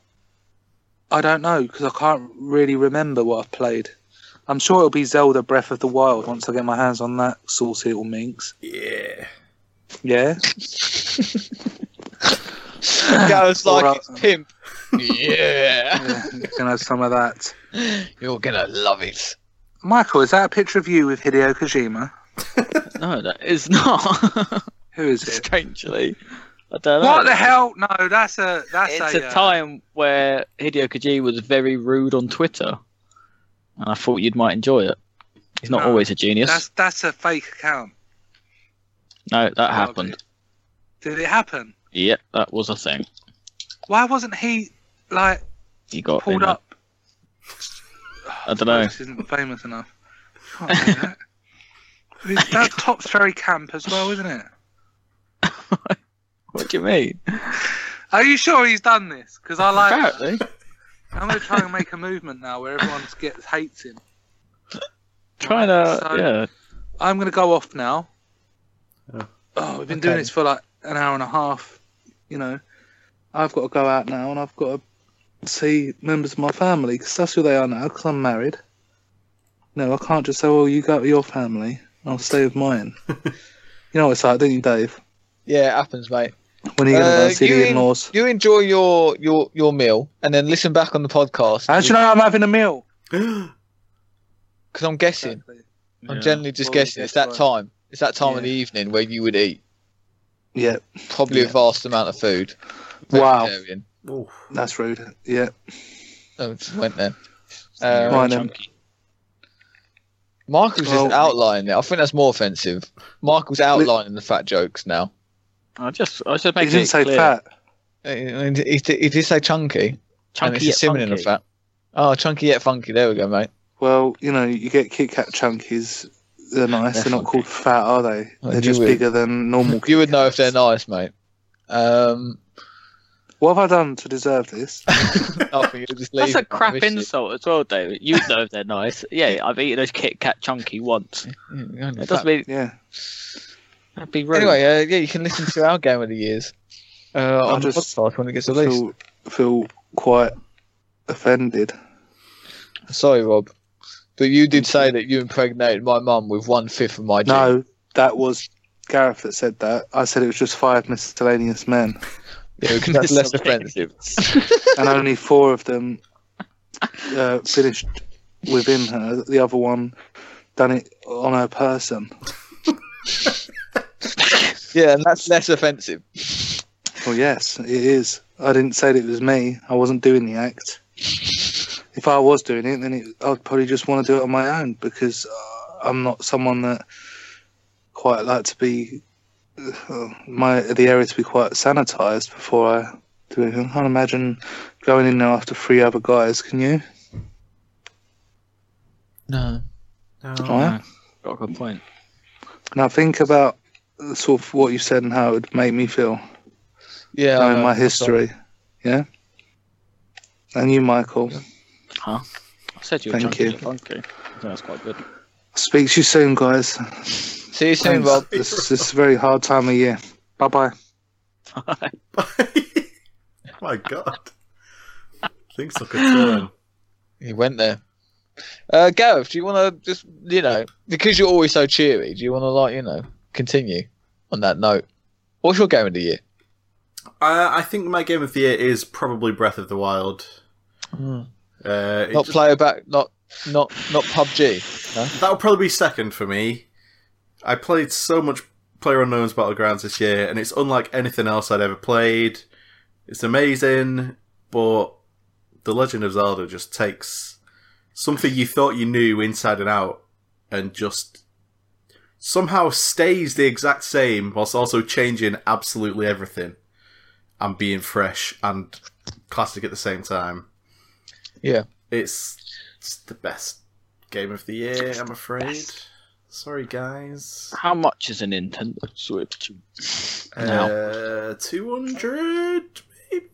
Speaker 1: I don't know because I can't really remember what I've played. I'm sure it'll be Zelda Breath of the Wild once I get my hands on that saucy little minx.
Speaker 4: Yeah.
Speaker 1: Yeah,
Speaker 3: Goes like
Speaker 1: Alright.
Speaker 3: it's pimp.
Speaker 1: uh,
Speaker 3: yeah,
Speaker 1: yeah you can have some of that.
Speaker 3: you're gonna love it.
Speaker 1: Michael, is that a picture of you with Hideo Kojima?
Speaker 2: No, that is not.
Speaker 1: Who is it?
Speaker 2: Strangely. I don't know.
Speaker 1: What the hell? No, that's a that's
Speaker 2: it's
Speaker 1: a,
Speaker 2: a
Speaker 1: uh,
Speaker 2: time where Hideo Kojima was very rude on Twitter, and I thought you might enjoy it. He's not
Speaker 1: No,
Speaker 2: always a genius.
Speaker 1: That's that's a fake account.
Speaker 2: No, that happened.
Speaker 1: Did it happen?
Speaker 2: Yep, that was a thing.
Speaker 1: Why wasn't he like
Speaker 2: He got
Speaker 1: pulled
Speaker 2: in a-
Speaker 1: up?
Speaker 2: I don't know.
Speaker 1: This isn't famous enough. Can't do that. It's- that top's very camp as well, isn't it?
Speaker 2: What do you mean?
Speaker 1: Are you sure he's done this? Because I like.
Speaker 2: Apparently,
Speaker 1: I'm going to try and make a movement now where everyone gets hates him.
Speaker 2: trying to
Speaker 1: So-
Speaker 2: yeah.
Speaker 1: I'm going to go off now.
Speaker 4: Oh.
Speaker 1: Oh, we've been
Speaker 3: Okay.
Speaker 1: doing this for like an hour and a half. You know, I've got to go out now and I've got to see members of my family because that's who they are now. Because I'm married. No, I can't just say, "Well, you go to your family, I'll stay with mine." you know what it's like, don't you, Dave?
Speaker 3: Yeah, it happens, mate.
Speaker 1: When are you going to go
Speaker 3: Uh,
Speaker 1: and see
Speaker 3: you
Speaker 1: the
Speaker 3: in-
Speaker 1: in-laws?
Speaker 3: You enjoy your your your meal and then listen back on the podcast
Speaker 1: How do you know I'm having a meal?
Speaker 3: because I'm guessing. I'm generally just
Speaker 1: Well, you
Speaker 3: guessing. It's
Speaker 1: guess
Speaker 3: that
Speaker 1: right.
Speaker 3: time. It's that time of the evening where you would eat
Speaker 1: Yeah,
Speaker 3: probably a
Speaker 1: Yeah.
Speaker 3: vast amount of food.
Speaker 1: Wow.
Speaker 3: Vegetarian.
Speaker 4: Oof.
Speaker 1: that's rude. Yeah.
Speaker 3: Oh, just went there.
Speaker 2: You're
Speaker 3: Uh,
Speaker 1: Right.
Speaker 2: all
Speaker 1: then.
Speaker 2: chunky.
Speaker 3: Michael's
Speaker 1: Well-
Speaker 3: just outlining it. I think that's more offensive. Michael's outlining the fat jokes now.
Speaker 2: I just I just
Speaker 1: He
Speaker 2: make
Speaker 1: didn't
Speaker 2: it
Speaker 1: say
Speaker 2: clear.
Speaker 1: fat.
Speaker 3: He, he, he did say chunky, and
Speaker 2: Chunky
Speaker 3: it's a
Speaker 2: yet
Speaker 3: synonym
Speaker 2: funky.
Speaker 3: of fat. Oh, chunky yet funky. There we go, mate.
Speaker 1: Well, you know, you get Kit Kat chunkies. They're nice. They're,
Speaker 3: They're
Speaker 1: not called fat, are they?
Speaker 3: Oh,
Speaker 1: they're
Speaker 3: you
Speaker 1: just
Speaker 3: would.
Speaker 1: bigger than normal.
Speaker 3: You would know if they're nice, mate. Um,
Speaker 1: what have I done to deserve this?
Speaker 3: I think you'll just leave
Speaker 2: That's a
Speaker 3: it. I
Speaker 2: crap
Speaker 3: wish it-
Speaker 2: insult as well, David. You know if they're nice. Yeah, I've eaten a Kit Kat chunky once.
Speaker 3: Yeah, you're only
Speaker 2: It
Speaker 3: fat.
Speaker 2: doesn't mean
Speaker 1: Yeah,
Speaker 2: that'd be rude.
Speaker 3: Anyway, uh, yeah, you can listen to our game of the years uh, on the
Speaker 1: just
Speaker 3: podcast when it gets
Speaker 1: I
Speaker 3: released.
Speaker 1: feel, feel quite offended.
Speaker 3: Sorry, Rob, but you did say that you impregnated my mum with one fifth of my gene.
Speaker 1: No, that was Gareth that said that. I said it was just five miscellaneous men,
Speaker 3: Yeah, because that's less offensive.
Speaker 1: and only four of them uh, finished within her. The other one done it on her person.
Speaker 3: Yeah, and that's less offensive.
Speaker 1: Well, yes, it is. I didn't say that it was me. I wasn't doing the act. If I was doing it, then it, I'd probably just want to do it on my own because uh, I'm not someone that quite like to be uh, my the area to be quite sanitized before I do it. I can't imagine going in there after three other guys. Can you?
Speaker 3: No.
Speaker 1: Right?
Speaker 2: Got a good point.
Speaker 1: Now think about uh, sort of what you said and how it would make me feel.
Speaker 3: Yeah, I
Speaker 1: knowing
Speaker 3: know.
Speaker 1: my history. Yeah. And you, Michael.
Speaker 2: I said you were
Speaker 1: Thank
Speaker 2: chunky
Speaker 1: you.
Speaker 2: and funky. I think that's quite good.
Speaker 1: Speak to you soon, guys.
Speaker 3: See you soon,
Speaker 1: Thanks.
Speaker 3: Bob.
Speaker 1: This, this is a very hard time of year. Bye bye.
Speaker 4: My God, things took a turn.
Speaker 3: He went there. Uh, Gareth, do you want to just, you know, because you're always so cheery, do you want to, like, you know, continue on that note? What's your game of the year?
Speaker 4: Uh, I think my game of the year is probably Breath of the Wild.
Speaker 3: Hmm.
Speaker 4: Uh, it
Speaker 3: Not
Speaker 4: just-
Speaker 3: player back, not not not PUBG.
Speaker 4: That'll probably be second for me. I played so much Player Unknown's Battlegrounds this year, and it's unlike anything else I'd ever played. It's amazing, but The Legend of Zelda just takes something you thought you knew inside and out and just somehow stays the exact same whilst also changing absolutely everything and being fresh and classic at the same time.
Speaker 3: Yeah.
Speaker 4: It's, it's the best game of the year, I'm afraid. Sorry, guys.
Speaker 2: How much is a Nintendo Switch? Now.
Speaker 4: Uh, 200, maybe?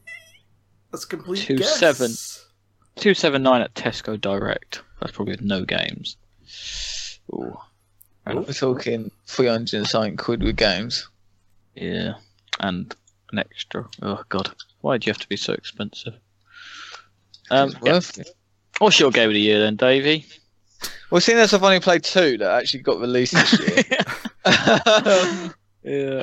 Speaker 4: That's a complete
Speaker 2: Two
Speaker 4: guess.
Speaker 2: seven. 279 at Tesco Direct. That's probably with no games. Ooh,
Speaker 3: We're talking 300 and something quid with games.
Speaker 2: yeah. And an extra. Oh, God. Why do you have to be so expensive? Um,
Speaker 3: It's
Speaker 2: yeah.
Speaker 3: worth it.
Speaker 2: What's your game of the year then, Davey?
Speaker 3: Well, seeing as I've only played two that actually got released this year.
Speaker 2: yeah.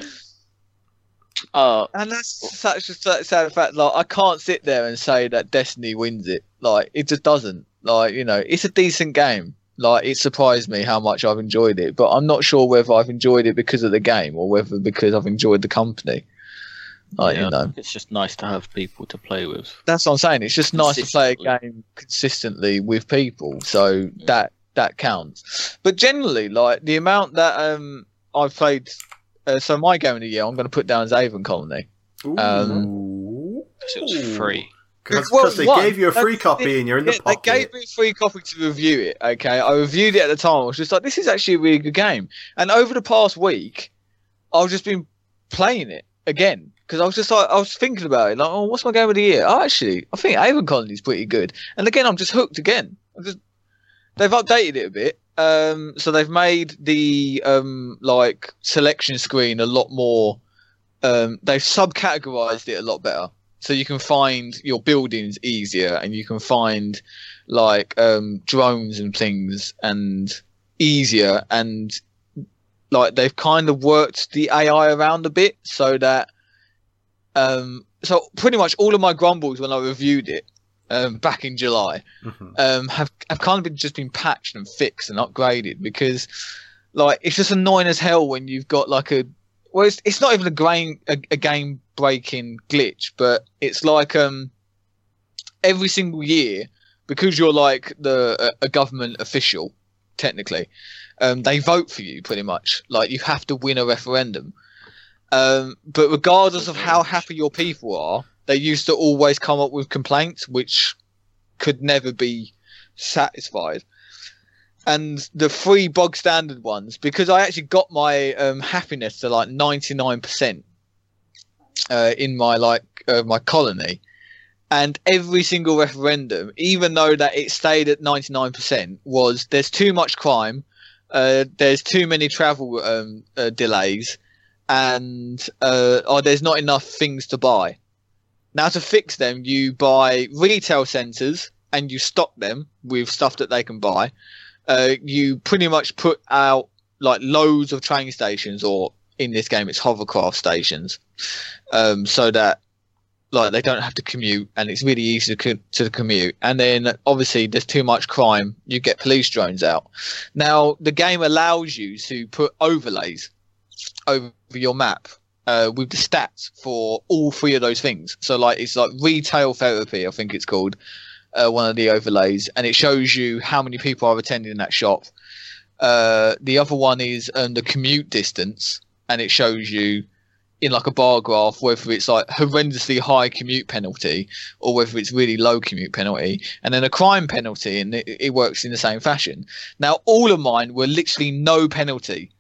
Speaker 2: Uh,
Speaker 3: And that's such a sa- sad fact. Like, I can't sit there and say that Destiny wins it. Like, it just doesn't. Like, you know, it's a decent game. Like, it surprised me how much I've enjoyed it, but I'm not sure whether I've enjoyed it because of the game or whether because I've enjoyed the company. Like,
Speaker 2: yeah,
Speaker 3: Oh, you know,
Speaker 2: It's just nice to have people to play with.
Speaker 3: that's what I'm saying. It's just nice to play a game consistently with people, so that that counts. But generally, like the amount that um I've played, uh, so my game of the year, I'm going to put down as Avon Colony.
Speaker 4: Um,
Speaker 2: So it was free.
Speaker 4: Because
Speaker 3: Well,
Speaker 4: they
Speaker 3: one,
Speaker 4: gave you a free
Speaker 3: that's
Speaker 4: copy
Speaker 3: it.
Speaker 4: and you're in the
Speaker 3: Yeah,
Speaker 4: pocket.
Speaker 3: They gave me a free copy to review it. Okay, I reviewed it at the time. I was just like, this is actually a really good game. And over the past week, I've just been playing it again because I was just like, I was thinking about it. Like, oh, what's my game of the year? Oh, actually, I think Avon Colony's pretty good. And again, I'm just hooked again. I'm just they've updated it a bit. Um, so they've made the um like selection screen a lot more. Um, they've subcategorized it a lot better so you can find your buildings easier and you can find like um drones and things and easier and like they've kind of worked the ai around a bit so that um so pretty much all of my grumbles when i reviewed it um back in july
Speaker 4: Mhm.
Speaker 3: um, have have kind of been just been patched and fixed and upgraded because, like, it's just annoying as hell when you've got like a well, it's, it's not even a game a, a game breaking glitch, but it's like um every single year because you're like the a, a government official technically, um, they vote for you pretty much. Like you have to win a referendum. Um, but regardless of how happy your people are, they used to always come up with complaints, which could never be satisfied. And the three bog standard ones, because I actually got my um, happiness to like ninety nine percent in my like uh, my colony, and every single referendum, even though that it stayed at ninety nine percent, was there's too much crime, uh, there's too many travel um, uh, delays, and uh, oh, there's not enough things to buy. Now to fix them, you buy retail centres and you stock them with stuff that they can buy. Uh, you pretty much put out like loads of train stations, or in this game, it's hovercraft stations, um, so that like they don't have to commute, and it's really easy to, co- to commute. And then obviously, there's too much crime. You get police drones out. Now the game allows you to put overlays over your map uh, with the stats for all three of those things. So like it's like retail therapy, I think it's called uh, one of the overlays, and it shows you how many people are attending that shop. Uh, the other one is um, the commute distance, and it shows you in like a bar graph whether it's like horrendously high commute penalty or whether it's really low commute penalty, and then a crime penalty, and it, it works in the same fashion. Now all of mine were literally no penalty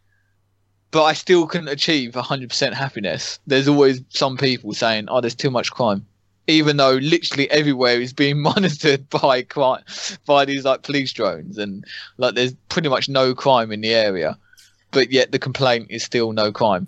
Speaker 3: but I still couldn't achieve 100% happiness. There's always some people saying, "Oh, there's too much crime," even though literally everywhere is being monitored by crime, by these like police drones, and like there's pretty much no crime in the area, but yet the complaint is still no crime.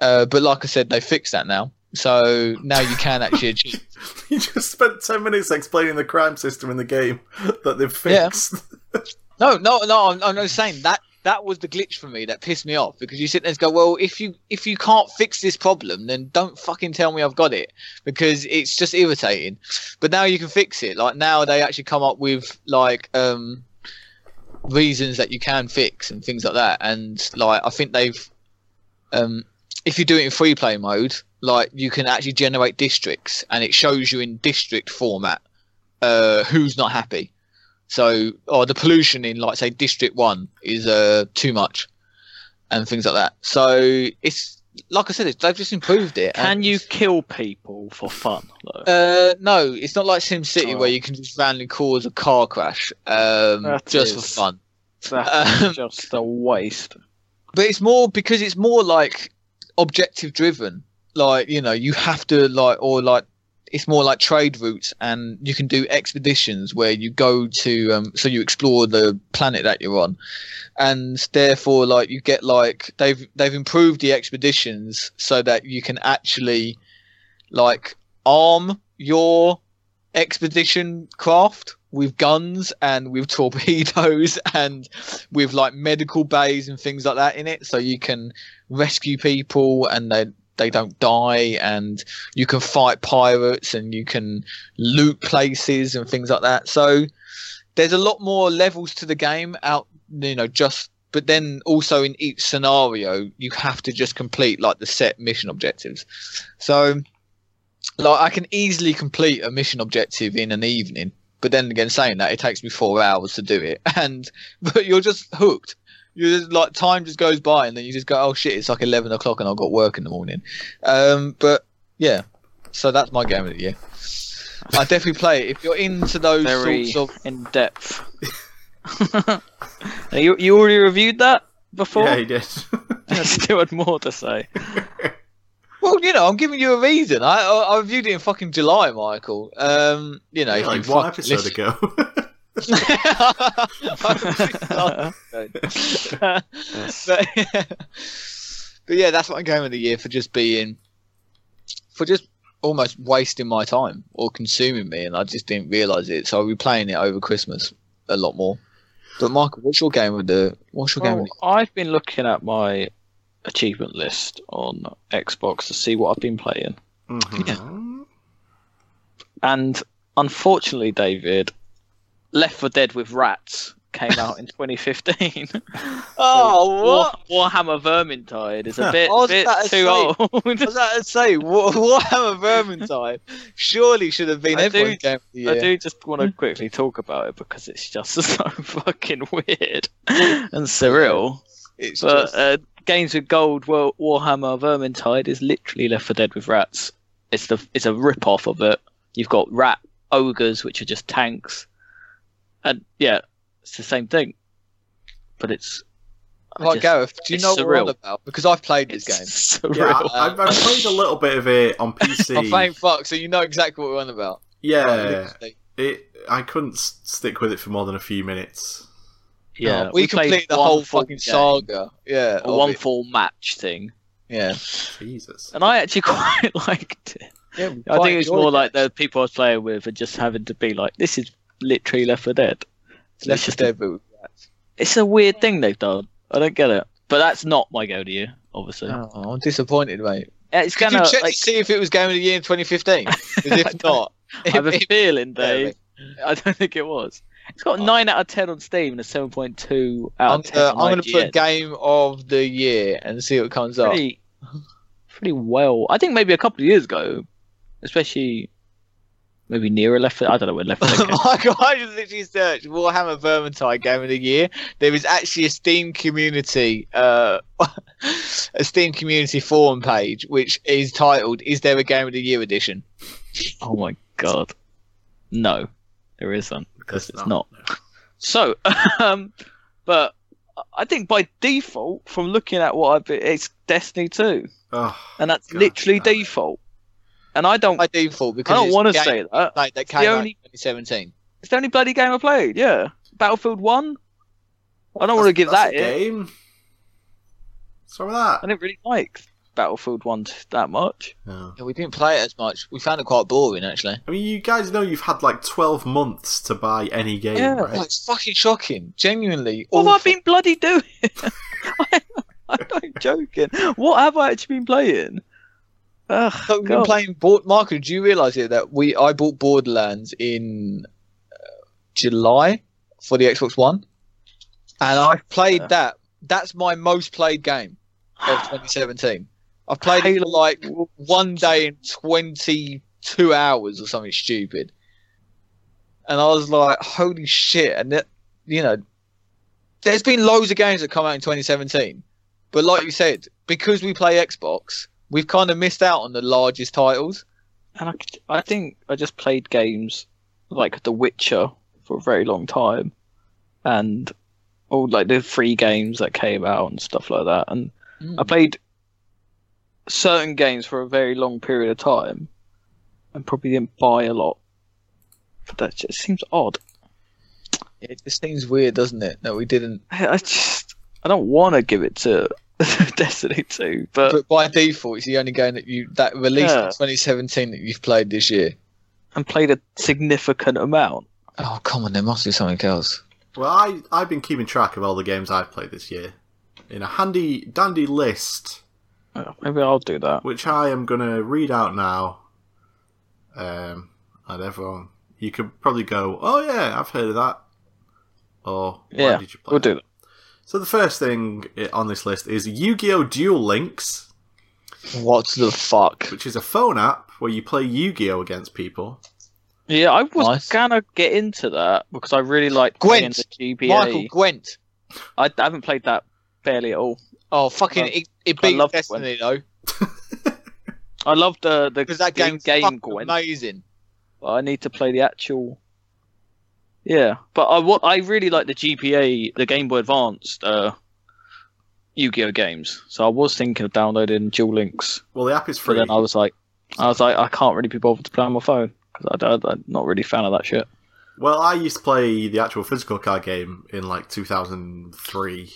Speaker 3: Uh, but like I said, they fixed that now, so now you can actually achieve.
Speaker 4: You just spent ten minutes explaining the crime system in the game that they've
Speaker 3: Yeah.
Speaker 4: fixed.
Speaker 3: No, no, no. I'm, I'm not saying that. That was the glitch for me that pissed me off because you sit there and go, well, if you if you can't fix this problem, then don't fucking tell me I've got it because it's just irritating. But now you can fix it. Like now they actually come up with like um reasons that you can fix and things like that. And like I think they've um if you do it in free play mode, like you can actually generate districts and it shows you in district format uh who's not happy. So, or the pollution in, like, say, District One is uh, too much, and things like that. So it's like I said, it's, they've just improved it.
Speaker 2: Can
Speaker 3: and-
Speaker 2: you kill people for fun? Though?
Speaker 3: Uh, no, it's not like Sim City
Speaker 2: Oh.
Speaker 3: where you can just randomly cause a car crash um,
Speaker 2: That
Speaker 3: just
Speaker 2: is-
Speaker 3: for fun.
Speaker 2: That's
Speaker 3: um,
Speaker 2: just a waste.
Speaker 3: But it's more because it's more like objective driven. Like you know, you have to like or like it's more like trade routes, and you can do expeditions where you go to um, so you explore the planet that you're on, and therefore like you get like they've they've improved the expeditions so that you can actually like arm your expedition craft with guns and with torpedoes and with like medical bays and things like that in it so you can rescue people and they they don't die and you can fight pirates and you can loot places and things like that so there's a lot more levels to the game out you know just but then also in each scenario you have to just complete like the set mission objectives so like i can easily complete a mission objective in an evening but then again saying that it takes me four hours to do it and but you're just hooked. You just like time just goes by, and then you just go, "Oh shit, it's like eleven o'clock, and I've got work in the morning." Um, but yeah, so that's my game of the year. I definitely play it if you're into those
Speaker 2: Very
Speaker 3: sorts of.
Speaker 2: in depth. you you already reviewed that before?
Speaker 4: Yeah, he did.
Speaker 2: I still had more to say.
Speaker 3: Well, you know, I'm giving you a reason. I I, I reviewed it in fucking July, Michael. Um, you know, if
Speaker 4: like
Speaker 3: you
Speaker 4: one
Speaker 3: fucking
Speaker 4: episode
Speaker 3: listen-
Speaker 4: ago.
Speaker 3: I was just like- but, but yeah, that's my game of the year for just being, for just almost wasting my time or consuming me, and I just didn't realize it. So I'll be playing it over Christmas a lot more. But Michael, what's your game of the? What's your game?
Speaker 2: Well,
Speaker 3: Of the,
Speaker 2: I've been looking at my achievement list on Xbox to see what I've been playing.
Speaker 4: Mhm.
Speaker 2: And unfortunately, David, Left for Dead with Rats came out in 2015.
Speaker 3: oh,
Speaker 2: War, Warhammer Vermintide is a
Speaker 4: Huh.
Speaker 2: bit,
Speaker 3: I was
Speaker 2: bit
Speaker 3: about to
Speaker 2: too
Speaker 3: say- I
Speaker 2: old.
Speaker 3: was about to say, War- Warhammer Vermintide surely should have been
Speaker 2: I
Speaker 3: everyone's
Speaker 2: do-
Speaker 3: game of the year.
Speaker 2: I do just want to quickly talk about it because it's just so fucking weird and surreal.
Speaker 3: It's
Speaker 2: But
Speaker 3: just-
Speaker 2: uh, games with gold, War- Warhammer Vermintide is literally Left 4 Dead with rats. It's the it's a rip off of it. You've got rat ogres, which are just tanks, and yeah, it's the same thing. But it's I
Speaker 3: Right,
Speaker 2: just-
Speaker 3: Gareth, do you
Speaker 2: it's
Speaker 3: know what I'm
Speaker 2: surreal.
Speaker 3: on about? Because I've played this game.
Speaker 2: it's
Speaker 4: Yeah,
Speaker 2: surreal.
Speaker 4: I, I've, I've played a little bit of it on
Speaker 3: I'm playing
Speaker 4: PC.
Speaker 3: fuck, so you know exactly what we're on about.
Speaker 4: yeah,
Speaker 3: Literally.
Speaker 4: it. I couldn't s- stick with it for more than a few minutes.
Speaker 2: Yeah,
Speaker 3: we,
Speaker 2: played
Speaker 3: completed the
Speaker 2: one
Speaker 3: whole
Speaker 2: full
Speaker 3: fucking
Speaker 2: game,
Speaker 3: saga. Yeah,
Speaker 2: a
Speaker 3: of
Speaker 2: one
Speaker 3: it.
Speaker 2: full match thing,
Speaker 3: Yeah,
Speaker 4: Jesus.
Speaker 2: and I actually quite liked it.
Speaker 3: yeah.
Speaker 2: I think it's more like the people I was playing with are just having to be like, this is literally Left 4 Dead.
Speaker 3: Left
Speaker 2: just a
Speaker 3: Dead, but
Speaker 2: It's a weird thing they've done. I don't get it. But that's not my go to you, obviously.
Speaker 3: Oh, I'm disappointed, mate.
Speaker 2: it's
Speaker 3: Could
Speaker 2: gonna.
Speaker 3: you check
Speaker 2: like,
Speaker 3: to see if it was Game of the Year in 2015? 'Cause if not,
Speaker 2: I have a
Speaker 3: it-
Speaker 2: feeling,
Speaker 3: barely.
Speaker 2: Dave. I don't think it was. It's got a nine out of ten on Steam and a seven point two out
Speaker 3: I'm,
Speaker 2: of ten.
Speaker 3: uh, I'm
Speaker 2: on
Speaker 3: going to put
Speaker 2: IGN.
Speaker 3: Game of the Year and see what comes up.
Speaker 2: pretty, pretty well. I think maybe a couple of years ago, especially maybe nearer left. I don't know where left. Foot came.
Speaker 3: Michael, I just literally searched Warhammer Vermintide Game of the Year. There is actually a Steam community, uh, a Steam community forum page, which is titled "Is There a Game of the Year Edition?"
Speaker 2: oh my god, no, there isn't because
Speaker 4: There's
Speaker 2: it's not. So, um, but I think by default, from looking at what I've, been, it's Destiny two,
Speaker 4: Oh,
Speaker 2: and that's
Speaker 4: God
Speaker 2: literally
Speaker 4: damn it.
Speaker 2: default. And I don't,
Speaker 3: By
Speaker 2: I,
Speaker 3: default, because
Speaker 2: don't
Speaker 3: it's
Speaker 2: want
Speaker 3: the
Speaker 2: to
Speaker 3: game
Speaker 2: say that.
Speaker 3: like
Speaker 2: the
Speaker 3: that came out
Speaker 2: only-
Speaker 3: in 2017.
Speaker 2: It's the only bloody game I played. Yeah, Battlefield one. I don't want to give that.
Speaker 4: That's a
Speaker 2: It.
Speaker 4: game. What's wrong with
Speaker 2: I
Speaker 4: that?
Speaker 2: didn't really like Battlefield one that much.
Speaker 4: No.
Speaker 3: Yeah, we didn't play it as much. We found it quite boring, actually.
Speaker 4: I mean, you guys know you've had like 12 months to buy any game,
Speaker 2: Yeah.
Speaker 4: right?
Speaker 3: Oh, it's fucking shocking. Genuinely.
Speaker 2: What have I
Speaker 3: awful.
Speaker 2: been bloody doing? I, I'm not joking. What have I actually been playing? Ugh,
Speaker 3: So we've been
Speaker 2: God.
Speaker 3: playing board. Michael, do you realise here that we I bought Borderlands in uh, July for the Xbox One, and I played
Speaker 2: Yeah.
Speaker 3: that. That's my most played game of 2017. I've played it for
Speaker 2: Halo.
Speaker 3: like one day and 22 hours or something stupid, and I was like, "Holy shit!" And that, you know, there's been loads of games that come out in 2017, but like you said, because we play Xbox, we've kind of missed out on the largest titles.
Speaker 2: and I, c- I think I just played games like The Witcher for a very long time, and all like the free games that came out and stuff like that. And I played certain games for a very long period of time, and probably didn't buy a lot. But that just seems odd.
Speaker 3: It just seems weird, doesn't it? That we didn't.
Speaker 2: I I just I don't want to give it to Destiny 2, but,
Speaker 3: But by default, it's the only game that you that released in
Speaker 2: Uh, Yeah.
Speaker 3: 2017 that you've played this year.
Speaker 2: and played a significant amount.
Speaker 3: Oh come on, there must be something else.
Speaker 4: Well, I, I've been keeping track of all the games I've played this year in a handy dandy list,
Speaker 2: Uh, Maybe I'll do that.
Speaker 4: which I am going to read out now. Um, and everyone, you could probably go, oh yeah, I've heard of that. Or, why
Speaker 2: Yeah,
Speaker 4: did you play
Speaker 2: We'll
Speaker 4: that?
Speaker 2: do that.
Speaker 4: So the first thing i- on this list is Yu-Gi-Oh! Duel Links,
Speaker 3: What the fuck?
Speaker 4: which is a phone app where you play Yu-Gi-Oh! against people.
Speaker 2: Yeah, I was
Speaker 3: Nice.
Speaker 2: gonna get into that because I really like
Speaker 3: Gwent.
Speaker 2: playing the GBA.
Speaker 3: Michael Gwent.
Speaker 2: I, I haven't played that barely at all.
Speaker 3: Oh fucking!
Speaker 2: I-
Speaker 3: It, it
Speaker 2: Uh, I
Speaker 3: beat
Speaker 2: love
Speaker 3: Destiny though,
Speaker 2: I love the the
Speaker 3: because that
Speaker 2: the
Speaker 3: game's
Speaker 2: game
Speaker 3: fucking
Speaker 2: Gwent.
Speaker 3: amazing.
Speaker 2: but I need to play the actual. Yeah, but I what I really like the GPA, the Game Boy Advanced uh, Yu-Gi-Oh games. So I was thinking of downloading Duel Links.
Speaker 4: Well, the app is
Speaker 2: But
Speaker 4: free.
Speaker 2: then I was like, I was like, I can't really be bothered to play on my phone because I'm not really a fan of that shit.
Speaker 4: Well, I used to play the actual physical card game in like 2003.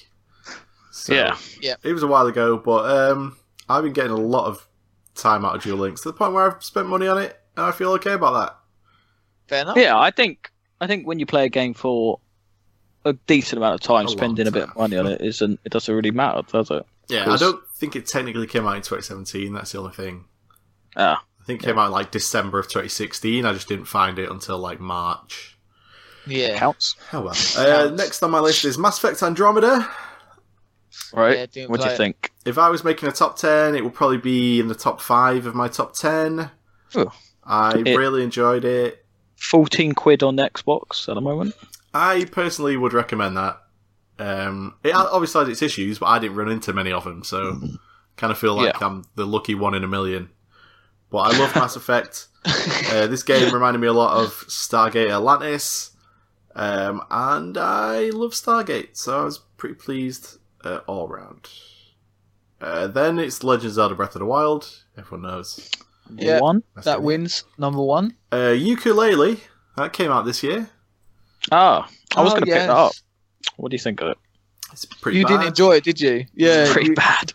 Speaker 4: So
Speaker 2: Yeah.
Speaker 3: Yeah.
Speaker 4: It was a while ago, but um, I've been getting a lot of time out of Duel Links to the point where I've spent money on it and I feel okay about that.
Speaker 3: Fair enough.
Speaker 2: Yeah, I think I think when you play a game for a decent amount of time,
Speaker 4: A
Speaker 2: spending
Speaker 4: long
Speaker 2: a bit of
Speaker 4: time.
Speaker 2: money on it isn't. It doesn't really matter, does it?
Speaker 4: Yeah, I
Speaker 2: Course.
Speaker 4: don't think it technically came out in 2017. That's the only thing.
Speaker 2: Ah,
Speaker 4: I think it came out like December of 2016. I just didn't find it until like March.
Speaker 3: Yeah.
Speaker 2: counts,
Speaker 4: Oh well. Uh, next on my list is Mass Effect Andromeda.
Speaker 2: right?
Speaker 3: Yeah, didn't
Speaker 2: what do
Speaker 3: play
Speaker 2: you
Speaker 3: it.
Speaker 2: think?
Speaker 4: If I was making a top ten, it would probably be in the top five of my top ten.
Speaker 2: Oh.
Speaker 4: I
Speaker 2: It-
Speaker 4: really enjoyed it.
Speaker 2: Fourteen quid on Xbox at the moment.
Speaker 4: I personally would recommend that. Um, it had- obviously had its issues, but I didn't run into many of them, so kind of feel like I'm the lucky one in a million. But I love Mass Effect. Uh, this game reminded me a lot of Stargate Atlantis, um, and I love Stargate, so I was pretty pleased uh, all round. Uh, then it's Legend of Zelda: Breath of the Wild. Everyone knows
Speaker 3: Yeah.
Speaker 2: One.
Speaker 4: That's
Speaker 3: That
Speaker 4: it.
Speaker 3: wins number one.
Speaker 4: Uh, ukulele that came out this year.
Speaker 2: Ah, I was
Speaker 3: Oh,
Speaker 2: going to
Speaker 3: yes.
Speaker 2: pick that up. What do you think of it?
Speaker 4: It's pretty.
Speaker 3: you
Speaker 4: bad.
Speaker 3: didn't enjoy it, did you? Yeah.
Speaker 2: Pretty
Speaker 3: you-
Speaker 2: bad.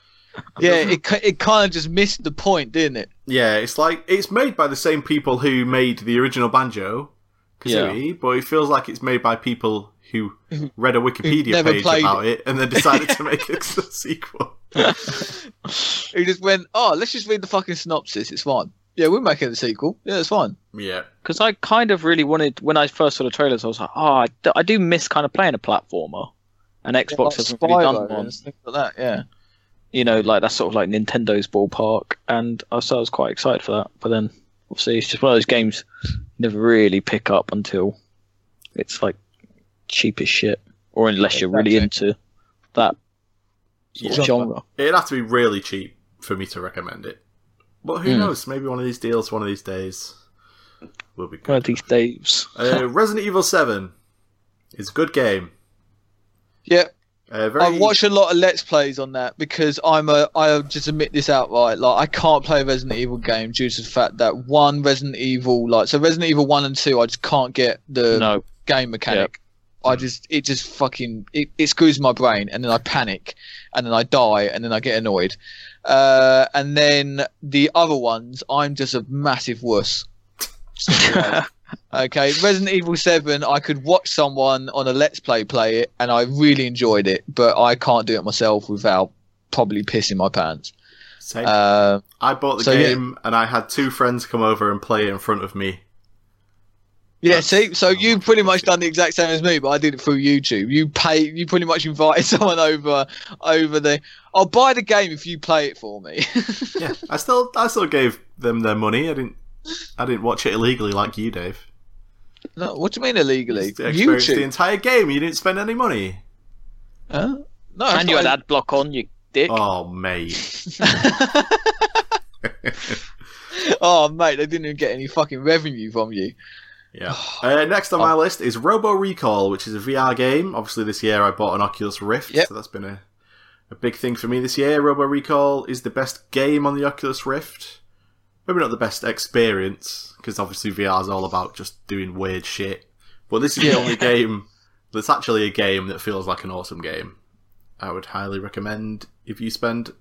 Speaker 3: yeah. It ki- it kind of just missed the point, didn't it?
Speaker 4: Yeah, it's like it's made by the same people who made the original banjo, Kazooie, but it feels like it's made by people who read a Wikipedia
Speaker 3: never
Speaker 4: page
Speaker 3: played
Speaker 4: about it and then decided to make a sequel.
Speaker 3: Who just went, oh, let's just read the fucking synopsis. It's fine. Yeah, we're making the sequel. Yeah, it's fine.
Speaker 4: Yeah.
Speaker 2: Because I kind of really wanted when I first saw the trailers, I was like, oh, I do, I do miss kind of playing a platformer, and Xbox
Speaker 3: Like
Speaker 2: hasn't really done
Speaker 3: Spyro
Speaker 2: one.
Speaker 3: and stuff like that. Yeah.
Speaker 2: You know, like that's sort of like Nintendo's ballpark, and I so I was quite excited for that. But then obviously it's just one of those games you never really pick up until it's like cheap as shit, or unless you're really into that sort
Speaker 3: Yeah.
Speaker 2: of genre.
Speaker 4: It'd have to be really cheap for me to recommend it. But who
Speaker 2: Hmm.
Speaker 4: knows? Maybe one of these deals, one of these days, will be
Speaker 2: One
Speaker 4: good.
Speaker 2: of these days.
Speaker 4: Uh, Resident Evil 7 is a good game.
Speaker 3: Yeah,
Speaker 4: Uh, very...
Speaker 3: I watch a lot of Let's Plays on that because I'm a. I'll just admit this outright. Like, I can't play a Resident Evil game due to the fact that one Resident Evil, like, so Resident Evil one and two, I just can't get the
Speaker 2: no,
Speaker 3: game mechanic. I just it just fucking it, it screws my brain and then I panic and then I die and then I get annoyed. Uh, and then the other ones, I'm just a massive wuss. Okay, Resident Evil Seven, I could watch someone on a Let's Play play it and I really enjoyed it, but I can't do it myself without probably pissing my pants.
Speaker 4: Same.
Speaker 3: Uh,
Speaker 4: I bought the
Speaker 3: so, yeah.
Speaker 4: game and I had two friends come over and play it in front of me.
Speaker 3: Yeah,
Speaker 4: That's-
Speaker 3: see, so
Speaker 4: oh,
Speaker 3: you pretty much
Speaker 4: shit.
Speaker 3: done the exact same as me, but I did it through YouTube. You pay, you pretty much invited someone over, over the. I'll buy the game if you play it for me.
Speaker 4: yeah, I still I still gave them their money. I didn't I didn't watch it illegally like you, Dave.
Speaker 3: no, what do you mean illegally?
Speaker 4: Just experienced the
Speaker 3: YouTube.
Speaker 4: entire game. You didn't spend any money.
Speaker 3: Huh? No,
Speaker 2: and you had
Speaker 3: that.
Speaker 2: ad block on you dick.
Speaker 4: Oh mate,
Speaker 3: Oh mate, they didn't even get any fucking revenue from you.
Speaker 4: yeah. Uh, next on
Speaker 3: Oh.
Speaker 4: my list is Robo Recall, which is a VR game. Obviously, this year I bought an Oculus Rift,
Speaker 3: Yep.
Speaker 4: so that's been a a big thing for me this year. Robo Recall is the best game on the Oculus Rift. Maybe not the best experience because obviously VR is all about just doing weird shit. But this is the only game that's actually a game that feels like an awesome game. I would highly recommend if you spend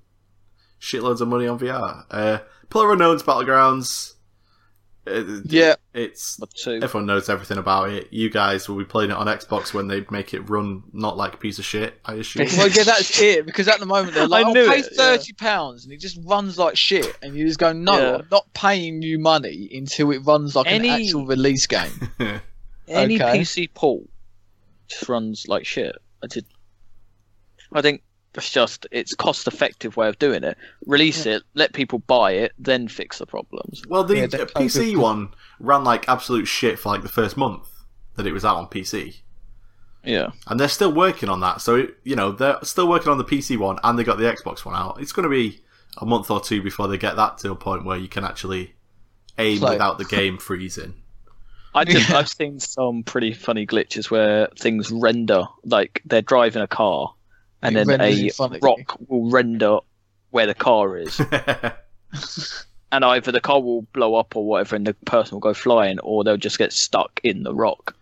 Speaker 4: shitloads of money on VR. Uh, Player Unknown's Battlegrounds. uh,
Speaker 3: Yeah.
Speaker 4: it's
Speaker 2: But two.
Speaker 4: everyone knows everything about it. You guys will be playing it on Xbox when they make it run not like a piece of shit. I assume.
Speaker 3: Well, yeah, that's it. Because at the moment they're like,
Speaker 2: I
Speaker 3: "I'll
Speaker 2: knew
Speaker 3: pay
Speaker 2: it, yeah.
Speaker 3: thirty pounds," and it just runs like shit, and you just go, "No,
Speaker 2: Yeah.
Speaker 3: I'm not paying you money until it runs like
Speaker 2: Any-
Speaker 3: an actual release game."
Speaker 2: Any
Speaker 3: Okay.
Speaker 2: PC port just runs like shit. I did. I think it's just it's cost-effective way of doing it. Release it, let people buy it, then fix the problems.
Speaker 4: Well, the
Speaker 3: Yeah,
Speaker 4: uh,
Speaker 3: that-
Speaker 4: PC one ran like absolute shit for like the first month that it was out on PC,
Speaker 2: Yeah,
Speaker 4: and they're still working on that. So it, you know they're still working on the PC one, and they got the Xbox one out. It's going to be a month or two before they get that to a point where you can actually aim
Speaker 3: Play.
Speaker 4: without the game freezing.
Speaker 2: I just,
Speaker 3: Yeah.
Speaker 2: I've seen some pretty funny glitches where things render like they're driving a car, and then
Speaker 3: It renders in
Speaker 2: a
Speaker 3: front of you.
Speaker 2: rock will render where the car is, and either the car will blow up or whatever, and the person will go flying, or they'll just get stuck in the rock.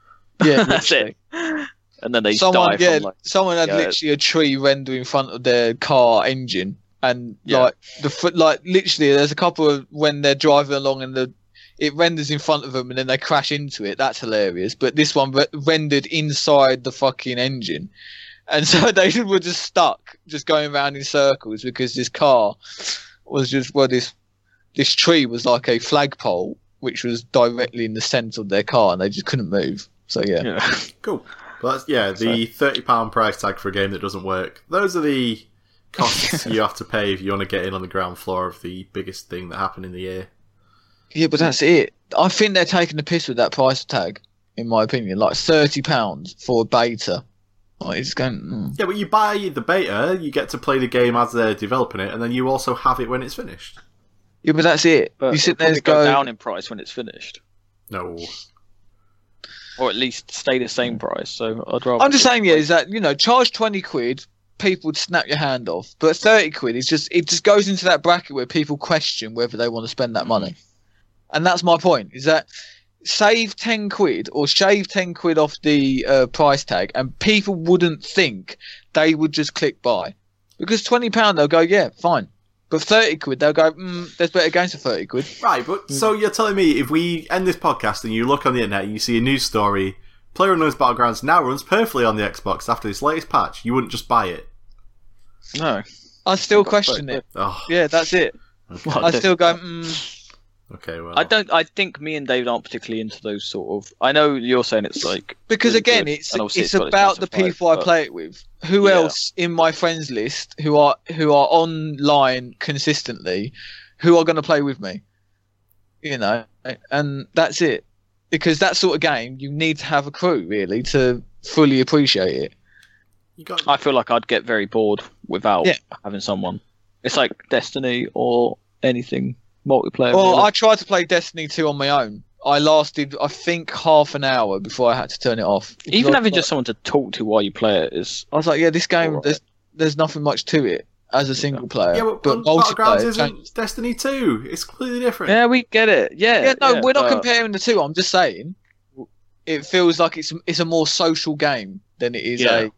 Speaker 3: Yeah,
Speaker 2: That's
Speaker 3: literally.
Speaker 2: it. And then they
Speaker 3: someone
Speaker 2: die
Speaker 3: yeah,
Speaker 2: from like
Speaker 3: someone had
Speaker 2: yeah.
Speaker 3: literally a tree render in front of their car engine and
Speaker 2: Yeah.
Speaker 3: like the foot like literally there's a couple of when they're driving along and the it renders in front of them and then they crash into it that's hilarious but this one re- rendered inside the fucking engine and so they were just stuck just going around in circles because this car was just well this this tree was like a flagpole which was directly in the center of their car and they just couldn't move so yeah
Speaker 2: yeah.
Speaker 4: cool. But that's, yeah, the thirty pound price tag for a game that doesn't work. Those are the costs you have to pay if you want to get in on the ground floor of the biggest thing that happened in the year.
Speaker 3: Yeah, but that's it. I think they're taking the piss with that price tag, in my opinion. Like thirty pounds for a beta. Like, it's going. mm.
Speaker 4: Yeah, but you buy the beta, you get to play the game as they're developing it, and then you also have it when it's finished.
Speaker 3: Yeah, but that's it.
Speaker 2: But
Speaker 3: you
Speaker 2: it'll
Speaker 3: sit there
Speaker 2: probably
Speaker 3: and go.
Speaker 2: down in price when it's finished,
Speaker 4: No.
Speaker 2: or at least stay the same price. So I'd rather.
Speaker 3: I'm just saying, yeah, is that you know, charge twenty quid, people would snap your hand off. But thirty quid is just it just goes into that bracket where people question whether they want to spend that money. And that's my point, is that save ten quid or shave ten quid off the uh, price tag and people wouldn't think they would just click buy. Because twenty pound they'll go, Yeah, fine. But thirty quid they'll go, mm, there's better games for thirty quid.
Speaker 4: Right, but so you're telling me if we end this podcast and you look on the internet and you see a news story, PlayerUnknown's Battlegrounds now runs perfectly on the Xbox after this latest patch. You wouldn't just buy it.
Speaker 2: No.
Speaker 3: I still question it.
Speaker 4: Oh,
Speaker 3: Yeah, that's it.
Speaker 2: Well,
Speaker 3: I
Speaker 2: don't-
Speaker 3: still go. Mm,
Speaker 4: okay, well.
Speaker 2: I don't. I think me and Dave aren't particularly into those sort of. I know you're saying it's like
Speaker 3: because
Speaker 2: Really
Speaker 3: again,
Speaker 2: good.
Speaker 3: it's
Speaker 2: And
Speaker 3: it's,
Speaker 2: obviously it's got its
Speaker 3: about the
Speaker 2: massive hype,
Speaker 3: people I
Speaker 2: but-
Speaker 3: play it with. Who
Speaker 2: Yeah.
Speaker 3: else in my friends list who are who are online consistently, who are going to play with me? You know, and that's it. Because that sort of game, you need to have a crew really to fully appreciate it.
Speaker 4: You got,
Speaker 2: I feel like I'd get very bored without
Speaker 3: Yeah.
Speaker 2: having someone. It's like Destiny or anything multiplayer.
Speaker 3: Well,
Speaker 2: really.
Speaker 3: I tried to play Destiny 2 on my own. I lasted, I think, half an hour before I had to turn it off.
Speaker 2: even
Speaker 3: Because I
Speaker 2: having
Speaker 3: was
Speaker 2: just someone to talk to while you play it is.
Speaker 3: like- I was like, yeah, this game,
Speaker 2: Alright.
Speaker 3: there's there's nothing much to it as a single player.
Speaker 4: yeah,
Speaker 3: but,
Speaker 4: but,
Speaker 3: multiplayer.
Speaker 4: Battlegrounds isn't
Speaker 3: changed-
Speaker 4: Destiny 2. It's completely different.
Speaker 2: Yeah, we get it. Yeah, uh,
Speaker 3: Yeah, Uh, no, we're not
Speaker 2: but-
Speaker 3: comparing the two. I'm just saying, it feels like it's it's a more social game than it is
Speaker 2: Yeah.
Speaker 3: a.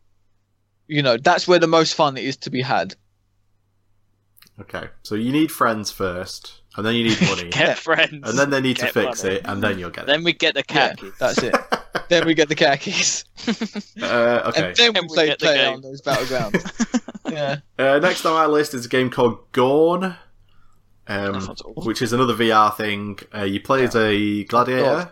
Speaker 3: You know, that's where the most fun is to be had.
Speaker 4: Okay, so you need friends first, and then you need money,
Speaker 2: Get friends.
Speaker 4: and then Um, they need to
Speaker 2: Get
Speaker 4: fix
Speaker 2: money.
Speaker 4: it, and then you'll get it.
Speaker 2: Then we get the
Speaker 3: Yeah,
Speaker 2: cat.
Speaker 3: that's it. then we get the khakis,
Speaker 4: Uh, okay.
Speaker 3: and then we
Speaker 2: Then we
Speaker 3: play
Speaker 2: get the
Speaker 3: play
Speaker 2: game.
Speaker 3: on those battlegrounds. yeah.
Speaker 4: Uh, next on our list is a game called Gorn, um, which is another VR thing. Uh, you play as a gladiator,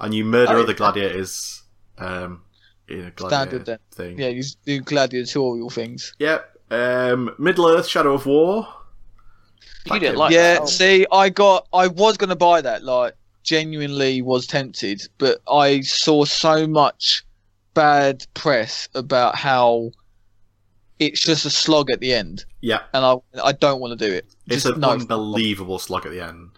Speaker 4: and you murder
Speaker 3: Oh, yeah.
Speaker 4: other gladiators um, in a gladiator
Speaker 3: Standard then.
Speaker 4: thing.
Speaker 3: Yeah, you s- do gladiatorial things.
Speaker 4: Yep. Um, Middle Earth: Shadow of War.
Speaker 2: You didn't like
Speaker 3: yeah,
Speaker 2: that.
Speaker 3: see, I got, I was gonna buy that. Like, genuinely was tempted, but I saw so much bad press about how it's just a slog at the end,
Speaker 4: Yeah,
Speaker 3: and I, I don't want to do it.
Speaker 4: it's
Speaker 3: Just
Speaker 4: an
Speaker 3: no.
Speaker 4: unbelievable slog at the end.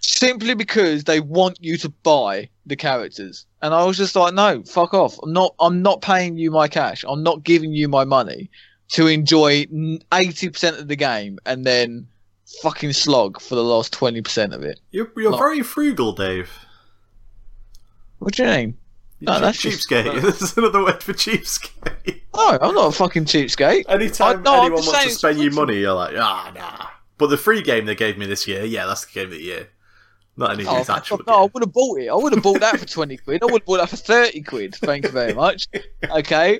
Speaker 3: Simply because they want you to buy the characters, and I was just like, no, fuck off. I'm not, I'm not paying you my cash. I'm not giving you my money to enjoy eighty percent of the game and then fucking slog for the last twenty percent of it.
Speaker 4: You're, you're
Speaker 3: Lot.
Speaker 4: very frugal, Dave.
Speaker 3: What do you mean? No,
Speaker 4: Cheap-
Speaker 3: that's just-
Speaker 4: cheapskate. That's another word for cheapskate.
Speaker 3: No, Oh, I'm not a fucking cheapskate.
Speaker 4: Anytime
Speaker 3: I- no, I'm
Speaker 4: anyone
Speaker 3: just
Speaker 4: wants to
Speaker 3: saying-
Speaker 4: spend you money, you're like, ah, nah. But the free game they gave me this year, yeah, that's the game of the year. Not any of
Speaker 3: Oh,
Speaker 4: these actual.
Speaker 3: no, I
Speaker 4: games.
Speaker 3: would have bought it. I would have bought that for 20 quid. I would have bought that for 30 quid. Thank you very much. Okay.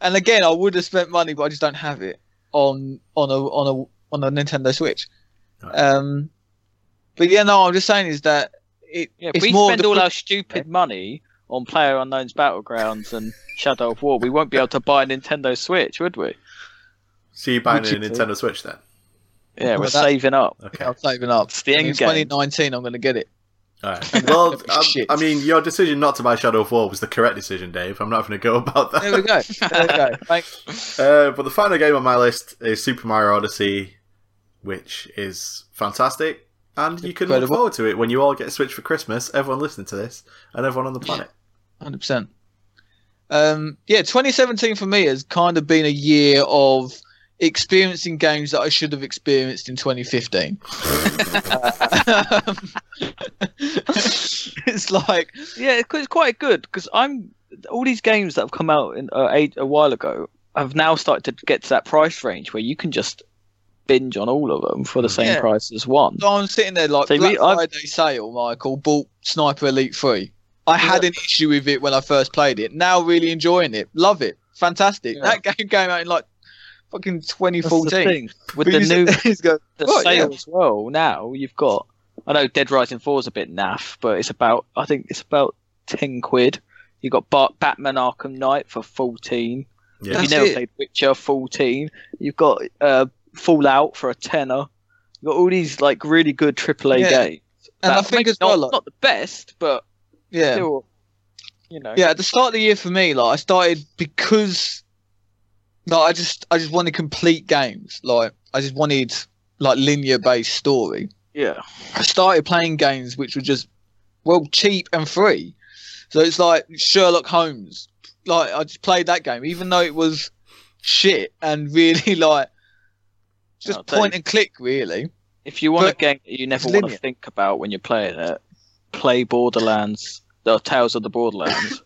Speaker 3: And again, I would have spent money, but I just don't have it on on a on a on a Nintendo Switch.
Speaker 4: Right.
Speaker 3: Um, but yeah, no, I'm just saying is that it
Speaker 2: Yeah,
Speaker 3: it's
Speaker 2: we
Speaker 3: more
Speaker 2: spend
Speaker 3: the
Speaker 2: all
Speaker 3: free-
Speaker 2: our stupid money on Player Unknown's Battlegrounds and Shadow of War. We won't be able to buy a Nintendo Switch, would we?
Speaker 4: So you buying a
Speaker 3: Would you do?
Speaker 4: Nintendo Switch then?
Speaker 2: Yeah,
Speaker 3: Well,
Speaker 2: we're
Speaker 3: that-
Speaker 2: saving up.
Speaker 4: Okay.
Speaker 3: I'm saving up.
Speaker 2: It's the
Speaker 3: In
Speaker 2: end game.
Speaker 3: 2019, I'm going to get it.
Speaker 4: All right. Well, I,
Speaker 3: Shit.
Speaker 4: I mean, your decision not to buy Shadow of War was the correct decision, Dave. I'm not having to go about
Speaker 3: There we
Speaker 4: that.
Speaker 3: go. There we go. Thanks.
Speaker 4: Uh, but the final game on my list is Super Mario Odyssey, which is fantastic, and you can look
Speaker 3: Incredible.
Speaker 4: forward to it when you all get a Switch for Christmas. Everyone listening to this, and everyone on the planet.
Speaker 3: hundred percent. Um, yeah, 2017 for me has kind of been a year of experiencing games that I should have experienced in 2015. it's like
Speaker 2: Yeah, it's qu- it's quite good because I'm all these games that have come out in, uh, eight, a while ago have now started to get to that price range where you can just binge on all of them for the same
Speaker 3: Yeah.
Speaker 2: price as one.
Speaker 3: so I'm sitting there like
Speaker 2: See,
Speaker 3: Black
Speaker 2: we- I've-
Speaker 3: Friday sale. Michael bought Sniper Elite 3. I had an issue with it when I first played it. Now really enjoying it. Love it. Fantastic.
Speaker 2: Yeah.
Speaker 3: That game came out in like fucking
Speaker 2: That's the
Speaker 3: 2014.
Speaker 2: thing, with the new
Speaker 3: He's go-
Speaker 2: the
Speaker 3: Right,
Speaker 2: sale
Speaker 3: yeah.
Speaker 2: as well. Now you've got. I know Dead Rising Four is a bit naff, but it's about. I think it's about ten quid. You got Bat- Batman Arkham Knight for fourteen.
Speaker 4: Yeah.
Speaker 2: If
Speaker 3: That's
Speaker 2: you never
Speaker 3: it.
Speaker 2: played Witcher, fourteen. You've got uh, Fallout for a tenner. You have got all these like really good AAA
Speaker 3: Yeah.
Speaker 2: games.
Speaker 3: and
Speaker 2: that
Speaker 3: I think
Speaker 2: maybe
Speaker 3: as well,
Speaker 2: not,
Speaker 3: like,
Speaker 2: not the best, but
Speaker 3: yeah.
Speaker 2: still, you know.
Speaker 3: yeah at the start of the year for me like i started because like i just i just wanted complete games like i just wanted like linear based story
Speaker 2: yeah.
Speaker 3: i started playing games which were just well cheap and free so it's like sherlock holmes like i just played that game even though it was shit and really like just
Speaker 2: Oh,
Speaker 3: point
Speaker 2: Dave.
Speaker 3: and click really
Speaker 2: If you want
Speaker 3: But
Speaker 2: a game that you never
Speaker 3: it's
Speaker 2: want
Speaker 3: linear.
Speaker 2: to think about when you're playing it, play Borderlands or Tales of the Borderlands.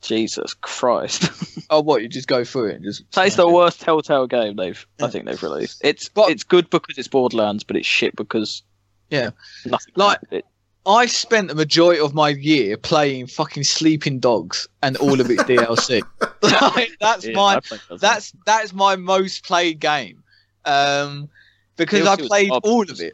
Speaker 2: Jesus Christ.
Speaker 3: oh what you just go through it and just
Speaker 2: That is the worst Telltale game they've I think they've released. It's
Speaker 3: But-
Speaker 2: it's good because it's Borderlands, but it's shit because
Speaker 3: Yeah.
Speaker 2: nothing
Speaker 3: Like-
Speaker 2: it
Speaker 3: I spent the majority of my year playing fucking Sleeping Dogs and all of its DLC. Like, that's
Speaker 2: Yeah,
Speaker 3: my
Speaker 2: I played those ones.
Speaker 3: that's that's my most played game, um, because I
Speaker 2: DLC was
Speaker 3: played
Speaker 2: garbage.
Speaker 3: all of it.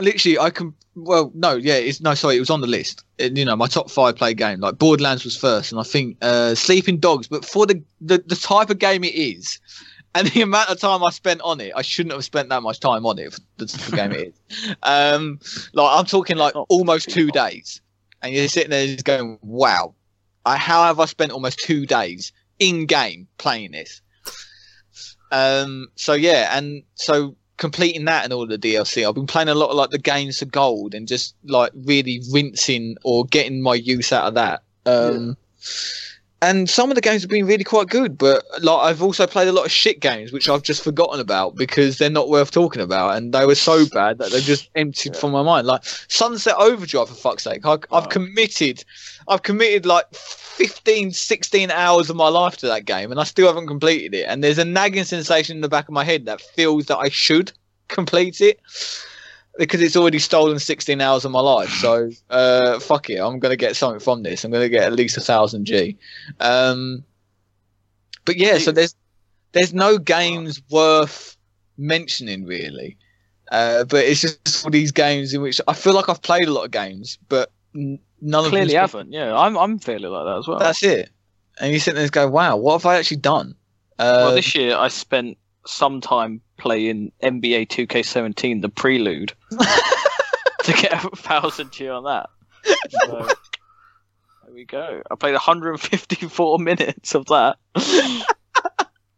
Speaker 3: Literally, I can. Well, no, yeah, it's no. Sorry, it was on the list. And, you know, my top five played game. Like Borderlands was first, and I think uh, Sleeping Dogs. But for the, the the type of game it is, and the amount of time I spent on it, I shouldn't have spent that much time on it. For the type of game it is, Oh. um, like I'm talking like
Speaker 2: not
Speaker 3: almost
Speaker 2: too
Speaker 3: two
Speaker 2: long.
Speaker 3: days, and you're sitting there just going, "Wow, I, how have I spent almost two days in game playing this?" Um, so yeah, and so completing that and all the DLC, I've been playing a lot of like the gains of gold and just like really rinsing or getting my use out of that. Um, And some of the games have been really quite good, but like I've also played a lot of shit games which I've just forgotten about because they're not worth talking about, and they were so bad that they've just emptied from my mind. Like Sunset Overdrive, for fuck's sake, I, I've
Speaker 2: Wow.
Speaker 3: committed I've committed like 15, 16 hours of my life to that game and I still haven't completed it. And there's a nagging sensation in the back of my head that feels that I should complete it because it's already stolen 16 hours of my life. So, uh, fuck it. I'm going to get something from this. I'm going to get at least a thousand G. Um, but yeah, so there's, there's no games worth mentioning really. Uh, but it's just all these games in which I feel like I've played a lot of games, but n- none of them
Speaker 2: Clearly haven't. Yeah, I'm I'm feeling like that as well.
Speaker 3: that's it. And you sit there and go, wow, what have I actually done? Uh,
Speaker 2: well, this year I spent some time playing NBA 2K17, the prelude, to get a thousand G on that. So, there we go. I played 154 minutes of that. in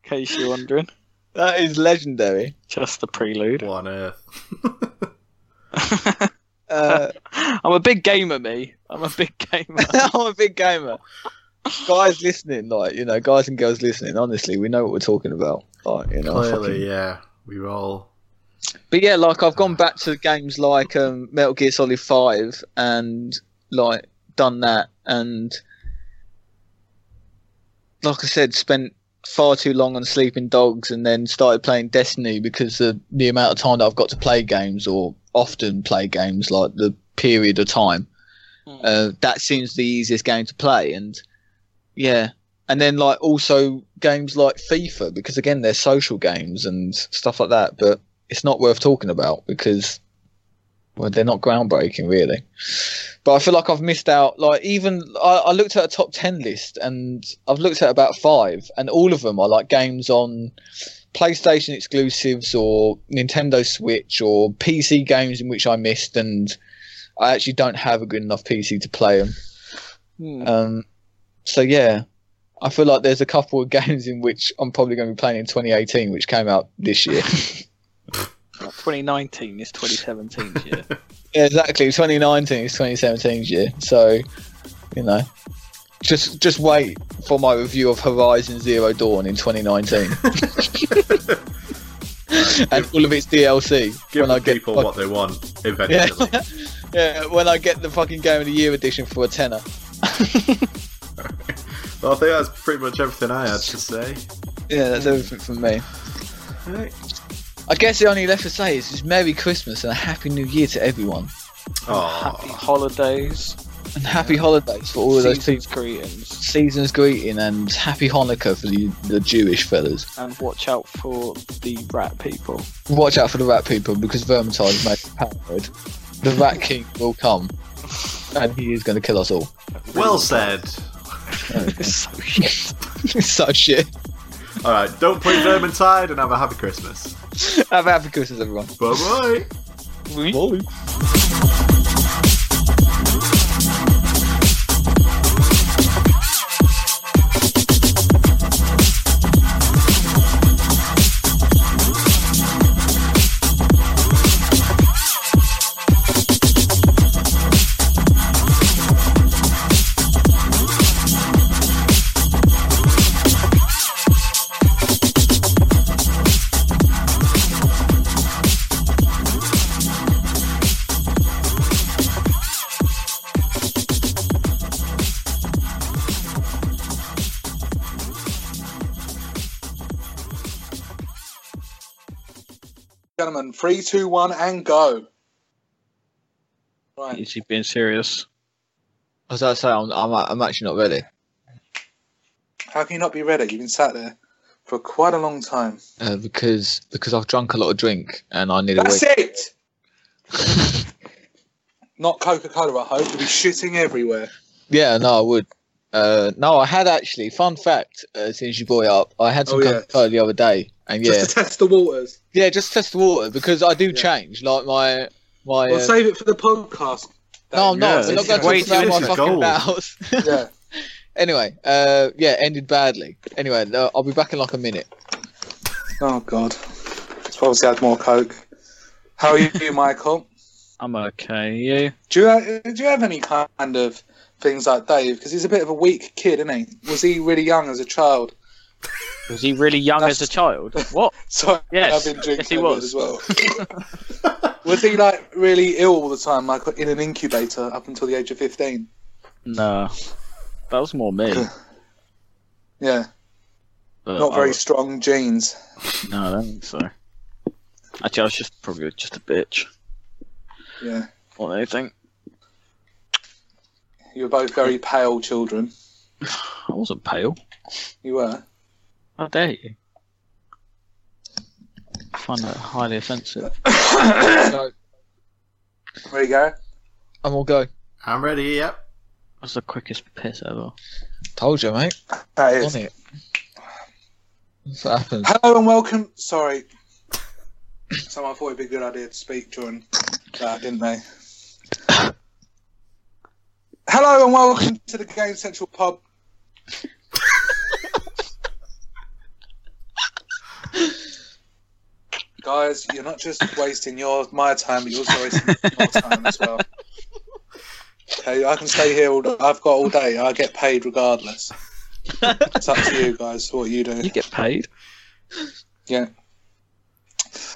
Speaker 2: case you're wondering,
Speaker 3: that is legendary.
Speaker 2: just the prelude.
Speaker 4: What on earth?
Speaker 3: Uh,
Speaker 2: I'm a big gamer, me. I'm a big gamer.
Speaker 3: I'm a big gamer. Guys listening, like, you know, guys and girls listening, honestly, we know what we're talking about. Like, you know, Oh, fucking-
Speaker 4: Clearly, yeah. We were all.
Speaker 3: But yeah, like, I've gone back to games like um, Metal Gear Solid 5 and, like, done that. And, like I said, spent far too long on sleeping dogs and then started playing destiny because the the amount of time that i've got to play games or often play games like the period of time
Speaker 2: Mm.
Speaker 3: uh, that seems the easiest game to play and yeah and then like also games like fifa because again they're social games and stuff like that but it's not worth talking about because well they're not groundbreaking really but I feel like I've missed out. Like even I, I looked at a top ten list, and I've looked at about five, and all of them are like games on PlayStation exclusives or Nintendo Switch or PC games in which I missed, and I actually don't have a good enough PC to play them.
Speaker 2: Hmm.
Speaker 3: Um, so yeah, I feel like there's a couple of games in which I'm probably going to be playing in 2018, which came out this year.
Speaker 2: 2019 is 2017's year.
Speaker 3: Yeah, exactly. 2019 is 2017's year, so you know, just just wait for my review of Horizon Zero Dawn in 2019 and all of its DLC
Speaker 4: Give
Speaker 3: when I
Speaker 4: the
Speaker 3: get
Speaker 4: people
Speaker 3: fuck-
Speaker 4: what they want
Speaker 3: yeah,
Speaker 4: eventually.
Speaker 3: yeah, when I get the fucking Game of the Year edition for a tenner.
Speaker 4: well, I think that's pretty much everything I had to say.
Speaker 3: Yeah, that's everything from me.
Speaker 4: Right.
Speaker 3: I guess the only left to say is just Merry Christmas and a Happy New Year to everyone,
Speaker 2: Happy
Speaker 4: Oh,
Speaker 2: holidays.
Speaker 3: and Happy Holidays for all of those people.
Speaker 2: season's greetings.
Speaker 3: Season's greeting and Happy Hanukkah for the, the Jewish fellas.
Speaker 2: and watch out for the rat people.
Speaker 3: Watch out for the rat people because Vermintide is made of paranoid. The rat king will come, and he is going to kill us all.
Speaker 4: well said.
Speaker 2: so shit.
Speaker 3: so shit.
Speaker 4: All right, don't play Vermintide and have a happy Christmas.
Speaker 3: Have a happy Christmas, everyone.
Speaker 4: Bye bye.
Speaker 3: Bye.
Speaker 5: Gentlemen, three, two, one, and go.
Speaker 1: Right.
Speaker 2: Is he being serious?
Speaker 3: As I say, I'm, I'm, I'm actually not ready.
Speaker 1: How can you not be ready? You've been sat there for quite a long time.
Speaker 3: Uh, because because I've drunk a lot of drink and I need a
Speaker 1: That's
Speaker 3: week.
Speaker 1: it. not Coca Cola, I hope. You'll be shitting everywhere.
Speaker 3: Yeah, no, I would. Uh, no, I had actually. Fun fact, uh, since you brought it up, I had some
Speaker 1: Oh, yeah.
Speaker 3: Coca Cola the other day, and yeah,
Speaker 1: Just to test the waters.
Speaker 3: yeah, just test the water because I do
Speaker 1: Yeah.
Speaker 3: change. Like my my.
Speaker 1: We'll
Speaker 3: uh,
Speaker 1: save it for the podcast.
Speaker 3: no, I'm not.
Speaker 2: Yeah,
Speaker 3: We're not
Speaker 2: this
Speaker 3: going
Speaker 2: is way
Speaker 3: to
Speaker 2: too-
Speaker 3: talk about
Speaker 4: this
Speaker 3: my
Speaker 4: is
Speaker 3: fucking
Speaker 4: gold.
Speaker 3: house.
Speaker 1: Yeah.
Speaker 3: anyway, uh, yeah, ended badly. Anyway, no, I'll be back in like a minute.
Speaker 1: Oh God. It's obviously had more coke. How are you, Michael?
Speaker 2: I'm okay. You?
Speaker 1: Do you ha- do you have any kind of things like Dave? Because he's a bit of a weak kid, isn't he? Was he really young as a child?
Speaker 2: Was he really young
Speaker 1: That's-
Speaker 2: as a child? What?
Speaker 1: So
Speaker 2: Yes.
Speaker 1: I've been drinking
Speaker 2: Yes, he
Speaker 1: a bit
Speaker 2: was.
Speaker 1: as well. was he like really ill all the time, like in an incubator up until the age of fifteen?
Speaker 2: No. That was more me.
Speaker 1: Yeah,
Speaker 2: but
Speaker 1: not
Speaker 2: Uh, I
Speaker 1: very
Speaker 2: was-
Speaker 1: strong genes.
Speaker 2: No, I don't think so. Actually, I was just probably just a bitch
Speaker 1: Yeah,
Speaker 2: or anything.
Speaker 1: you were both very pale children.
Speaker 2: I wasn't pale.
Speaker 1: You were.
Speaker 2: How dare you? I find that highly offensive.
Speaker 1: there
Speaker 3: So
Speaker 1: you go.
Speaker 3: I'm all go.
Speaker 4: I'm ready. Yep.
Speaker 2: That's the quickest piss ever.
Speaker 3: Told you, mate.
Speaker 1: That
Speaker 3: On
Speaker 1: is.
Speaker 3: it. That's what happens.
Speaker 1: Hello and welcome. Sorry. Someone thought it'd be a good idea to speak during that, didn't they? Hello and welcome to the Game Central Pub. Guys, you're not just wasting your my time, but you're also wasting your time as well. Okay, I can stay here all day. I've got all day. I get paid regardless. It's up to you guys what you do.
Speaker 2: You get paid.
Speaker 1: Yeah.